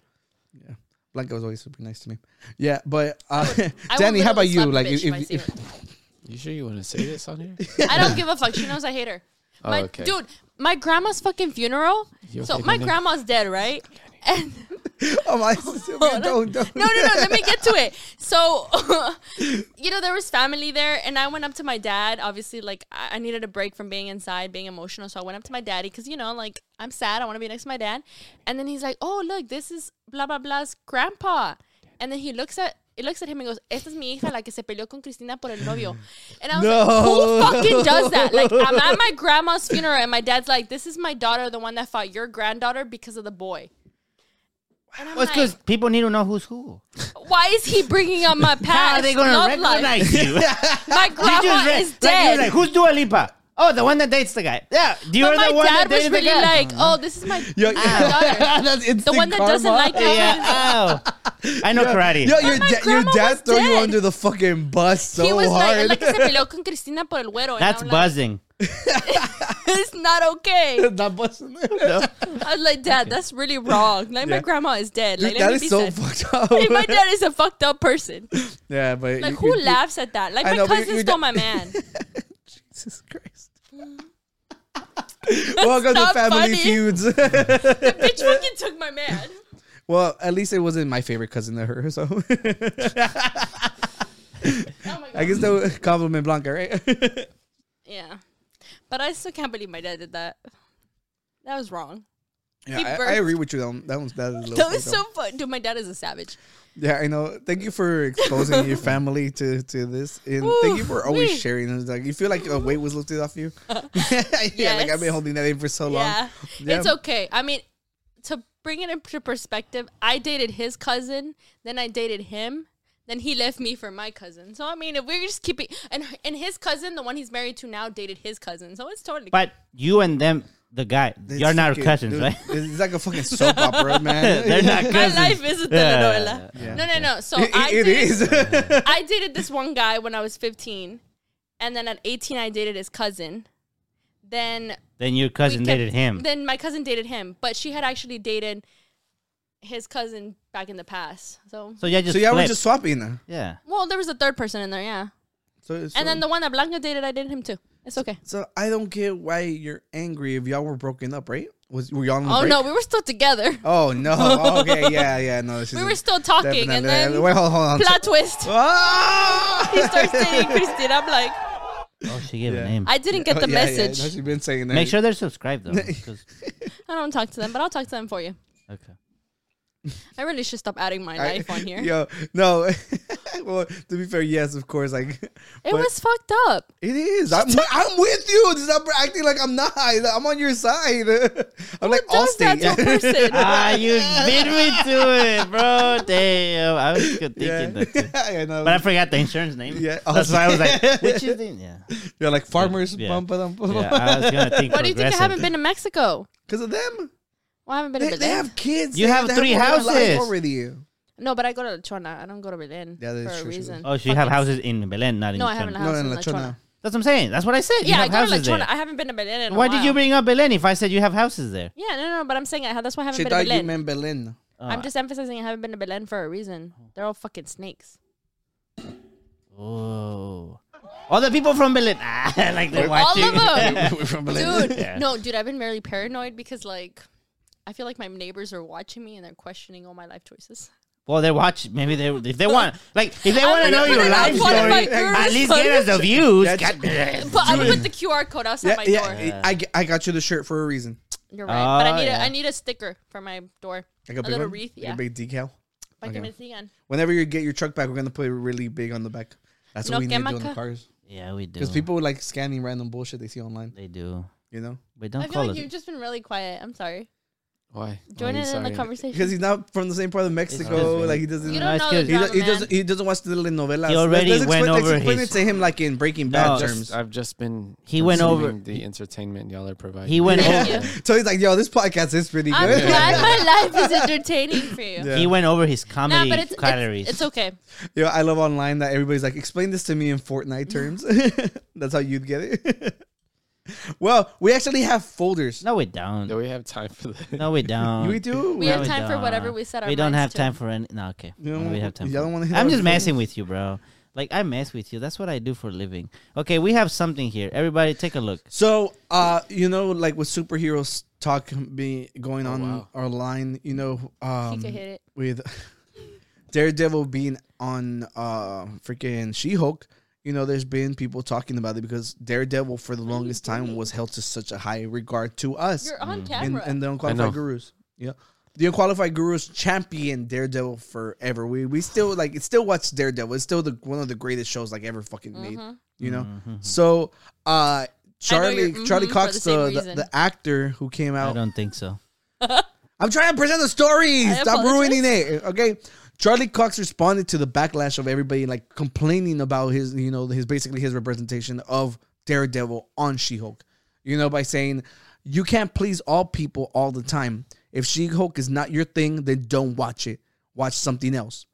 [SPEAKER 1] Yeah, Blanca was always super nice to me. Yeah, but uh,
[SPEAKER 5] I will
[SPEAKER 1] [LAUGHS] Danny, how about you?
[SPEAKER 5] literally slap a
[SPEAKER 1] Like,
[SPEAKER 5] bitch
[SPEAKER 1] if,
[SPEAKER 5] I
[SPEAKER 1] if, [LAUGHS]
[SPEAKER 5] see her.
[SPEAKER 4] You sure you want to say this on here?
[SPEAKER 5] I don't give a fuck.
[SPEAKER 1] [LAUGHS]
[SPEAKER 5] She knows I hate her.
[SPEAKER 4] Oh,
[SPEAKER 5] My
[SPEAKER 4] okay.
[SPEAKER 5] dude, my grandma's fucking funeral.
[SPEAKER 4] You
[SPEAKER 5] so
[SPEAKER 4] okay,
[SPEAKER 5] my
[SPEAKER 4] Danny?
[SPEAKER 5] grandma's dead, right? And
[SPEAKER 1] oh my, [LAUGHS] don't, don't.
[SPEAKER 5] [LAUGHS] no, no, no. Let me get to it. So, [LAUGHS] you know, there was family there, and I went up to my dad. Obviously, like I I needed a break from being inside, being emotional. So I went up to my daddy because you know, like I'm sad. I want to be next to my dad. And then he's like, "Oh, look, this is blah blah blah's grandpa." And then he looks at. He looks at him and goes, Esta es mi hija, la que se peleó con Cristina por el novio. And I was like, Who fucking does that? Like, I'm at
[SPEAKER 2] [LAUGHS]
[SPEAKER 5] my grandma's funeral, and my dad's like, This is my daughter, the one that fought your granddaughter because of the boy. And I'm
[SPEAKER 2] Well, it's
[SPEAKER 5] like-
[SPEAKER 2] because people need to know who's who.
[SPEAKER 5] why is he bringing up my past?
[SPEAKER 2] [LAUGHS] How are they gonna
[SPEAKER 5] love life?
[SPEAKER 2] recognize you? [LAUGHS] you
[SPEAKER 5] My grandma
[SPEAKER 2] re-
[SPEAKER 5] is
[SPEAKER 2] like, you're
[SPEAKER 5] dead.
[SPEAKER 2] like, who's Dua Lipa? Oh, the one that dates the guy. Yeah, you're
[SPEAKER 5] but my
[SPEAKER 2] the one that
[SPEAKER 5] dad was
[SPEAKER 2] dated
[SPEAKER 5] really
[SPEAKER 2] the guy.
[SPEAKER 5] like, oh, this
[SPEAKER 2] [LAUGHS]
[SPEAKER 5] is my
[SPEAKER 1] Yo, [LAUGHS]
[SPEAKER 5] daughter.
[SPEAKER 1] that's
[SPEAKER 5] Ah, the
[SPEAKER 1] instant
[SPEAKER 5] one that doesn't
[SPEAKER 1] karma.
[SPEAKER 5] like me.
[SPEAKER 2] yeah. Oh, I know
[SPEAKER 1] [LAUGHS]
[SPEAKER 2] karate.
[SPEAKER 1] Yo, your,
[SPEAKER 5] my
[SPEAKER 1] da- your
[SPEAKER 5] grandma
[SPEAKER 1] dad
[SPEAKER 5] was
[SPEAKER 1] threw you
[SPEAKER 5] dead.
[SPEAKER 1] under the fucking bus so
[SPEAKER 5] he was
[SPEAKER 1] hard.
[SPEAKER 5] like,
[SPEAKER 1] [LAUGHS]
[SPEAKER 5] like se
[SPEAKER 2] [LAUGHS]
[SPEAKER 5] peleó con Cristina por el güero. And
[SPEAKER 2] That's
[SPEAKER 5] I'm
[SPEAKER 2] [LAUGHS]
[SPEAKER 5] like,
[SPEAKER 2] buzzing.
[SPEAKER 5] It's
[SPEAKER 2] [LAUGHS]
[SPEAKER 5] not okay.
[SPEAKER 1] Not busting.
[SPEAKER 5] I was like, Dad, that's really wrong. Like my
[SPEAKER 1] Yeah.
[SPEAKER 5] grandma is dead. Like
[SPEAKER 1] Dude,
[SPEAKER 5] let
[SPEAKER 1] that
[SPEAKER 5] me
[SPEAKER 1] is
[SPEAKER 5] be
[SPEAKER 1] so
[SPEAKER 5] sad.
[SPEAKER 1] fucked up.
[SPEAKER 5] [LAUGHS] Like, my dad is a fucked
[SPEAKER 2] [LAUGHS]
[SPEAKER 5] up person.
[SPEAKER 1] yeah, but
[SPEAKER 5] Like
[SPEAKER 1] you-
[SPEAKER 5] who
[SPEAKER 1] you-
[SPEAKER 5] laughs at that? Like
[SPEAKER 1] I
[SPEAKER 5] my
[SPEAKER 1] know, but
[SPEAKER 5] cousin
[SPEAKER 1] your
[SPEAKER 5] stole
[SPEAKER 1] dad-
[SPEAKER 2] [LAUGHS]
[SPEAKER 5] my man.
[SPEAKER 1] Jesus Christ.
[SPEAKER 5] [LAUGHS]
[SPEAKER 1] Welcome to
[SPEAKER 5] not
[SPEAKER 1] Family
[SPEAKER 5] funny.
[SPEAKER 1] Feuds. [LAUGHS]
[SPEAKER 5] [LAUGHS] Bitch fucking took
[SPEAKER 2] [LAUGHS]
[SPEAKER 5] my man.
[SPEAKER 1] well, at least it wasn't my favorite cousin to her, so [LAUGHS]
[SPEAKER 5] Oh my god.
[SPEAKER 1] I guess that would compliment Blanca, right? [LAUGHS]
[SPEAKER 5] Yeah. But I still can't believe my dad did that. That was wrong.
[SPEAKER 1] yeah,
[SPEAKER 5] He
[SPEAKER 1] I, I
[SPEAKER 5] burped.
[SPEAKER 1] agree with you. That one, that one's that is a little
[SPEAKER 5] That was
[SPEAKER 1] fucked
[SPEAKER 5] so
[SPEAKER 1] up.
[SPEAKER 5] fun. Dude, my dad is a savage.
[SPEAKER 1] Yeah, I know. Thank you for exposing your family to to this, and thank you
[SPEAKER 5] Ooh,
[SPEAKER 1] for always
[SPEAKER 5] wee.
[SPEAKER 1] sharing. It's Like you feel like a weight was lifted off you. [LAUGHS] Yeah, like I've been
[SPEAKER 5] Yes.
[SPEAKER 1] holding that in for [LAUGHS] so long.
[SPEAKER 5] Yeah.
[SPEAKER 1] Yeah.
[SPEAKER 5] It's okay. I mean, to bring it into perspective, I dated his cousin, then I dated him, then he left me for my cousin. So I mean, if we're just keeping and and his cousin, the one he's married to now, dated his cousin. So it's totally
[SPEAKER 2] But you and them, the guy,
[SPEAKER 1] It's
[SPEAKER 2] you're not
[SPEAKER 1] fucking-
[SPEAKER 2] cousins,
[SPEAKER 1] dude,
[SPEAKER 2] right?
[SPEAKER 1] [LAUGHS] It's like a fucking
[SPEAKER 5] [LAUGHS]
[SPEAKER 1] soap opera, man.
[SPEAKER 2] [LAUGHS] They're not
[SPEAKER 5] my
[SPEAKER 2] cousins.
[SPEAKER 5] life is a telenovela. No, no, no. So Oh, I
[SPEAKER 1] it
[SPEAKER 5] dated,
[SPEAKER 1] is. [LAUGHS]
[SPEAKER 5] I dated this one guy when I was 15, and then at 18 I dated his cousin. Then
[SPEAKER 2] Then your
[SPEAKER 5] we
[SPEAKER 2] cousin
[SPEAKER 5] kept-
[SPEAKER 2] dated him.
[SPEAKER 5] Then my cousin dated him, but she had actually dated his cousin back in the past. So,
[SPEAKER 2] so yeah, just
[SPEAKER 1] so yeah, we're
[SPEAKER 2] flipped.
[SPEAKER 1] just swapping. now.
[SPEAKER 2] yeah.
[SPEAKER 5] well, there was a third person in there, yeah.
[SPEAKER 1] So, so,
[SPEAKER 5] And then the one that Blanca dated, I dated him too. It's okay.
[SPEAKER 1] so I don't get why you're angry if y'all were broken up, right? Was were y'all? On
[SPEAKER 5] Oh
[SPEAKER 1] break?
[SPEAKER 5] no, we were
[SPEAKER 1] [LAUGHS]
[SPEAKER 5] still together.
[SPEAKER 1] Oh
[SPEAKER 5] [LAUGHS]
[SPEAKER 1] no. Oh, okay. Yeah. Yeah. No. This
[SPEAKER 5] We
[SPEAKER 1] is
[SPEAKER 5] were still talking, and
[SPEAKER 1] [LAUGHS]
[SPEAKER 5] then
[SPEAKER 1] wait. Hold, hold on.
[SPEAKER 5] plot twist.
[SPEAKER 1] Ah!
[SPEAKER 5] [LAUGHS] He
[SPEAKER 1] [LAUGHS]
[SPEAKER 5] starts dating Christine. I'm like,
[SPEAKER 2] Oh, she gave
[SPEAKER 1] Yeah.
[SPEAKER 2] a name.
[SPEAKER 5] I didn't get the
[SPEAKER 1] Oh, Yeah, yeah,
[SPEAKER 5] message.
[SPEAKER 1] no, she's been saying that.
[SPEAKER 2] Make sure they're subscribed though. 'cause-
[SPEAKER 5] I don't talk to them, but I'll talk to them for you.
[SPEAKER 1] [LAUGHS]
[SPEAKER 2] okay.
[SPEAKER 5] I really should stop adding my
[SPEAKER 1] I-
[SPEAKER 5] life on
[SPEAKER 1] [LAUGHS]
[SPEAKER 5] here.
[SPEAKER 1] Yo, no. well, to be fair, yes, of course. Like
[SPEAKER 5] it
[SPEAKER 1] [LAUGHS] but
[SPEAKER 5] was fucked up.
[SPEAKER 1] It is. I'm, wi- I'm with you. Stop acting like I'm not. I'm on your side. [LAUGHS] I'm like all
[SPEAKER 5] Does that
[SPEAKER 1] state.
[SPEAKER 5] to
[SPEAKER 2] [LAUGHS]
[SPEAKER 5] a person?
[SPEAKER 1] [LAUGHS]
[SPEAKER 2] Ah, you beat me to it, bro. Damn, I was good thinking
[SPEAKER 1] Yeah. [LAUGHS]
[SPEAKER 2] that. Too.
[SPEAKER 1] I know.
[SPEAKER 2] But I forgot the insurance name.
[SPEAKER 1] Yeah.
[SPEAKER 2] that's why I
[SPEAKER 1] [LAUGHS]
[SPEAKER 2] was like, which is the yeah.
[SPEAKER 1] You're like farmers.
[SPEAKER 2] Yeah.
[SPEAKER 1] bum, ba-dum, bum.
[SPEAKER 2] yeah I was gonna think.
[SPEAKER 5] Why do you think I
[SPEAKER 2] progressive.
[SPEAKER 5] haven't been to Mexico?
[SPEAKER 1] Because of them.
[SPEAKER 5] Why haven't I been
[SPEAKER 1] They,
[SPEAKER 5] to
[SPEAKER 1] they
[SPEAKER 5] Berlin?
[SPEAKER 1] have kids.
[SPEAKER 2] You
[SPEAKER 1] They-
[SPEAKER 2] have
[SPEAKER 1] they
[SPEAKER 2] three
[SPEAKER 1] a whole life
[SPEAKER 2] houses.
[SPEAKER 1] already.
[SPEAKER 5] No, but I go to Lechona. I don't go to Berlin
[SPEAKER 1] Yeah, that is
[SPEAKER 5] for a
[SPEAKER 1] true, she
[SPEAKER 5] reason.
[SPEAKER 2] Oh, so you
[SPEAKER 5] Fuck
[SPEAKER 2] have
[SPEAKER 5] it.
[SPEAKER 2] houses in Belen, not in.
[SPEAKER 5] No, I
[SPEAKER 2] Chon-
[SPEAKER 5] haven't.
[SPEAKER 1] No,
[SPEAKER 5] Houses
[SPEAKER 1] in
[SPEAKER 5] in
[SPEAKER 1] La
[SPEAKER 5] Lechona.
[SPEAKER 1] Chona.
[SPEAKER 2] That's what I'm saying. That's what I said. You
[SPEAKER 5] Yeah, I
[SPEAKER 2] have
[SPEAKER 5] go to
[SPEAKER 2] houses
[SPEAKER 5] Lechona.
[SPEAKER 2] there.
[SPEAKER 5] I haven't been to Berlin in a
[SPEAKER 2] Why
[SPEAKER 5] while.
[SPEAKER 2] did you bring up Belen if I said you have houses there?
[SPEAKER 5] Yeah, no, no, no, but I'm saying I, that's why I haven't
[SPEAKER 1] She
[SPEAKER 5] been to
[SPEAKER 1] thought you
[SPEAKER 5] Berlin.
[SPEAKER 1] meant Berlin.
[SPEAKER 5] I'm just emphasizing I haven't been to Berlin for a reason. They're all fucking snakes.
[SPEAKER 2] Oh. All the people from Berlin. [LAUGHS] Ah, like they're
[SPEAKER 5] All of
[SPEAKER 2] watching.
[SPEAKER 5] them.
[SPEAKER 1] [LAUGHS]
[SPEAKER 2] [LAUGHS]
[SPEAKER 4] [LAUGHS]
[SPEAKER 1] We're from Berlin.
[SPEAKER 5] Dude,
[SPEAKER 2] Yeah.
[SPEAKER 5] no, dude, I've been very paranoid because, like, I feel like my neighbors are watching me and they're questioning all my life choices.
[SPEAKER 2] Well, they're watching. Maybe they, if they
[SPEAKER 5] [LAUGHS]
[SPEAKER 2] want, like, if they
[SPEAKER 5] I'm
[SPEAKER 2] want to
[SPEAKER 5] gonna
[SPEAKER 2] know
[SPEAKER 5] put
[SPEAKER 2] your
[SPEAKER 5] it on
[SPEAKER 2] life
[SPEAKER 5] one
[SPEAKER 2] story,
[SPEAKER 5] of my girls'
[SPEAKER 2] at least get
[SPEAKER 5] [LAUGHS]
[SPEAKER 2] us the views. God-
[SPEAKER 5] But I
[SPEAKER 2] [LAUGHS]
[SPEAKER 5] put the QR code outside
[SPEAKER 1] Yeah,
[SPEAKER 5] my door.
[SPEAKER 1] yeah, I, g- I got you the shirt for a reason.
[SPEAKER 5] You're right, but
[SPEAKER 2] Oh,
[SPEAKER 5] I need
[SPEAKER 2] yeah.
[SPEAKER 5] a I need a sticker for my door.
[SPEAKER 1] Like a,
[SPEAKER 5] a
[SPEAKER 1] big
[SPEAKER 5] little
[SPEAKER 1] one?
[SPEAKER 5] wreath,
[SPEAKER 1] Like
[SPEAKER 5] yeah.
[SPEAKER 1] a big decal.
[SPEAKER 5] Para
[SPEAKER 1] Okay.
[SPEAKER 5] que me sigan.
[SPEAKER 1] Whenever you get your truck back, we're gonna put it really big on the back. That's
[SPEAKER 5] No
[SPEAKER 1] what we need to do on the
[SPEAKER 2] [LAUGHS]
[SPEAKER 5] quemaca.
[SPEAKER 1] cars.
[SPEAKER 2] yeah, we do.
[SPEAKER 1] Because people like scanning random bullshit they see online.
[SPEAKER 2] they do.
[SPEAKER 1] You
[SPEAKER 5] [LAUGHS]
[SPEAKER 1] know,
[SPEAKER 2] But
[SPEAKER 5] I
[SPEAKER 2] don't
[SPEAKER 5] feel
[SPEAKER 2] call
[SPEAKER 5] like
[SPEAKER 2] us.
[SPEAKER 5] you've just been really quiet. I'm sorry.
[SPEAKER 4] Why?
[SPEAKER 5] Join
[SPEAKER 4] Why are you
[SPEAKER 5] in in the
[SPEAKER 4] sorry?
[SPEAKER 1] because
[SPEAKER 5] conversation.
[SPEAKER 1] he's not from the same part of Mexico.
[SPEAKER 2] just-
[SPEAKER 1] Like he doesn't.
[SPEAKER 5] You
[SPEAKER 2] No,
[SPEAKER 5] don't
[SPEAKER 2] it's
[SPEAKER 5] know
[SPEAKER 2] good.
[SPEAKER 5] the
[SPEAKER 1] He, do-
[SPEAKER 5] drama,
[SPEAKER 1] he
[SPEAKER 5] man.
[SPEAKER 1] doesn't. He doesn't watch the telenovelas.
[SPEAKER 2] He already
[SPEAKER 1] Let's explain,
[SPEAKER 2] went
[SPEAKER 1] let's
[SPEAKER 2] over
[SPEAKER 1] explain
[SPEAKER 2] his-
[SPEAKER 1] it to him like in Breaking Bad
[SPEAKER 2] No,
[SPEAKER 1] terms.
[SPEAKER 4] Just, I've just been.
[SPEAKER 2] He went
[SPEAKER 4] consuming
[SPEAKER 2] over-
[SPEAKER 4] the entertainment y'all are providing.
[SPEAKER 2] He went
[SPEAKER 5] Thank
[SPEAKER 1] [LAUGHS]
[SPEAKER 2] over.
[SPEAKER 5] you.
[SPEAKER 1] so he's like, "Yo, this podcast is pretty
[SPEAKER 5] I'm
[SPEAKER 1] good."
[SPEAKER 5] glad my life is entertaining for
[SPEAKER 1] [LAUGHS]
[SPEAKER 5] you.
[SPEAKER 1] Yeah.
[SPEAKER 2] He went over his comedy
[SPEAKER 5] Nah, but it's,
[SPEAKER 2] calories.
[SPEAKER 5] it's it's okay.
[SPEAKER 1] Yo, I love
[SPEAKER 5] [LAUGHS]
[SPEAKER 1] [LAUGHS] online that everybody's like, "Explain this to me in Fortnite terms." That's how you'd get it. [LAUGHS] Well, we actually have folders.
[SPEAKER 2] No, we don't.
[SPEAKER 4] Do we have time for
[SPEAKER 2] [LAUGHS]
[SPEAKER 4] that?
[SPEAKER 2] No, we don't.
[SPEAKER 1] We do.
[SPEAKER 5] We
[SPEAKER 2] No,
[SPEAKER 5] have time for
[SPEAKER 2] don't.
[SPEAKER 5] whatever we set our
[SPEAKER 2] We don't
[SPEAKER 5] minds
[SPEAKER 2] have
[SPEAKER 5] to.
[SPEAKER 2] time for any. No, okay.
[SPEAKER 1] You don't
[SPEAKER 2] No, we
[SPEAKER 1] wanna-
[SPEAKER 2] have time.
[SPEAKER 1] you
[SPEAKER 2] for
[SPEAKER 1] don't
[SPEAKER 2] it.
[SPEAKER 1] wanna hit
[SPEAKER 2] I'm
[SPEAKER 1] our
[SPEAKER 2] just messing
[SPEAKER 1] feelings.
[SPEAKER 2] with you, bro. Like I mess with you. That's what I do for a living. Okay, we have something here. Everybody, take a look.
[SPEAKER 1] So, uh, you know, like with superheroes talk be going on
[SPEAKER 4] wow.
[SPEAKER 1] our line, you know, um,
[SPEAKER 5] could hit it.
[SPEAKER 1] with [LAUGHS] Daredevil being on uh freaking She-Hulk, you know, there's been people talking about it because Daredevil for the longest time was held to such a high regard to us
[SPEAKER 5] You're
[SPEAKER 2] Mm.
[SPEAKER 5] on
[SPEAKER 1] and,
[SPEAKER 5] camera.
[SPEAKER 1] and the
[SPEAKER 4] know.
[SPEAKER 1] unqualified gurus. Yeah. The unqualified gurus champion Daredevil forever. We we still like it still watch Daredevil. It's still the one of the greatest shows like ever fucking made. You know?
[SPEAKER 2] Mm-hmm.
[SPEAKER 1] So uh Charlie
[SPEAKER 5] Mm-hmm. you're-
[SPEAKER 1] Charlie
[SPEAKER 5] mhm, for
[SPEAKER 1] Cox, uh,
[SPEAKER 5] the same
[SPEAKER 1] the, the,
[SPEAKER 5] reason.
[SPEAKER 1] the actor who came
[SPEAKER 2] I
[SPEAKER 1] out
[SPEAKER 2] don't think so.
[SPEAKER 1] I'm trying to present the story.
[SPEAKER 5] I
[SPEAKER 1] Stop
[SPEAKER 5] apologize.
[SPEAKER 1] ruining it. Okay. Charlie Cox responded to the backlash of everybody like complaining about his, you know, his basically his representation of Daredevil on She-Hulk. You know, by saying you can't please all people all the time. If She-Hulk is not your thing, then don't watch it. Watch something else.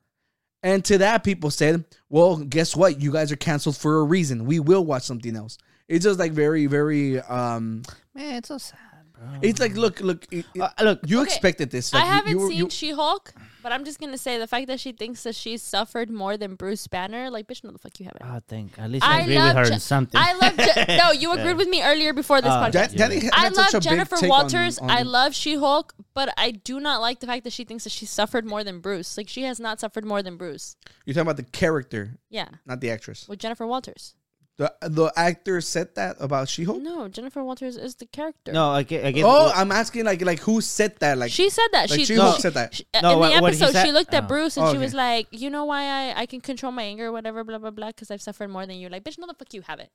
[SPEAKER 1] And to that, people said, "Well, guess what? You guys are canceled for a reason. We will watch something else." It's just like very, very. um
[SPEAKER 2] Man, it's so sad, bro.
[SPEAKER 1] It's like look, look, it- it-
[SPEAKER 2] Uh, look,
[SPEAKER 1] you
[SPEAKER 5] Okay.
[SPEAKER 1] expected this.
[SPEAKER 5] I
[SPEAKER 1] Like, you-
[SPEAKER 5] haven't
[SPEAKER 1] you were-
[SPEAKER 5] seen
[SPEAKER 1] you-
[SPEAKER 5] She Hulk, but I'm just gonna say the fact that she thinks that she's suffered more than Bruce Banner, like bitch, no, the fuck you haven't.
[SPEAKER 2] I think at least I, agree with
[SPEAKER 5] love
[SPEAKER 2] her
[SPEAKER 5] Je-
[SPEAKER 2] in something.
[SPEAKER 5] I
[SPEAKER 2] [LAUGHS]
[SPEAKER 5] love. Je- no, you agreed with me earlier before this
[SPEAKER 2] Uh,
[SPEAKER 5] podcast.
[SPEAKER 1] That, that
[SPEAKER 2] Yeah.
[SPEAKER 1] had
[SPEAKER 5] I
[SPEAKER 1] such a
[SPEAKER 5] love
[SPEAKER 1] big
[SPEAKER 5] Jennifer
[SPEAKER 1] take on-
[SPEAKER 5] Walters.
[SPEAKER 1] on-
[SPEAKER 5] I love She Hulk, but I do not like the fact that she thinks that she suffered more than Bruce. Like she has not suffered more than Bruce.
[SPEAKER 1] You're talking about the character,
[SPEAKER 5] Yeah,
[SPEAKER 1] not the actress.
[SPEAKER 5] with Jennifer Walters.
[SPEAKER 1] The the actor said that about She-Hulk.
[SPEAKER 5] No, Jennifer Walters is the character.
[SPEAKER 2] no, I get. I get
[SPEAKER 1] Oh, I'm asking like like who said that? Like
[SPEAKER 5] she said that
[SPEAKER 1] like
[SPEAKER 5] she,
[SPEAKER 1] She-Hulk
[SPEAKER 5] she-
[SPEAKER 1] said that.
[SPEAKER 5] she- uh,
[SPEAKER 2] No,
[SPEAKER 5] in
[SPEAKER 2] what-
[SPEAKER 5] the
[SPEAKER 2] what he
[SPEAKER 5] episode
[SPEAKER 2] said-
[SPEAKER 5] she looked at
[SPEAKER 2] oh.
[SPEAKER 5] Bruce and she
[SPEAKER 1] Okay.
[SPEAKER 5] was like, "You know why I, I can control my anger, or whatever, blah blah blah, because I've suffered more than you." Like, bitch, no, the fuck you haven't.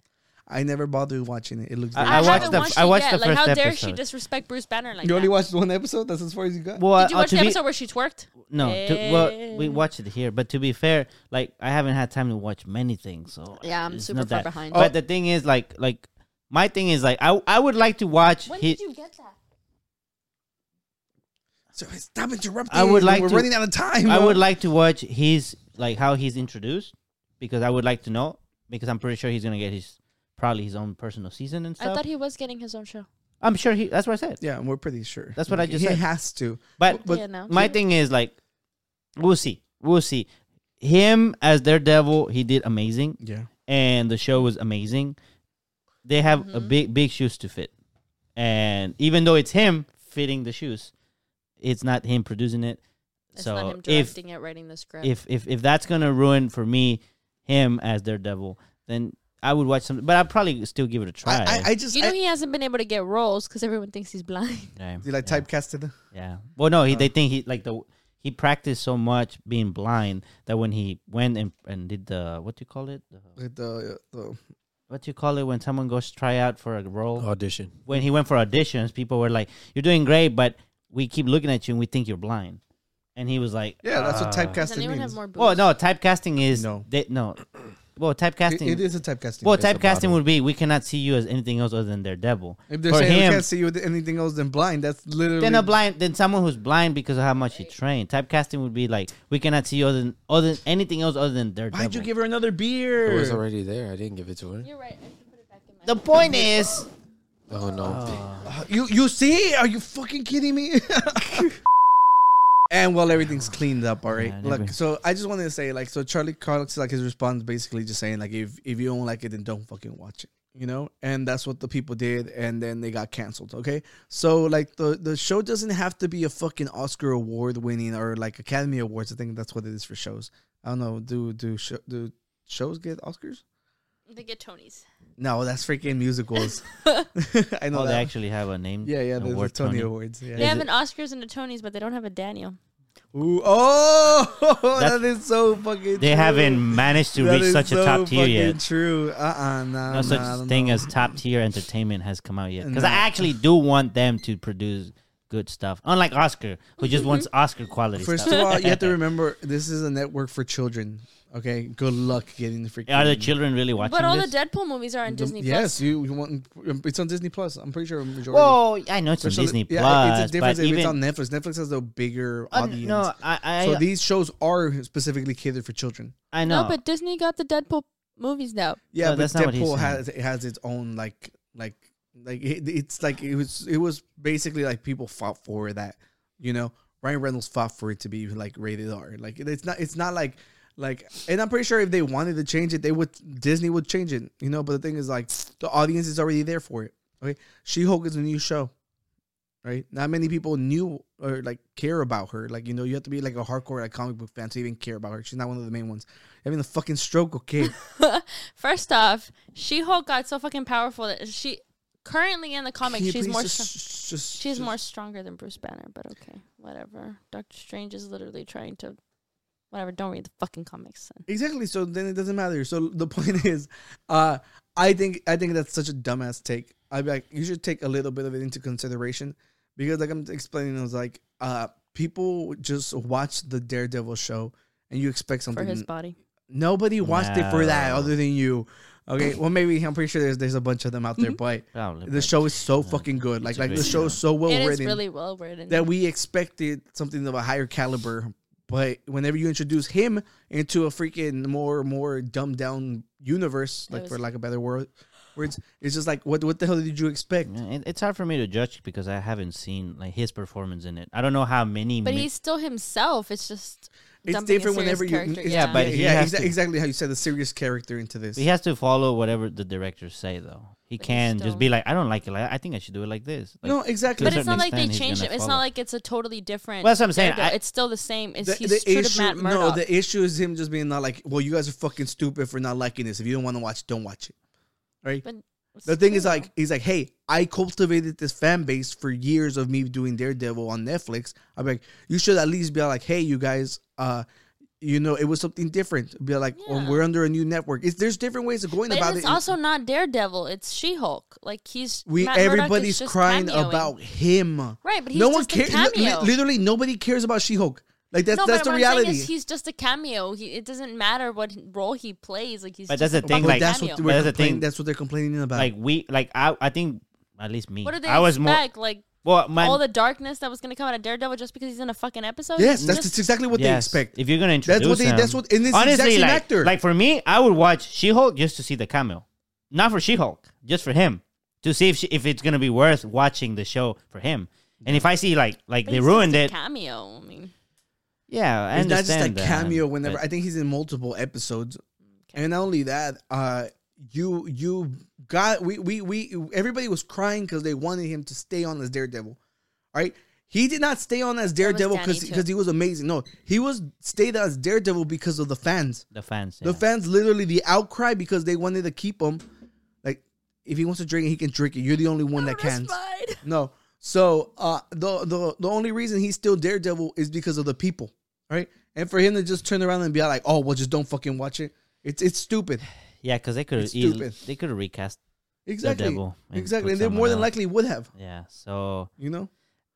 [SPEAKER 1] I never bothered watching it. It looks.
[SPEAKER 2] I-
[SPEAKER 1] very-
[SPEAKER 2] I watched
[SPEAKER 5] haven't
[SPEAKER 2] the- I
[SPEAKER 5] it
[SPEAKER 2] watched the
[SPEAKER 5] Like, how
[SPEAKER 2] first
[SPEAKER 5] dare she
[SPEAKER 2] episode.
[SPEAKER 5] disrespect Bruce Banner like
[SPEAKER 1] you
[SPEAKER 5] that?
[SPEAKER 1] only watched one episode. That's as far as you got.
[SPEAKER 2] well,
[SPEAKER 5] Did you
[SPEAKER 2] uh,
[SPEAKER 5] watch
[SPEAKER 2] to
[SPEAKER 5] the
[SPEAKER 2] be-
[SPEAKER 5] episode Eh. where she twerked?
[SPEAKER 2] No, to, well, we watched it here, but to be fair, like I haven't had time to watch many things, so
[SPEAKER 5] Yeah, I'm
[SPEAKER 2] it's
[SPEAKER 5] super
[SPEAKER 2] not
[SPEAKER 5] far
[SPEAKER 2] that.
[SPEAKER 5] behind.
[SPEAKER 2] But the thing is, like, like my thing is, like, I I would like to watch.
[SPEAKER 5] When
[SPEAKER 2] his-
[SPEAKER 5] did you get that?
[SPEAKER 1] so stop interrupting.
[SPEAKER 2] I would like
[SPEAKER 1] We're
[SPEAKER 2] to-
[SPEAKER 1] running out of time.
[SPEAKER 2] I
[SPEAKER 1] bro.
[SPEAKER 2] would like to watch his like how he's introduced because I would like to know because I'm pretty sure he's gonna get his probably his own personal season and
[SPEAKER 5] I
[SPEAKER 2] stuff.
[SPEAKER 5] thought he was getting his own show.
[SPEAKER 2] I'm sure he. That's what I said.
[SPEAKER 1] Yeah, we're pretty sure.
[SPEAKER 2] That's what I just
[SPEAKER 1] he
[SPEAKER 2] said.
[SPEAKER 1] has to.
[SPEAKER 2] But
[SPEAKER 1] But-
[SPEAKER 5] yeah, no.
[SPEAKER 2] my thing is like, we'll see, we'll see. Him as Daredevil, he did amazing.
[SPEAKER 1] Yeah.
[SPEAKER 2] and the show was amazing. They have a
[SPEAKER 5] Mm-hmm.
[SPEAKER 2] big big shoes to fit, and even though it's him fitting the shoes, it's not him producing it.
[SPEAKER 5] It's
[SPEAKER 2] so
[SPEAKER 5] not him
[SPEAKER 2] if
[SPEAKER 5] directing it, writing the script.
[SPEAKER 2] if if if that's gonna ruin for me him as Daredevil, then I would watch some, but I'd probably still give it a
[SPEAKER 1] I,
[SPEAKER 2] try.
[SPEAKER 1] I, I just
[SPEAKER 5] you know
[SPEAKER 1] I,
[SPEAKER 5] he hasn't been able to get roles because everyone thinks he's blind.
[SPEAKER 2] yeah,
[SPEAKER 1] you like Uh.
[SPEAKER 2] yeah,
[SPEAKER 1] typecasted.
[SPEAKER 2] yeah. Well, no, he, they think he like the he practiced so much being blind that when he went and, and did the what do you call it The-
[SPEAKER 1] The, the, the
[SPEAKER 2] what do you call it when someone goes try out for a
[SPEAKER 1] Oh,
[SPEAKER 2] role
[SPEAKER 4] Audition.
[SPEAKER 2] when he went for auditions, people were like, "You're doing great, but we keep looking at you and we think you're blind." And he was like,
[SPEAKER 1] yeah, that's
[SPEAKER 2] Ah.
[SPEAKER 1] what
[SPEAKER 5] Does
[SPEAKER 1] typecasting
[SPEAKER 5] anyone have
[SPEAKER 1] means.
[SPEAKER 5] more boobs?
[SPEAKER 2] "Oh no, typecasting is
[SPEAKER 1] No.
[SPEAKER 2] no, no. Well,
[SPEAKER 1] It-
[SPEAKER 2] typecasting.
[SPEAKER 1] it is a typecasting.
[SPEAKER 2] well,
[SPEAKER 4] a
[SPEAKER 2] typecasting
[SPEAKER 4] bottom.
[SPEAKER 2] would be we cannot see you as anything else other than their devil.
[SPEAKER 1] if they're
[SPEAKER 2] For
[SPEAKER 1] saying we
[SPEAKER 2] him,
[SPEAKER 1] can't see you with anything else than blind, that's literally
[SPEAKER 2] then a blind, then someone who's blind because of how much he trained. Typecasting would be like we cannot see you other than other than anything else other than their
[SPEAKER 1] Why'd
[SPEAKER 2] devil.
[SPEAKER 1] you give her another
[SPEAKER 4] It
[SPEAKER 1] beer?
[SPEAKER 4] was already there. I didn't give it to her.
[SPEAKER 5] You're right. I should put it back in my.
[SPEAKER 2] the point is,
[SPEAKER 4] Oh no.
[SPEAKER 2] Ah.
[SPEAKER 1] Uh, You you see? Are you fucking kidding me? [LAUGHS] and well, everything's cleaned up, all right.
[SPEAKER 2] Yeah,
[SPEAKER 1] Look,
[SPEAKER 2] every-
[SPEAKER 1] so I just wanted to say, like, so Charlie Cox, like his response, basically just saying, like, if if you don't like it, then don't fucking watch it, you know. And that's what the people did, and then they got canceled. Okay, so like the the show doesn't have to be a fucking Oscar award winning or like Academy Awards. I think that's what it is for shows. I don't know. Do do sho do shows get Oscars?
[SPEAKER 5] They get Tonys.
[SPEAKER 1] No, that's freaking
[SPEAKER 5] [LAUGHS]
[SPEAKER 1] musicals. [LAUGHS] I know
[SPEAKER 2] oh, they
[SPEAKER 1] that.
[SPEAKER 2] actually have a name.
[SPEAKER 1] Yeah, yeah,
[SPEAKER 2] an
[SPEAKER 1] there's the
[SPEAKER 2] award,
[SPEAKER 1] Tony,
[SPEAKER 2] Tony.
[SPEAKER 1] Awards. Yeah.
[SPEAKER 5] They have an Oscars and a Tonys, but they don't have a Daniel.
[SPEAKER 1] Ooh, oh, [LAUGHS]
[SPEAKER 2] That's-
[SPEAKER 1] that is so fucking.
[SPEAKER 2] They
[SPEAKER 1] true.
[SPEAKER 2] haven't managed to
[SPEAKER 1] That
[SPEAKER 2] reach
[SPEAKER 1] is
[SPEAKER 2] such a
[SPEAKER 1] so
[SPEAKER 2] top tier yet.
[SPEAKER 1] fucking True. Uh uh Nah,
[SPEAKER 2] no such
[SPEAKER 1] nah, I don't
[SPEAKER 2] thing
[SPEAKER 1] know.
[SPEAKER 2] as top tier entertainment has come out yet. Because
[SPEAKER 1] No.
[SPEAKER 2] I actually do want them to produce good stuff. Unlike Oscar, who just wants Oscar quality
[SPEAKER 1] Mm-hmm. First
[SPEAKER 2] stuff. [LAUGHS]
[SPEAKER 1] of all, you have to remember this is a network for children. Okay, good luck getting the freaking.
[SPEAKER 2] Are the children really watching
[SPEAKER 5] But all
[SPEAKER 2] this?
[SPEAKER 5] the Deadpool movies are on
[SPEAKER 1] the-
[SPEAKER 5] Disney
[SPEAKER 1] Yes,
[SPEAKER 5] Plus.
[SPEAKER 1] you, you want it's on Disney Plus. I'm pretty sure a majority.
[SPEAKER 2] well, I know it's on
[SPEAKER 1] especially-
[SPEAKER 2] Disney
[SPEAKER 1] yeah,
[SPEAKER 2] Plus,
[SPEAKER 1] it's a difference
[SPEAKER 2] but
[SPEAKER 1] if
[SPEAKER 2] even
[SPEAKER 1] it's on Netflix. Netflix has a bigger
[SPEAKER 2] Uh,
[SPEAKER 1] audience.
[SPEAKER 2] no, I I,
[SPEAKER 1] so these shows are specifically catered for children.
[SPEAKER 2] I know.
[SPEAKER 5] No, but Disney got the Deadpool movies now.
[SPEAKER 1] Yeah,
[SPEAKER 2] No,
[SPEAKER 1] but
[SPEAKER 2] that's not what he's
[SPEAKER 1] Deadpool
[SPEAKER 2] saying.
[SPEAKER 1] has it has its own like like Like it, it's like it was it was basically like people fought for that, you know. Ryan Reynolds fought for it to be like rated R. Like it's not it's not like like and I'm pretty sure if they wanted to change it, they would Disney would change it, you know. But the thing is like the audience is already there for it. Okay, She Hulk is a new show, right? Not many people knew or like care about her. Like you know, you have to be like a hardcore like comic book fan to even care about her. She's not one of the main ones. Having the fucking stroke, okay?
[SPEAKER 5] First off, She Hulk got so fucking powerful that she currently in the comic
[SPEAKER 1] Can you
[SPEAKER 5] she's
[SPEAKER 1] please
[SPEAKER 5] more
[SPEAKER 1] just-
[SPEAKER 5] str-
[SPEAKER 1] just- just-
[SPEAKER 5] she's
[SPEAKER 1] just-
[SPEAKER 5] more stronger than Bruce Banner. But okay, whatever. Doctor Strange is literally trying to. Whatever, don't read the fucking comics. Son.
[SPEAKER 1] Exactly. So then it doesn't matter. So the point [LAUGHS] is, uh, I think I think that's such a dumbass take. I'd be like, you should take a little bit of it into consideration because, like I'm explaining, it was like, uh, people just watch the Daredevil show and you expect
[SPEAKER 5] For
[SPEAKER 1] something.
[SPEAKER 5] his body.
[SPEAKER 1] Nobody watched it for that
[SPEAKER 2] No.
[SPEAKER 1] other than you. Okay. Well, maybe I'm pretty sure there's there's a bunch of them out there, but
[SPEAKER 2] Probably,
[SPEAKER 1] the
[SPEAKER 2] but
[SPEAKER 1] show is so
[SPEAKER 2] it's a-
[SPEAKER 1] fucking good. Like
[SPEAKER 2] it's a
[SPEAKER 1] like the
[SPEAKER 2] great
[SPEAKER 1] show is so well
[SPEAKER 5] Mm-hmm. It is
[SPEAKER 1] written
[SPEAKER 5] really well written.
[SPEAKER 1] that we expected something of a higher caliber. But whenever you introduce him into a freaking more more dumbed down universe, like
[SPEAKER 5] was-
[SPEAKER 1] for lack of better word, words, it's just like what what the hell did you expect?
[SPEAKER 2] Yeah, it- it's hard for me to judge because I haven't seen like his performance in it. I don't know how many.
[SPEAKER 5] but
[SPEAKER 2] mi-
[SPEAKER 5] he's still himself. It's just
[SPEAKER 1] It's
[SPEAKER 5] dumping a
[SPEAKER 1] different
[SPEAKER 5] serious
[SPEAKER 1] whenever you
[SPEAKER 5] character.
[SPEAKER 1] it's-
[SPEAKER 2] Yeah, but
[SPEAKER 1] yeah,
[SPEAKER 2] he
[SPEAKER 1] yeah,
[SPEAKER 2] has
[SPEAKER 1] exa-
[SPEAKER 2] to-
[SPEAKER 1] exactly how you said the serious character into this.
[SPEAKER 2] he has to follow whatever the directors say though. He
[SPEAKER 5] But he's
[SPEAKER 2] can just
[SPEAKER 5] still-
[SPEAKER 2] be like, I don't like it. Like, I think I should do it like this. Like,
[SPEAKER 1] no, exactly.
[SPEAKER 2] to a
[SPEAKER 5] but it's
[SPEAKER 2] certain
[SPEAKER 5] not like they
[SPEAKER 2] extent, he's
[SPEAKER 5] changed
[SPEAKER 2] gonna
[SPEAKER 5] him. It's
[SPEAKER 2] follow.
[SPEAKER 5] not like it's a totally different.
[SPEAKER 2] Well, that's what I'm saying.
[SPEAKER 5] Daredevil.
[SPEAKER 2] I-
[SPEAKER 5] it's still the same. It's
[SPEAKER 1] The-
[SPEAKER 5] he's
[SPEAKER 1] the
[SPEAKER 5] true to
[SPEAKER 1] issue-
[SPEAKER 5] Matt
[SPEAKER 1] no,
[SPEAKER 5] Murdock.
[SPEAKER 1] the issue is him just being not like, well, you guys are fucking stupid for not liking this. If you don't want to watch, don't watch it. Right?
[SPEAKER 5] But
[SPEAKER 1] The thing is,
[SPEAKER 5] still.
[SPEAKER 1] like, he's like, hey, I cultivated this fan base for years of me doing Daredevil on Netflix. I'm like, you should at least be like, hey, you guys, uh, you know, it was something different. Be like, well,
[SPEAKER 5] Yeah.
[SPEAKER 1] we're under a new network. It's, there's different ways of going
[SPEAKER 5] But
[SPEAKER 1] about
[SPEAKER 5] it's
[SPEAKER 1] it.
[SPEAKER 5] also not Daredevil. It's She Hulk. Like he's
[SPEAKER 1] we
[SPEAKER 5] Matt Murdock is
[SPEAKER 1] everybody's
[SPEAKER 5] just
[SPEAKER 1] crying
[SPEAKER 5] cameoing.
[SPEAKER 1] about him.
[SPEAKER 5] Right, but he's
[SPEAKER 1] no one
[SPEAKER 5] just a
[SPEAKER 1] cares. li-
[SPEAKER 5] cameo.
[SPEAKER 1] literally, nobody cares about She-Hulk. Like that's
[SPEAKER 5] no,
[SPEAKER 1] that's
[SPEAKER 5] but
[SPEAKER 1] the
[SPEAKER 5] what I'm
[SPEAKER 1] reality.
[SPEAKER 5] saying is he's just a cameo. He, it doesn't matter what role he plays. Like he's.
[SPEAKER 2] But that's
[SPEAKER 5] just
[SPEAKER 2] the
[SPEAKER 5] a
[SPEAKER 2] thing,
[SPEAKER 5] fucking
[SPEAKER 1] but
[SPEAKER 2] like-
[SPEAKER 1] that's
[SPEAKER 5] cameo.
[SPEAKER 1] what we're
[SPEAKER 2] That's the
[SPEAKER 1] complaining.
[SPEAKER 2] thing.
[SPEAKER 1] That's what they're complaining about.
[SPEAKER 2] like we like I I think at least me.
[SPEAKER 5] what do they
[SPEAKER 2] I was more
[SPEAKER 5] expect? like
[SPEAKER 2] well my
[SPEAKER 5] all the darkness that was going to come out of Daredevil just because he's in a fucking episode.
[SPEAKER 1] yes,
[SPEAKER 5] It's
[SPEAKER 1] that's,
[SPEAKER 5] just-
[SPEAKER 1] that's exactly what they
[SPEAKER 2] yes,
[SPEAKER 1] expect.
[SPEAKER 2] If you're gonna introduce
[SPEAKER 1] That's what they-
[SPEAKER 2] him,
[SPEAKER 1] that's what- and it's the exact
[SPEAKER 2] honestly
[SPEAKER 1] same
[SPEAKER 2] like
[SPEAKER 1] actor.
[SPEAKER 2] like for me, I would watch She Hulk just to see the cameo, not for She Hulk, just for him to see if she, if it's gonna be worth watching the show for him. And if I see like like
[SPEAKER 5] but
[SPEAKER 2] they
[SPEAKER 5] he's just
[SPEAKER 2] ruined
[SPEAKER 5] a
[SPEAKER 2] it,
[SPEAKER 5] Cameo. I mean,
[SPEAKER 2] yeah, I
[SPEAKER 1] It's not just a
[SPEAKER 2] understand that,
[SPEAKER 1] cameo. Whenever
[SPEAKER 2] but-
[SPEAKER 1] I think he's in multiple episodes, and not only that, uh, you you got we we we everybody was crying because they wanted him to stay on as Daredevil, right? He did not stay on as Daredevil
[SPEAKER 5] Danny
[SPEAKER 1] because
[SPEAKER 5] too.
[SPEAKER 1] because he was amazing. No, he was stayed as Daredevil because of the fans.
[SPEAKER 2] the fans,
[SPEAKER 1] The fans literally the outcry because they wanted to keep him. Like if he wants to drink it, he can drink it. You're the only one that can. No. So uh, the the the only reason he's still Daredevil is because of the people, right? And for him to just turn around and be like, "Oh, well, just don't fucking watch it," it's it's
[SPEAKER 2] [SIGHS]
[SPEAKER 1] stupid.
[SPEAKER 2] yeah, because they could
[SPEAKER 1] It's
[SPEAKER 2] have easily
[SPEAKER 1] stupid.
[SPEAKER 2] they could have recast,
[SPEAKER 1] Exactly.
[SPEAKER 2] Daredevil and
[SPEAKER 1] exactly.
[SPEAKER 2] put
[SPEAKER 1] And they
[SPEAKER 2] someone
[SPEAKER 1] more than
[SPEAKER 2] else.
[SPEAKER 1] likely would have,
[SPEAKER 2] yeah. So
[SPEAKER 1] you know.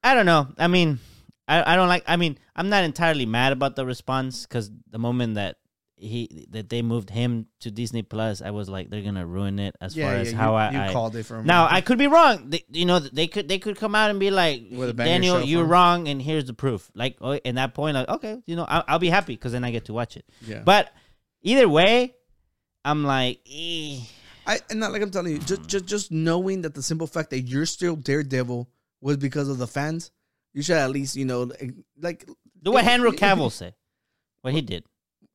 [SPEAKER 2] I don't know. I mean, I, I don't like. I mean, I'm not entirely mad about the response because the moment that he that they moved him to Disney Plus, I was like, they're gonna ruin it as far as how
[SPEAKER 1] you,
[SPEAKER 2] I,
[SPEAKER 1] you
[SPEAKER 2] I
[SPEAKER 1] called it from
[SPEAKER 2] [LAUGHS] Now I could be wrong. They, you know, they could they could come out and be like,
[SPEAKER 1] With a banger
[SPEAKER 2] Daniel,
[SPEAKER 1] show
[SPEAKER 2] you're
[SPEAKER 1] for 'em.
[SPEAKER 2] wrong, and here's the proof. Like, oh, and that point, like, okay, you know, I'll, I'll be happy because then I get to watch it.
[SPEAKER 1] Yeah.
[SPEAKER 2] But either way, I'm like, eh.
[SPEAKER 1] I and not like I'm telling you, just just just knowing that the simple fact that you're still Daredevil was because of the fans, you should at least you know like- like
[SPEAKER 2] do
[SPEAKER 1] [LAUGHS]
[SPEAKER 2] what Henry Cavill said, what he did.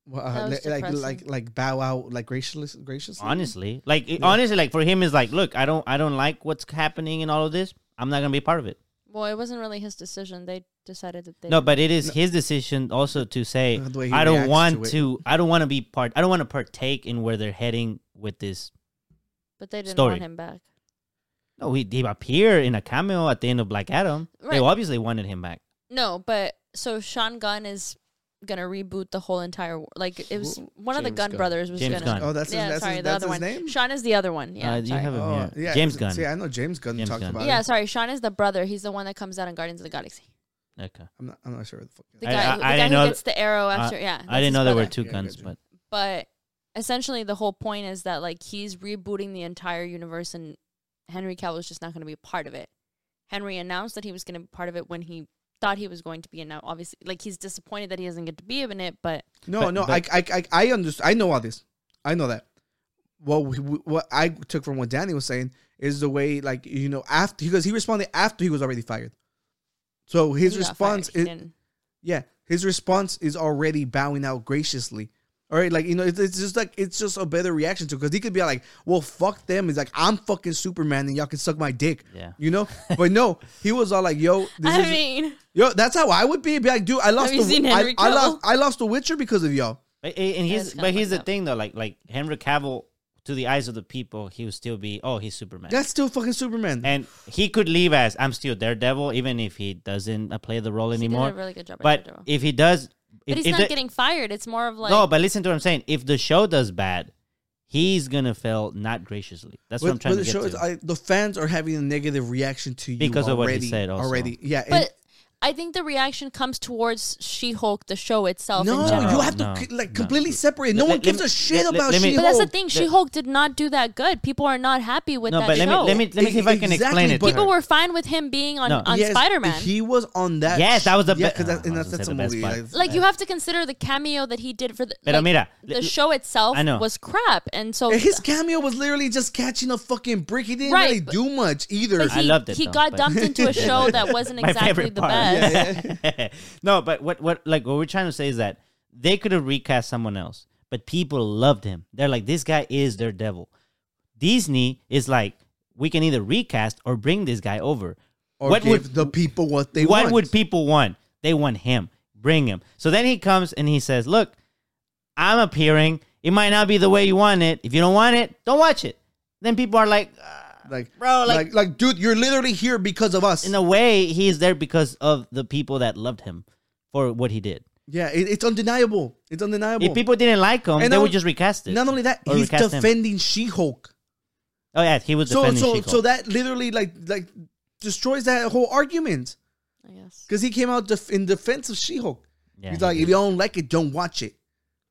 [SPEAKER 1] well,
[SPEAKER 5] That
[SPEAKER 1] uh, like,
[SPEAKER 5] was
[SPEAKER 1] like
[SPEAKER 5] depressing.
[SPEAKER 1] like like bow out like gracious graciously.
[SPEAKER 2] honestly like it- honestly like for him is like look i don't i don't like what's happening and all of this i'm not gonna be part of it
[SPEAKER 5] well, it wasn't really his decision. They decided that they.
[SPEAKER 2] no but it is his decision also to say
[SPEAKER 1] Uh, the way he
[SPEAKER 2] i don't
[SPEAKER 1] reacts
[SPEAKER 2] want
[SPEAKER 1] to it.
[SPEAKER 2] to, i don't want to be part i don't want to partake in where they're heading with this
[SPEAKER 5] but they didn't
[SPEAKER 2] story.
[SPEAKER 5] want him back.
[SPEAKER 2] no he, he appeared in a cameo at the end of black adam
[SPEAKER 5] Right.
[SPEAKER 2] they obviously wanted him back
[SPEAKER 5] No, but so Sean Gunn is gonna reboot the whole entire war. like it was one of the
[SPEAKER 4] James
[SPEAKER 5] Gunn,
[SPEAKER 4] Gunn.
[SPEAKER 5] brothers was
[SPEAKER 2] James
[SPEAKER 5] gonna.
[SPEAKER 2] Gunn.
[SPEAKER 1] Oh, that's
[SPEAKER 5] yeah,
[SPEAKER 1] his, that's
[SPEAKER 5] sorry,
[SPEAKER 1] his,
[SPEAKER 5] the
[SPEAKER 1] that's
[SPEAKER 5] other
[SPEAKER 1] his
[SPEAKER 5] one.
[SPEAKER 1] name.
[SPEAKER 5] Sean is the other one. Yeah,
[SPEAKER 2] Uh, you
[SPEAKER 5] sorry.
[SPEAKER 2] have him
[SPEAKER 1] Oh,
[SPEAKER 2] here.
[SPEAKER 1] yeah,
[SPEAKER 2] james
[SPEAKER 1] see,
[SPEAKER 2] gunn
[SPEAKER 1] See, I know James Gunn
[SPEAKER 2] James
[SPEAKER 1] talked
[SPEAKER 2] Gunn.
[SPEAKER 1] about
[SPEAKER 5] yeah,
[SPEAKER 1] it.
[SPEAKER 5] sorry. Sean is the brother. He's the one that comes out in Guardians of the Galaxy.
[SPEAKER 2] okay
[SPEAKER 1] I'm not, I'm not sure. What the fuck.
[SPEAKER 5] The
[SPEAKER 2] I-
[SPEAKER 5] guy,
[SPEAKER 2] I-
[SPEAKER 5] who,
[SPEAKER 2] I
[SPEAKER 5] the guy
[SPEAKER 2] didn't
[SPEAKER 5] who
[SPEAKER 2] know uh,
[SPEAKER 5] gets the arrow after.
[SPEAKER 2] I,
[SPEAKER 5] yeah, that's
[SPEAKER 2] i
[SPEAKER 5] his
[SPEAKER 2] didn't know there were
[SPEAKER 5] brother.
[SPEAKER 2] two
[SPEAKER 1] Yeah, I
[SPEAKER 2] guns
[SPEAKER 1] got you.
[SPEAKER 2] but
[SPEAKER 5] But essentially, the whole point is that like he's rebooting the entire universe, and Henry Cavill is just not going to be a part of it. Henry announced that he was going to be part of it when he thought he was going to be, and now obviously, like he's disappointed that he doesn't get to be in it. But
[SPEAKER 1] No,
[SPEAKER 2] But-
[SPEAKER 1] no,
[SPEAKER 2] but-
[SPEAKER 1] I, I, I, I understand. I know all this. I know that. what we, we- what I took from what Danny was saying is the way like you know after because he responded after he was already fired. So his
[SPEAKER 5] He got
[SPEAKER 1] response
[SPEAKER 5] fired. He
[SPEAKER 1] is,
[SPEAKER 5] didn't-
[SPEAKER 1] yeah, his response is already bowing out graciously. All right, like you know, it's, it's just like it's just a better reaction to because he could be like, "Well, fuck them." He's like, "I'm fucking Superman, and y'all can suck my dick."
[SPEAKER 2] Yeah.
[SPEAKER 1] you know. But no, he was all like, "Yo, this
[SPEAKER 5] [LAUGHS] I
[SPEAKER 1] is
[SPEAKER 5] mean,
[SPEAKER 1] yo." That's how I would be. Be like, "Dude, I lost
[SPEAKER 5] you
[SPEAKER 1] the
[SPEAKER 5] seen
[SPEAKER 1] I,
[SPEAKER 5] Henry
[SPEAKER 1] I
[SPEAKER 5] Cavill?
[SPEAKER 1] lost I lost the Witcher because of y'all."
[SPEAKER 2] But, and he's
[SPEAKER 5] it's kinda
[SPEAKER 2] but here's the
[SPEAKER 5] fucked up.
[SPEAKER 2] thing though, like like Henry Cavill, to the eyes of the people, he would still be oh he's Superman,
[SPEAKER 1] That's still fucking Superman.
[SPEAKER 2] and he could leave as I'm still Daredevil, even if he doesn't uh, play the role
[SPEAKER 5] he did
[SPEAKER 2] anymore.
[SPEAKER 5] a really good job. at
[SPEAKER 2] but
[SPEAKER 5] Daredevil.
[SPEAKER 2] if he does, if,
[SPEAKER 5] but he's
[SPEAKER 2] if
[SPEAKER 5] not
[SPEAKER 2] the-
[SPEAKER 5] getting fired. It's more of like
[SPEAKER 2] no, but listen to what I'm saying. If the show does bad, he's gonna fail not graciously. That's what I'm
[SPEAKER 1] But-
[SPEAKER 2] trying
[SPEAKER 1] but
[SPEAKER 2] to
[SPEAKER 1] the
[SPEAKER 2] get
[SPEAKER 1] show
[SPEAKER 2] to.
[SPEAKER 1] is, I, the fans are having a negative reaction to you
[SPEAKER 2] Because of what
[SPEAKER 1] already,
[SPEAKER 2] he said also.
[SPEAKER 1] Already, yeah. and-
[SPEAKER 5] But I think the reaction comes towards She-Hulk, the show itself. in
[SPEAKER 1] no,
[SPEAKER 5] general.
[SPEAKER 1] you have
[SPEAKER 2] No,
[SPEAKER 1] to c-
[SPEAKER 2] no.
[SPEAKER 1] like completely separate. No
[SPEAKER 2] Let-
[SPEAKER 1] one
[SPEAKER 2] let
[SPEAKER 1] gives
[SPEAKER 2] me-
[SPEAKER 1] a shit
[SPEAKER 2] let-
[SPEAKER 1] about
[SPEAKER 2] let me-
[SPEAKER 1] She-Hulk.
[SPEAKER 5] But that's the thing.
[SPEAKER 2] The-
[SPEAKER 5] She-Hulk did not do that good. People are not happy with
[SPEAKER 2] no,
[SPEAKER 5] that
[SPEAKER 2] but let me
[SPEAKER 5] show.
[SPEAKER 2] let me let me see if I can
[SPEAKER 1] Exactly,
[SPEAKER 2] explain it. to
[SPEAKER 1] but-
[SPEAKER 2] her.
[SPEAKER 5] People were fine with him being on,
[SPEAKER 2] No.
[SPEAKER 5] on
[SPEAKER 1] Yes,
[SPEAKER 5] Spider-Man.
[SPEAKER 1] He was on that.
[SPEAKER 2] Yes, that was the
[SPEAKER 1] yeah,
[SPEAKER 2] be-
[SPEAKER 1] 'cause that,
[SPEAKER 2] I
[SPEAKER 1] and that's,
[SPEAKER 2] was gonna
[SPEAKER 1] that's
[SPEAKER 2] say
[SPEAKER 1] a
[SPEAKER 2] the best
[SPEAKER 1] movie.
[SPEAKER 2] part.
[SPEAKER 1] like-
[SPEAKER 5] like you have to consider the cameo that he did for the
[SPEAKER 2] Pero
[SPEAKER 5] like,
[SPEAKER 2] mira,
[SPEAKER 5] the
[SPEAKER 2] l-
[SPEAKER 5] show itself
[SPEAKER 2] I know.
[SPEAKER 5] was crap, and so
[SPEAKER 1] and his cameo was literally just catching a fucking brick. He didn't
[SPEAKER 5] Right,
[SPEAKER 1] really
[SPEAKER 5] but-
[SPEAKER 1] do much either.
[SPEAKER 5] but he,
[SPEAKER 2] I loved it,
[SPEAKER 5] He
[SPEAKER 2] though,
[SPEAKER 5] got
[SPEAKER 2] but- [LAUGHS]
[SPEAKER 5] dumped into a show that wasn't exactly the best.
[SPEAKER 2] no, but what what like what we're trying to say is that they could have recast someone else, but people loved him. They're like, this guy is their devil. Disney is like, we can either recast or bring this guy over.
[SPEAKER 1] or
[SPEAKER 2] what
[SPEAKER 1] give
[SPEAKER 2] would
[SPEAKER 1] the people what they
[SPEAKER 2] what
[SPEAKER 1] want.
[SPEAKER 2] would people want? They want him. Bring him. So then he comes and he says, "Look, I'm appearing. It might not be the way you want it. If you don't want it, don't watch it." Then people are like, "Ah."
[SPEAKER 1] like,
[SPEAKER 2] Bro, like-
[SPEAKER 1] like, dude, you're literally here because of us.
[SPEAKER 2] in a way, he's there because of the people that loved him for what he did.
[SPEAKER 1] yeah, it, it's undeniable. It's undeniable.
[SPEAKER 2] If people didn't like him,
[SPEAKER 1] And
[SPEAKER 2] they
[SPEAKER 1] not-
[SPEAKER 2] would just recast it.
[SPEAKER 1] Not only that,
[SPEAKER 2] Or
[SPEAKER 1] he's
[SPEAKER 2] recast him.
[SPEAKER 1] defending She-Hulk.
[SPEAKER 2] Oh yeah, he was
[SPEAKER 1] so
[SPEAKER 2] defending
[SPEAKER 1] so
[SPEAKER 2] She-Hulk.
[SPEAKER 1] so that literally like like destroys that whole argument
[SPEAKER 5] I guess.
[SPEAKER 1] because he came out def- in defense of She-Hulk.
[SPEAKER 2] Yeah,
[SPEAKER 1] He's
[SPEAKER 2] he
[SPEAKER 1] like,
[SPEAKER 2] did.
[SPEAKER 1] if you don't like it, don't watch it.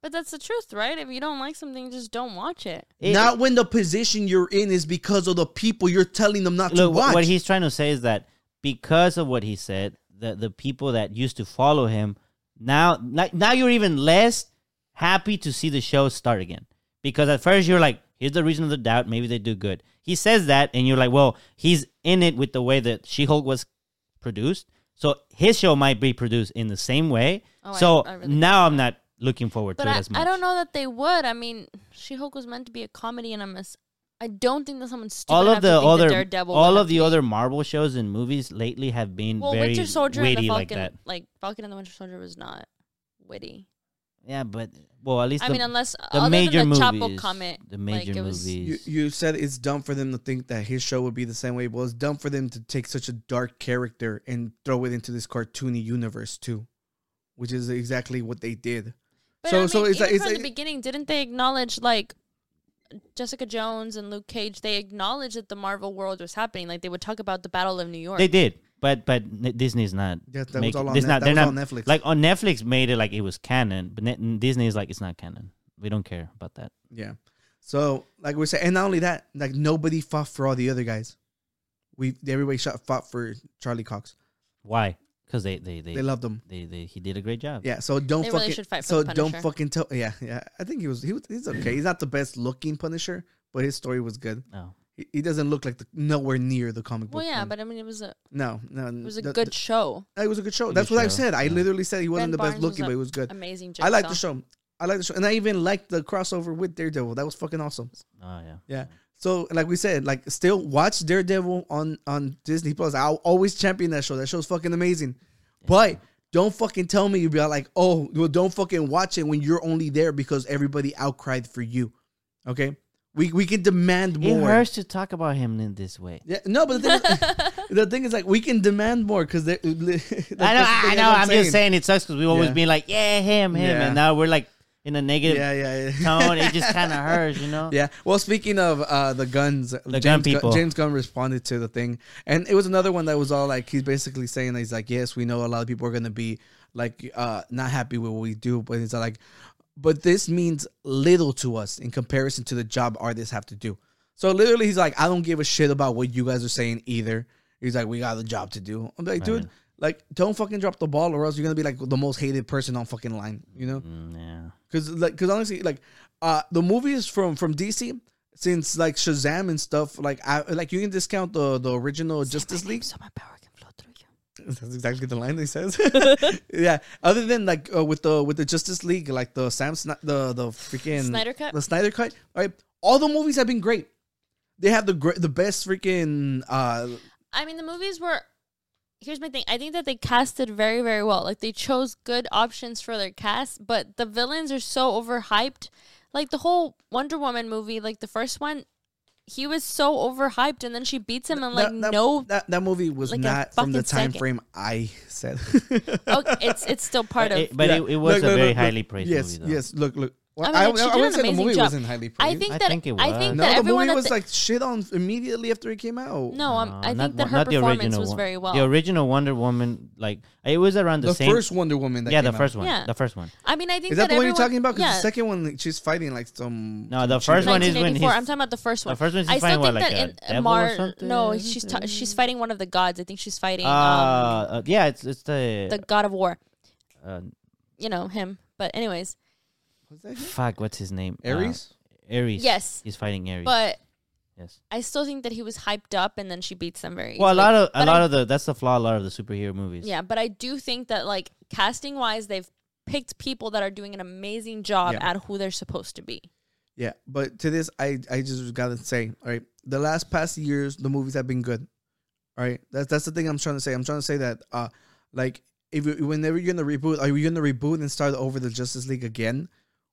[SPEAKER 5] But that's the truth, right? If you don't like something, just don't watch it.
[SPEAKER 2] It-
[SPEAKER 1] not when the position you're in is because of the people you're telling them not
[SPEAKER 2] look,
[SPEAKER 1] to watch.
[SPEAKER 2] what he's trying to say is that because of what he said, the the people that used to follow him now like now you're even less happy to see the show start again because at first you're like, here's the reason of the doubt, maybe they do good. He says that, and you're like, well, he's in it with the way that She-Hulk was produced, so his show might be produced in the same way.
[SPEAKER 5] Oh, I-
[SPEAKER 2] so
[SPEAKER 5] I really-
[SPEAKER 2] now I'm not looking forward
[SPEAKER 5] But
[SPEAKER 2] to it
[SPEAKER 5] I,
[SPEAKER 2] as much.
[SPEAKER 5] I don't know that they would. I mean, She-Hulk was meant to be a comedy, and I'm a, s- I don't think that someone stupid
[SPEAKER 2] all
[SPEAKER 5] enough
[SPEAKER 2] of
[SPEAKER 5] to
[SPEAKER 2] the
[SPEAKER 5] think that
[SPEAKER 2] other
[SPEAKER 5] Daredevil would
[SPEAKER 2] all
[SPEAKER 5] have
[SPEAKER 2] of
[SPEAKER 5] to
[SPEAKER 2] the
[SPEAKER 5] be-
[SPEAKER 2] other Marvel shows and movies lately have been
[SPEAKER 5] well,
[SPEAKER 2] very
[SPEAKER 5] Winter Soldier and the
[SPEAKER 2] witty
[SPEAKER 5] Falcon,
[SPEAKER 2] like that.
[SPEAKER 5] like Falcon and the Winter Soldier, was not witty.
[SPEAKER 2] Yeah, but well, at least
[SPEAKER 5] I
[SPEAKER 2] the,
[SPEAKER 5] mean, unless
[SPEAKER 2] the
[SPEAKER 5] other
[SPEAKER 2] major
[SPEAKER 5] than the
[SPEAKER 2] movies,
[SPEAKER 5] Chapo comment,
[SPEAKER 2] the major
[SPEAKER 5] like, it was,
[SPEAKER 1] you,
[SPEAKER 2] movies.
[SPEAKER 1] you said it's dumb for them to think that his show would be the same way. Well, it's dumb for them to take such a dark character and throw it into this cartoony universe too, which is exactly what they did.
[SPEAKER 5] But
[SPEAKER 1] so
[SPEAKER 5] I mean,
[SPEAKER 1] so it's
[SPEAKER 5] even
[SPEAKER 1] like it's
[SPEAKER 5] from
[SPEAKER 1] like,
[SPEAKER 5] the beginning, didn't they acknowledge like Jessica Jones and Luke Cage? They acknowledged that the Marvel world was happening. Like they would talk about the Battle of New York.
[SPEAKER 2] they did, but but N- Disney's not.
[SPEAKER 1] Yeah, that was
[SPEAKER 2] making-
[SPEAKER 1] all on
[SPEAKER 2] this
[SPEAKER 1] Net-
[SPEAKER 2] not,
[SPEAKER 1] that
[SPEAKER 2] they're
[SPEAKER 1] was
[SPEAKER 2] not-
[SPEAKER 1] on Netflix.
[SPEAKER 2] Like on Netflix, made it like it was canon, but Net- Disney is like it's not canon. We don't care about that.
[SPEAKER 1] yeah. So like we said, and not only that, like nobody fought for all the other guys. We everybody shot, fought for Charlie Cox.
[SPEAKER 2] Why? Because they they they,
[SPEAKER 1] They loved him.
[SPEAKER 2] they they he did a great job.
[SPEAKER 1] Yeah, so don't
[SPEAKER 5] They really
[SPEAKER 1] fucking
[SPEAKER 5] should fight for
[SPEAKER 1] so
[SPEAKER 5] the
[SPEAKER 1] don't
[SPEAKER 5] Punisher.
[SPEAKER 1] fucking tell. Yeah, yeah. I think he was he was he's okay. He's not the best looking Punisher, but his story was good.
[SPEAKER 2] Oh.
[SPEAKER 1] He, he doesn't look like the, nowhere near the comic book.
[SPEAKER 5] Well, yeah,
[SPEAKER 2] Mm.
[SPEAKER 1] one.
[SPEAKER 5] but I mean, it was a
[SPEAKER 1] no, no,
[SPEAKER 5] it was a good show.
[SPEAKER 1] It was a good show.
[SPEAKER 2] Good
[SPEAKER 1] That's what I
[SPEAKER 2] show,
[SPEAKER 1] said. I
[SPEAKER 2] yeah.
[SPEAKER 1] literally said he wasn't
[SPEAKER 5] Ben
[SPEAKER 1] the best
[SPEAKER 5] Barnes was
[SPEAKER 1] looking,
[SPEAKER 5] a
[SPEAKER 1] but he was good.
[SPEAKER 5] Amazing. Jigsaw.
[SPEAKER 1] I like the show. I like the show, and I even liked the crossover with Daredevil. That was fucking awesome.
[SPEAKER 2] Oh yeah.
[SPEAKER 1] Yeah. So, like we said, like still watch Daredevil on on Disney Plus. I'll always champion that show. That show's fucking amazing. But don't fucking tell me you be like, oh, well, don't fucking watch it when you're only there because everybody outcried for you. Okay, we we can demand
[SPEAKER 2] It
[SPEAKER 1] more.
[SPEAKER 2] hurts to talk about him in this way.
[SPEAKER 1] Yeah, no, but the
[SPEAKER 2] [LAUGHS]
[SPEAKER 1] thing, is, the thing is, like, we can demand more because [LAUGHS] I know,
[SPEAKER 2] I know, I know. I'm, just saying it sucks because we always
[SPEAKER 1] Yeah.
[SPEAKER 2] been like, yeah, him, him,
[SPEAKER 1] Yeah.
[SPEAKER 2] and now we're like in a negative
[SPEAKER 1] Yeah, yeah, yeah.
[SPEAKER 2] tone.
[SPEAKER 1] [LAUGHS]
[SPEAKER 2] It just kind of hurts, you know.
[SPEAKER 1] Yeah. Well, speaking of uh, the guns, James,
[SPEAKER 2] gun
[SPEAKER 1] Gun-
[SPEAKER 2] people.
[SPEAKER 1] James Gunn responded to the thing, and it was another one that was all like he's basically saying that he's like, yes, we know a lot of people are gonna be like uh, not happy with what we do, but it's like, but this means little to us in comparison to the job artists have to do. So literally, he's like, I don't give a shit about what you guys are saying either. He's like, we got a job to do. I'm like, dude. Like, don't fucking drop the ball, or else you're gonna be like the most hated person on fucking line, you know?
[SPEAKER 2] Mm, yeah.
[SPEAKER 1] Cause like, cause honestly, like, uh, the movies from from DC, since like Shazam and stuff, like I like you can discount the the original Justice League.
[SPEAKER 5] so my power can flow through you.
[SPEAKER 1] [LAUGHS] That's exactly the line they says. [LAUGHS] yeah. Other than like uh, with the with the Justice League, like the Sam Sni- the the freaking
[SPEAKER 5] Snyder Cut?
[SPEAKER 1] the Snyder cut. All right, all the movies have been great. They have the great the best freaking uh
[SPEAKER 5] I mean, the movies were. Here's my thing. I think that they casted very, very well. Like they chose good options for their cast, but the villains are so overhyped. Like the whole Wonder Woman movie, like the first one, he was so overhyped, and then she beats him, and like
[SPEAKER 1] that, [LAUGHS]
[SPEAKER 5] no,
[SPEAKER 1] that that movie was
[SPEAKER 5] like a
[SPEAKER 1] not from the
[SPEAKER 5] fucking
[SPEAKER 1] time
[SPEAKER 5] second.
[SPEAKER 1] frame I said. [LAUGHS]
[SPEAKER 5] oh, it's
[SPEAKER 2] [LAUGHS]
[SPEAKER 5] it's still part of.
[SPEAKER 2] It- but
[SPEAKER 1] Yeah.
[SPEAKER 2] it, it was
[SPEAKER 1] Look,
[SPEAKER 2] a
[SPEAKER 1] look, look,
[SPEAKER 2] very
[SPEAKER 1] look.
[SPEAKER 2] highly praised
[SPEAKER 1] yes,
[SPEAKER 2] movie, though.
[SPEAKER 1] Yes, look, look. Well,
[SPEAKER 5] I mean,
[SPEAKER 1] I, I,
[SPEAKER 5] like, she did
[SPEAKER 1] wouldn't
[SPEAKER 5] an
[SPEAKER 1] say the
[SPEAKER 5] amazing
[SPEAKER 1] movie
[SPEAKER 5] job.
[SPEAKER 1] wasn't highly praised.
[SPEAKER 5] I think
[SPEAKER 2] I
[SPEAKER 5] that
[SPEAKER 2] think it
[SPEAKER 5] I think
[SPEAKER 2] was.
[SPEAKER 1] no,
[SPEAKER 5] that
[SPEAKER 1] the
[SPEAKER 5] everyone
[SPEAKER 1] movie
[SPEAKER 5] at
[SPEAKER 1] was
[SPEAKER 5] the-
[SPEAKER 1] like shit on immediately after it came out.
[SPEAKER 5] no, um, I
[SPEAKER 2] Uh, not
[SPEAKER 5] think
[SPEAKER 2] one-
[SPEAKER 5] that her
[SPEAKER 2] not the
[SPEAKER 5] performance
[SPEAKER 2] original
[SPEAKER 5] was
[SPEAKER 2] one.
[SPEAKER 5] very well.
[SPEAKER 2] The original Wonder Woman, like it was around the,
[SPEAKER 1] the
[SPEAKER 2] same.
[SPEAKER 1] first Wonder Woman. That
[SPEAKER 2] yeah,
[SPEAKER 1] came
[SPEAKER 2] the first
[SPEAKER 1] out.
[SPEAKER 2] one.
[SPEAKER 5] Yeah.
[SPEAKER 2] The first one.
[SPEAKER 5] I mean, I think
[SPEAKER 1] Is that, the one you're
[SPEAKER 5] everyone-
[SPEAKER 1] talking about? Because
[SPEAKER 5] Yeah,
[SPEAKER 1] the second one, like, she's fighting like some.
[SPEAKER 2] No, the
[SPEAKER 1] some
[SPEAKER 2] first one is when
[SPEAKER 5] 1984.
[SPEAKER 2] he's-
[SPEAKER 5] I'm talking about the first one.
[SPEAKER 2] the first one she's
[SPEAKER 5] I
[SPEAKER 2] fighting,
[SPEAKER 5] still
[SPEAKER 2] what,
[SPEAKER 5] think
[SPEAKER 2] like, a
[SPEAKER 5] that in
[SPEAKER 2] devil or
[SPEAKER 5] Mar-
[SPEAKER 2] something?
[SPEAKER 5] no, she's ta- she's fighting one of the gods. I think she's fighting
[SPEAKER 2] Uh,
[SPEAKER 5] um,
[SPEAKER 2] uh, yeah, it's it's the,
[SPEAKER 5] the god of war.
[SPEAKER 2] uh,
[SPEAKER 5] You know him. But anyways,
[SPEAKER 1] Was that him?
[SPEAKER 2] fuck. What's his name? Uh,
[SPEAKER 1] Ares.
[SPEAKER 2] Ares.
[SPEAKER 5] Yes.
[SPEAKER 2] he's fighting Ares.
[SPEAKER 5] but
[SPEAKER 2] yes.
[SPEAKER 5] I still think that he was hyped up, and then she beats him very.
[SPEAKER 2] Well, a
[SPEAKER 5] easily.
[SPEAKER 2] lot of a
[SPEAKER 5] But
[SPEAKER 2] lot
[SPEAKER 5] I-
[SPEAKER 2] of the that's the flaw. A lot of the superhero movies.
[SPEAKER 5] yeah, but I do think that like casting wise, they've picked people that are doing an amazing job
[SPEAKER 1] Yeah.
[SPEAKER 5] at who they're supposed to be.
[SPEAKER 1] Yeah, but to this, I I just gotta say, all right, the last past years, the movies have been good. All right, that's that's the thing I'm trying to say. I'm trying to say that, uh, like, if you, whenever you're gonna reboot, are you gonna reboot and start over the Justice League again,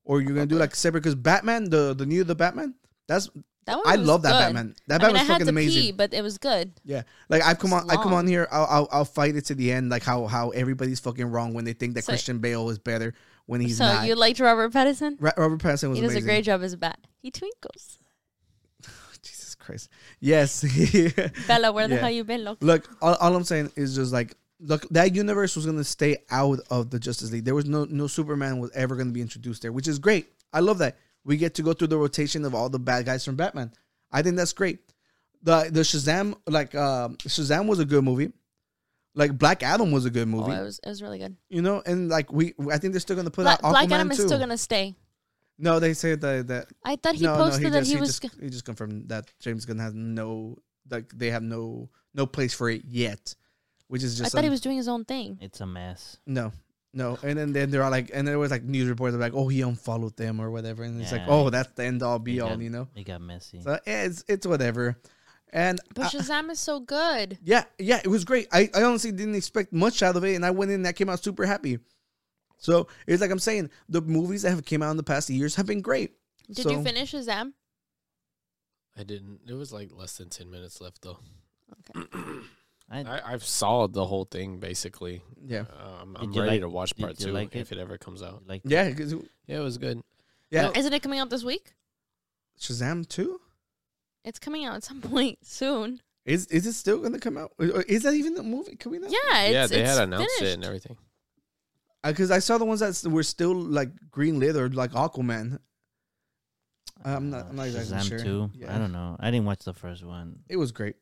[SPEAKER 1] or you're gonna do like separate? Because Batman, the the new the Batman, that's
[SPEAKER 5] That one
[SPEAKER 1] I
[SPEAKER 5] Oh, was
[SPEAKER 1] love that
[SPEAKER 5] good.
[SPEAKER 1] Batman. That Batman
[SPEAKER 5] I mean, I
[SPEAKER 1] was
[SPEAKER 5] had
[SPEAKER 1] fucking
[SPEAKER 5] to
[SPEAKER 1] amazing.
[SPEAKER 5] pee, but it was good.
[SPEAKER 1] Yeah, like I've come on, I
[SPEAKER 5] It's
[SPEAKER 1] come on
[SPEAKER 5] long.
[SPEAKER 1] here. I'll, I'll I'll fight it to the end. Like how how everybody's fucking wrong when they think that
[SPEAKER 5] So-
[SPEAKER 1] Christian Bale is better when he's
[SPEAKER 5] so
[SPEAKER 1] not.
[SPEAKER 5] you liked Robert Pattinson?
[SPEAKER 1] Ra- Robert Pattinson was
[SPEAKER 5] He does
[SPEAKER 1] amazing.
[SPEAKER 5] a great job as a bat. He twinkles.
[SPEAKER 1] Jesus Christ. Yes. [LAUGHS]
[SPEAKER 5] Bella, where the
[SPEAKER 1] Yeah.
[SPEAKER 5] hell you been? Look,
[SPEAKER 1] Look, all, all I'm saying is just like look that universe was gonna stay out of the Justice League. There was no no Superman was ever gonna be introduced there, which is great. I love that. We get to go through the rotation of all the bad guys from Batman. I think that's great. The the Shazam like um Shazam was a good movie. Like Black Adam was a good
[SPEAKER 5] oh,
[SPEAKER 1] movie.
[SPEAKER 5] it was it was really good.
[SPEAKER 1] you know, and like we I think they're still gonna put
[SPEAKER 5] Black,
[SPEAKER 1] out
[SPEAKER 5] Black
[SPEAKER 1] Aquaman
[SPEAKER 5] Adam is
[SPEAKER 1] too.
[SPEAKER 5] still gonna stay.
[SPEAKER 1] no, they say that that
[SPEAKER 5] I thought he
[SPEAKER 1] no,
[SPEAKER 5] posted
[SPEAKER 1] no,
[SPEAKER 5] that
[SPEAKER 1] just,
[SPEAKER 5] he was.
[SPEAKER 1] just, he just confirmed that James Gunn has no like they have no no place for it yet, which is
[SPEAKER 5] I
[SPEAKER 1] just
[SPEAKER 5] thought he
[SPEAKER 1] un-
[SPEAKER 5] was doing his own thing.
[SPEAKER 2] it's a mess.
[SPEAKER 1] no no. And then then there are like and there was like news reports of like oh he unfollowed them or whatever, and it's like
[SPEAKER 2] Yeah.
[SPEAKER 1] oh that's the end all be
[SPEAKER 2] It
[SPEAKER 1] all
[SPEAKER 2] got-
[SPEAKER 1] you know.
[SPEAKER 2] It got messy.
[SPEAKER 1] So yeah, it's it's whatever, and
[SPEAKER 5] But
[SPEAKER 1] I-
[SPEAKER 5] Shazam is so good.
[SPEAKER 1] yeah yeah it was great. I I honestly didn't expect much out of it, and I went in and I came out super happy. So it's like I'm saying the movies that have came out in the past years have been great.
[SPEAKER 5] Did
[SPEAKER 1] So-
[SPEAKER 5] you finish Shazam?
[SPEAKER 4] I didn't. It was like less than ten minutes left though.
[SPEAKER 2] [CLEARS THROAT] I,
[SPEAKER 4] I, I've saw the whole thing basically.
[SPEAKER 1] Yeah
[SPEAKER 4] Um,
[SPEAKER 2] Did
[SPEAKER 4] I'm
[SPEAKER 2] you
[SPEAKER 4] ready
[SPEAKER 2] like-
[SPEAKER 4] to watch
[SPEAKER 2] did
[SPEAKER 4] part
[SPEAKER 2] you
[SPEAKER 4] two
[SPEAKER 2] like
[SPEAKER 4] if
[SPEAKER 2] it?
[SPEAKER 4] it ever comes out.
[SPEAKER 2] like
[SPEAKER 1] yeah 'cause-
[SPEAKER 4] Yeah, it was good.
[SPEAKER 1] yeah
[SPEAKER 5] Isn't it coming out this week?
[SPEAKER 1] Shazam two.
[SPEAKER 5] It's coming out at some [LAUGHS] point soon.
[SPEAKER 1] Is is it still gonna come out? Or- or Is that even the movie? Can we know?
[SPEAKER 5] Yeah, it's,
[SPEAKER 4] yeah, they
[SPEAKER 5] it's
[SPEAKER 4] had announced it
[SPEAKER 5] finished.
[SPEAKER 4] and everything.
[SPEAKER 1] because Uh, I saw the ones that s- were still like green lit or like Aquaman. I'm not. I'm not exactly
[SPEAKER 2] uh, Shazam
[SPEAKER 1] sure.
[SPEAKER 2] Two.
[SPEAKER 1] Yeah.
[SPEAKER 2] I don't know. I didn't watch the first one.
[SPEAKER 1] It was great.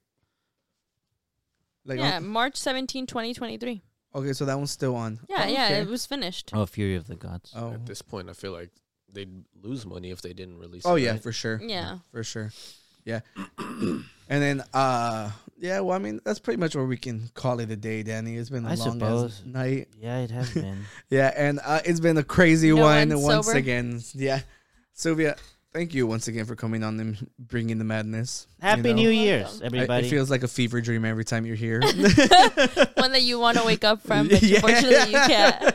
[SPEAKER 1] Like
[SPEAKER 5] yeah,
[SPEAKER 1] on-
[SPEAKER 5] March 17, 2023.
[SPEAKER 1] okay, so that one's still on.
[SPEAKER 5] Yeah,
[SPEAKER 1] Oh,
[SPEAKER 5] yeah,
[SPEAKER 1] okay.
[SPEAKER 5] it was finished.
[SPEAKER 2] Oh, Fury of the Gods.
[SPEAKER 1] oh.
[SPEAKER 4] At this point, I feel like they'd lose money if they didn't release.
[SPEAKER 1] Oh
[SPEAKER 4] it,
[SPEAKER 1] yeah,
[SPEAKER 4] right?
[SPEAKER 1] for sure.
[SPEAKER 5] Yeah.
[SPEAKER 1] for sure. Yeah. [CLEARS THROAT] and then uh yeah, well I mean that's pretty much where we can call it a day, Danny. It's been a
[SPEAKER 2] I
[SPEAKER 1] long ass
[SPEAKER 2] suppose.
[SPEAKER 1] night.
[SPEAKER 2] Yeah, it has
[SPEAKER 1] [LAUGHS]
[SPEAKER 2] been.
[SPEAKER 1] Yeah, and uh, it's been a crazy
[SPEAKER 5] No
[SPEAKER 1] one
[SPEAKER 5] one's
[SPEAKER 1] once
[SPEAKER 5] sober.
[SPEAKER 1] again. Yeah, Sylvia, thank you once again for coming on and bringing the madness. you
[SPEAKER 2] Happy
[SPEAKER 1] know.
[SPEAKER 2] New
[SPEAKER 5] Welcome.
[SPEAKER 2] Year's,
[SPEAKER 5] I-
[SPEAKER 1] I-
[SPEAKER 2] everybody.
[SPEAKER 1] It feels like a fever dream every time you're here. [LAUGHS]
[SPEAKER 5] One that you want to wake up from, but
[SPEAKER 1] Yeah.
[SPEAKER 5] unfortunately you
[SPEAKER 1] [LAUGHS]
[SPEAKER 5] can't.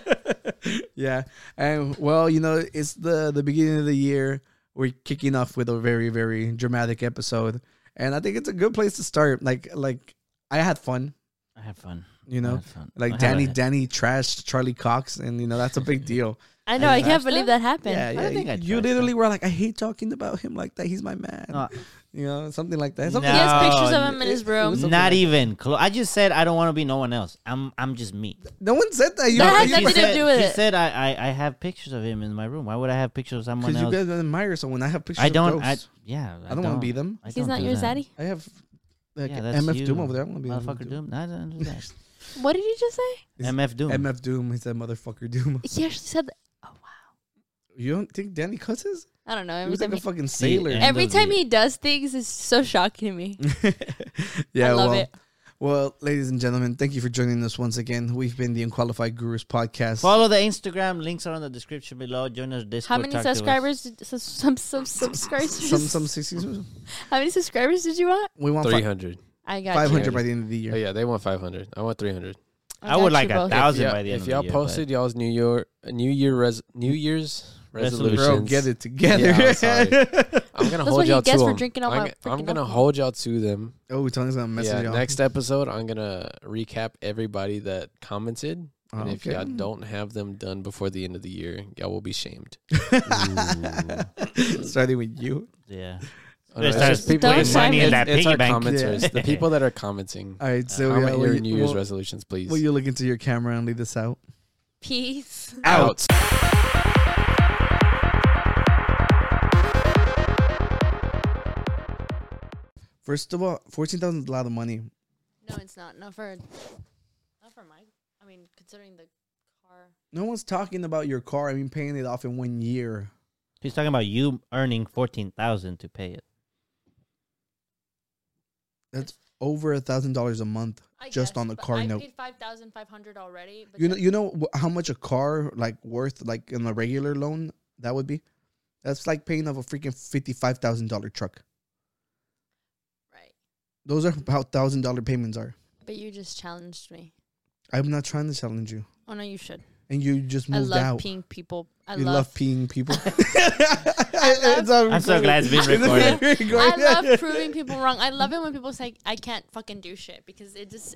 [SPEAKER 1] yeah, and well, you know, it's the the beginning of the year. We're kicking off with a very very dramatic episode, and I think it's a good place to start. Like like I had fun,
[SPEAKER 2] I had fun.
[SPEAKER 1] you
[SPEAKER 2] I
[SPEAKER 1] know.
[SPEAKER 2] had fun. I
[SPEAKER 1] Like
[SPEAKER 2] had
[SPEAKER 1] Danny,
[SPEAKER 2] a-
[SPEAKER 1] Danny trashed Charlie Cox, and you know that's a big
[SPEAKER 2] [LAUGHS]
[SPEAKER 1] deal.
[SPEAKER 5] I know, I can't
[SPEAKER 2] laughed
[SPEAKER 5] believe
[SPEAKER 2] at
[SPEAKER 5] that happened.
[SPEAKER 1] yeah, yeah.
[SPEAKER 2] don't think I
[SPEAKER 1] you
[SPEAKER 2] trashed Uh,
[SPEAKER 1] literally were like, "I hate talking about him like that. He's my man."
[SPEAKER 2] No,
[SPEAKER 1] you know, something like that. Something
[SPEAKER 5] He has
[SPEAKER 2] No,
[SPEAKER 5] pictures of
[SPEAKER 2] n-
[SPEAKER 5] him in his
[SPEAKER 1] it- it
[SPEAKER 5] room.
[SPEAKER 1] was
[SPEAKER 2] not even close. I just said I don't want to be no one else. I'm I'm just me.
[SPEAKER 1] No one said that. You
[SPEAKER 5] That has
[SPEAKER 1] you-
[SPEAKER 5] nothing to
[SPEAKER 2] said,
[SPEAKER 5] do with
[SPEAKER 2] he
[SPEAKER 5] it.
[SPEAKER 2] said I, I I have pictures of him in my room. Why would I have pictures of someone
[SPEAKER 1] Because you
[SPEAKER 2] else?
[SPEAKER 1] guys admire someone. I have pictures.
[SPEAKER 2] I don't.
[SPEAKER 1] Of
[SPEAKER 2] I
[SPEAKER 1] ghosts.
[SPEAKER 2] yeah.
[SPEAKER 1] I don't wanna be them.
[SPEAKER 2] I
[SPEAKER 5] He's
[SPEAKER 2] don't
[SPEAKER 5] not
[SPEAKER 2] do
[SPEAKER 5] your
[SPEAKER 2] that.
[SPEAKER 5] zaddy.
[SPEAKER 1] I, have like
[SPEAKER 2] Yeah, that's
[SPEAKER 1] MF
[SPEAKER 2] you,
[SPEAKER 1] Doom over there. I want to be
[SPEAKER 2] Motherfucker Doom. No, I don't do that.
[SPEAKER 5] What did you just say?
[SPEAKER 1] [LAUGHS] Is-
[SPEAKER 2] MF Doom.
[SPEAKER 5] [LAUGHS]
[SPEAKER 1] MF Doom. He said motherfucker Doom.
[SPEAKER 5] He actually said, that. "Oh wow."
[SPEAKER 1] You don't think Danny cusses?
[SPEAKER 5] I don't know.
[SPEAKER 1] He
[SPEAKER 5] Every
[SPEAKER 1] was
[SPEAKER 5] time
[SPEAKER 1] like a
[SPEAKER 5] he,
[SPEAKER 1] fucking sailor.
[SPEAKER 2] end
[SPEAKER 5] every
[SPEAKER 2] of the-
[SPEAKER 5] time he does things, it's so shocking to me.
[SPEAKER 1] [LAUGHS] yeah,
[SPEAKER 5] I love
[SPEAKER 1] well,
[SPEAKER 5] it.
[SPEAKER 1] well, ladies and gentlemen, thank you for joining us once again. We've been the Unqualified Gurus podcast.
[SPEAKER 2] Follow the Instagram. Links are on the description below. Join us Discord.
[SPEAKER 5] How many
[SPEAKER 2] talk to us.
[SPEAKER 5] subscribers? Did, sus- some some subscribers.
[SPEAKER 1] Some some sixties.
[SPEAKER 5] [LAUGHS] How many subscribers did you want?
[SPEAKER 1] We want
[SPEAKER 4] Three
[SPEAKER 1] five
[SPEAKER 4] hundred.
[SPEAKER 5] I got you.
[SPEAKER 1] hundred by the end of the year.
[SPEAKER 4] Oh yeah, they want five hundred. I want three hundred.
[SPEAKER 2] I
[SPEAKER 5] got
[SPEAKER 2] would
[SPEAKER 5] you
[SPEAKER 2] like a
[SPEAKER 5] both.
[SPEAKER 2] thousand
[SPEAKER 4] Yeah,
[SPEAKER 2] by the end.
[SPEAKER 4] if
[SPEAKER 2] of the
[SPEAKER 4] y'all
[SPEAKER 2] year, but-
[SPEAKER 4] posted y'all's New Year New Year res New Year's
[SPEAKER 2] Resolution.
[SPEAKER 1] Bro,
[SPEAKER 4] resolutions.
[SPEAKER 1] get it together. [LAUGHS]
[SPEAKER 4] Yeah, I'm sorry. I'm gonna
[SPEAKER 5] That's
[SPEAKER 4] hold
[SPEAKER 5] what you
[SPEAKER 4] y'all
[SPEAKER 5] get
[SPEAKER 4] to
[SPEAKER 5] for
[SPEAKER 4] them.
[SPEAKER 5] drinking all
[SPEAKER 4] I'm,
[SPEAKER 5] my
[SPEAKER 4] g- I'm
[SPEAKER 5] freaking
[SPEAKER 4] gonna
[SPEAKER 5] alcohol.
[SPEAKER 4] hold y'all to them.
[SPEAKER 1] oh, Tony's gonna message
[SPEAKER 4] Yeah,
[SPEAKER 1] y'all.
[SPEAKER 4] next episode I'm gonna recap everybody that commented.
[SPEAKER 1] Oh,
[SPEAKER 4] And if
[SPEAKER 1] okay.
[SPEAKER 4] y'all don't have them done before the end of the year, y'all will be shamed.
[SPEAKER 1] [LAUGHS] Starting with you.
[SPEAKER 2] yeah.
[SPEAKER 4] Oh, no,
[SPEAKER 2] It's
[SPEAKER 4] it's
[SPEAKER 2] just
[SPEAKER 4] just people
[SPEAKER 5] don't
[SPEAKER 4] it's- it's-
[SPEAKER 5] shame me.
[SPEAKER 2] that
[SPEAKER 4] it's
[SPEAKER 2] piggy
[SPEAKER 4] our
[SPEAKER 2] bank.
[SPEAKER 4] commenters.
[SPEAKER 2] Yeah.
[SPEAKER 4] The people that
[SPEAKER 1] [LAUGHS]
[SPEAKER 4] are commenting.
[SPEAKER 1] All right, so
[SPEAKER 4] How
[SPEAKER 1] yeah,
[SPEAKER 4] about
[SPEAKER 1] will
[SPEAKER 4] your
[SPEAKER 1] you-
[SPEAKER 4] New Year's
[SPEAKER 1] will-
[SPEAKER 4] resolutions, please?
[SPEAKER 1] will you look into your camera and lead us out?
[SPEAKER 5] Peace.
[SPEAKER 4] out.
[SPEAKER 1] First of all, fourteen thousand is a lot of money.
[SPEAKER 5] [LAUGHS] No, it's not. Not for, not for my. I mean, considering the car.
[SPEAKER 1] No one's talking about your car. I mean, paying it off in one year.
[SPEAKER 2] He's talking about you earning fourteen thousand to pay it.
[SPEAKER 1] That's over a thousand dollars a month
[SPEAKER 5] I
[SPEAKER 1] just
[SPEAKER 5] guess,
[SPEAKER 1] on the
[SPEAKER 5] but
[SPEAKER 1] car
[SPEAKER 5] I
[SPEAKER 1] note.
[SPEAKER 5] paid five thousand five hundred already. But
[SPEAKER 1] You know,
[SPEAKER 5] then-
[SPEAKER 1] you know wh- how much a car like worth like in a regular loan that would be. That's like paying off a freaking fifty-five thousand dollar truck.
[SPEAKER 5] right?
[SPEAKER 1] Those are how thousand dollar payments are.
[SPEAKER 5] But you just challenged me.
[SPEAKER 1] I'm not trying to challenge you,
[SPEAKER 5] Oh no, you should.
[SPEAKER 1] and you just
[SPEAKER 5] I
[SPEAKER 1] moved
[SPEAKER 5] love
[SPEAKER 1] out.
[SPEAKER 5] peeing people. I
[SPEAKER 1] you love,
[SPEAKER 5] love. [LAUGHS]
[SPEAKER 1] peeing people. [LAUGHS]
[SPEAKER 5] love-
[SPEAKER 2] I'm so glad it's been recorded.
[SPEAKER 5] I love proving people wrong. I love it when people say I can't fucking do shit because it just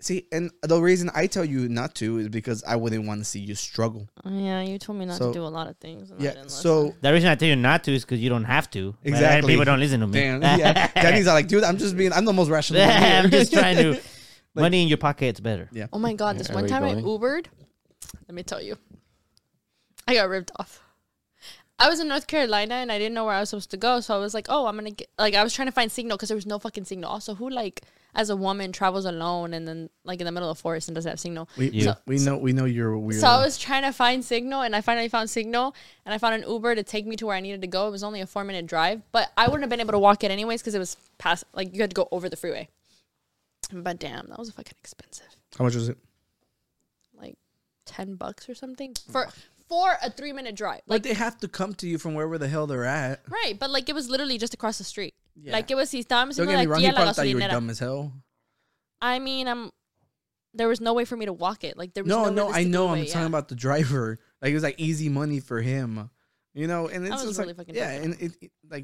[SPEAKER 1] See, and the reason I tell you not to is because I wouldn't want to see you struggle.
[SPEAKER 5] yeah. You told me not
[SPEAKER 1] So-
[SPEAKER 5] to do a lot of things. And Oh, I
[SPEAKER 1] Yeah.
[SPEAKER 5] didn't
[SPEAKER 1] So
[SPEAKER 2] The reason I tell you not to is because you don't have to. but I-
[SPEAKER 1] Exactly.
[SPEAKER 2] People don't listen to me.
[SPEAKER 1] damn,
[SPEAKER 2] [LAUGHS]
[SPEAKER 1] yeah. Daddy's like, dude, I'm just being. I'm the most rational. one here." [LAUGHS]
[SPEAKER 2] I'm just trying to. money in your pocket's better.
[SPEAKER 1] Yeah.
[SPEAKER 5] Oh my god, this
[SPEAKER 4] Are
[SPEAKER 5] one
[SPEAKER 4] we
[SPEAKER 5] time I
[SPEAKER 4] going?
[SPEAKER 5] Ubered. Let me tell you, I got ripped off. I was in North Carolina and I didn't know where I was supposed to go, so I was like, "Oh, I'm gonna get like I was trying to find signal because there was no fucking signal." Also, who like as a woman travels alone and then like in the middle of the forest and doesn't have signal?
[SPEAKER 1] We, we-
[SPEAKER 2] You.
[SPEAKER 1] we know we know you're a weird.
[SPEAKER 5] So I was trying to find signal, and I finally found signal, and I found an Uber to take me to where I needed to go. It was only a four minute drive, but I wouldn't have been able to walk it anyways because it was past like you had to go over the freeway. But damn, that was fucking expensive,
[SPEAKER 1] How much was it?
[SPEAKER 5] like ten bucks or something
[SPEAKER 1] Mm.
[SPEAKER 5] for for a three minute drive.
[SPEAKER 1] Like
[SPEAKER 5] Like
[SPEAKER 1] they have to come to you from wherever the hell they're at.
[SPEAKER 5] right, but like it was literally just across the street.
[SPEAKER 1] Yeah.
[SPEAKER 5] Like it was si estábamos
[SPEAKER 1] Don't
[SPEAKER 5] yendo
[SPEAKER 1] get me
[SPEAKER 5] de
[SPEAKER 1] wrong.
[SPEAKER 5] aquí
[SPEAKER 1] He
[SPEAKER 5] a la
[SPEAKER 1] probably thought you were
[SPEAKER 5] gasolinera.
[SPEAKER 1] dumb as hell.
[SPEAKER 5] I mean, I'm there was no way for me to walk it. Like there was
[SPEAKER 1] No,
[SPEAKER 5] no,
[SPEAKER 1] no, I
[SPEAKER 5] realistic
[SPEAKER 1] know.
[SPEAKER 5] way,
[SPEAKER 1] I'm
[SPEAKER 5] yeah.
[SPEAKER 1] talking about the driver. Like it was like easy money for him, you know. And it's
[SPEAKER 5] was
[SPEAKER 1] just
[SPEAKER 5] really
[SPEAKER 1] like
[SPEAKER 5] fucking
[SPEAKER 1] yeah,
[SPEAKER 5] dumb.
[SPEAKER 1] and it, it- like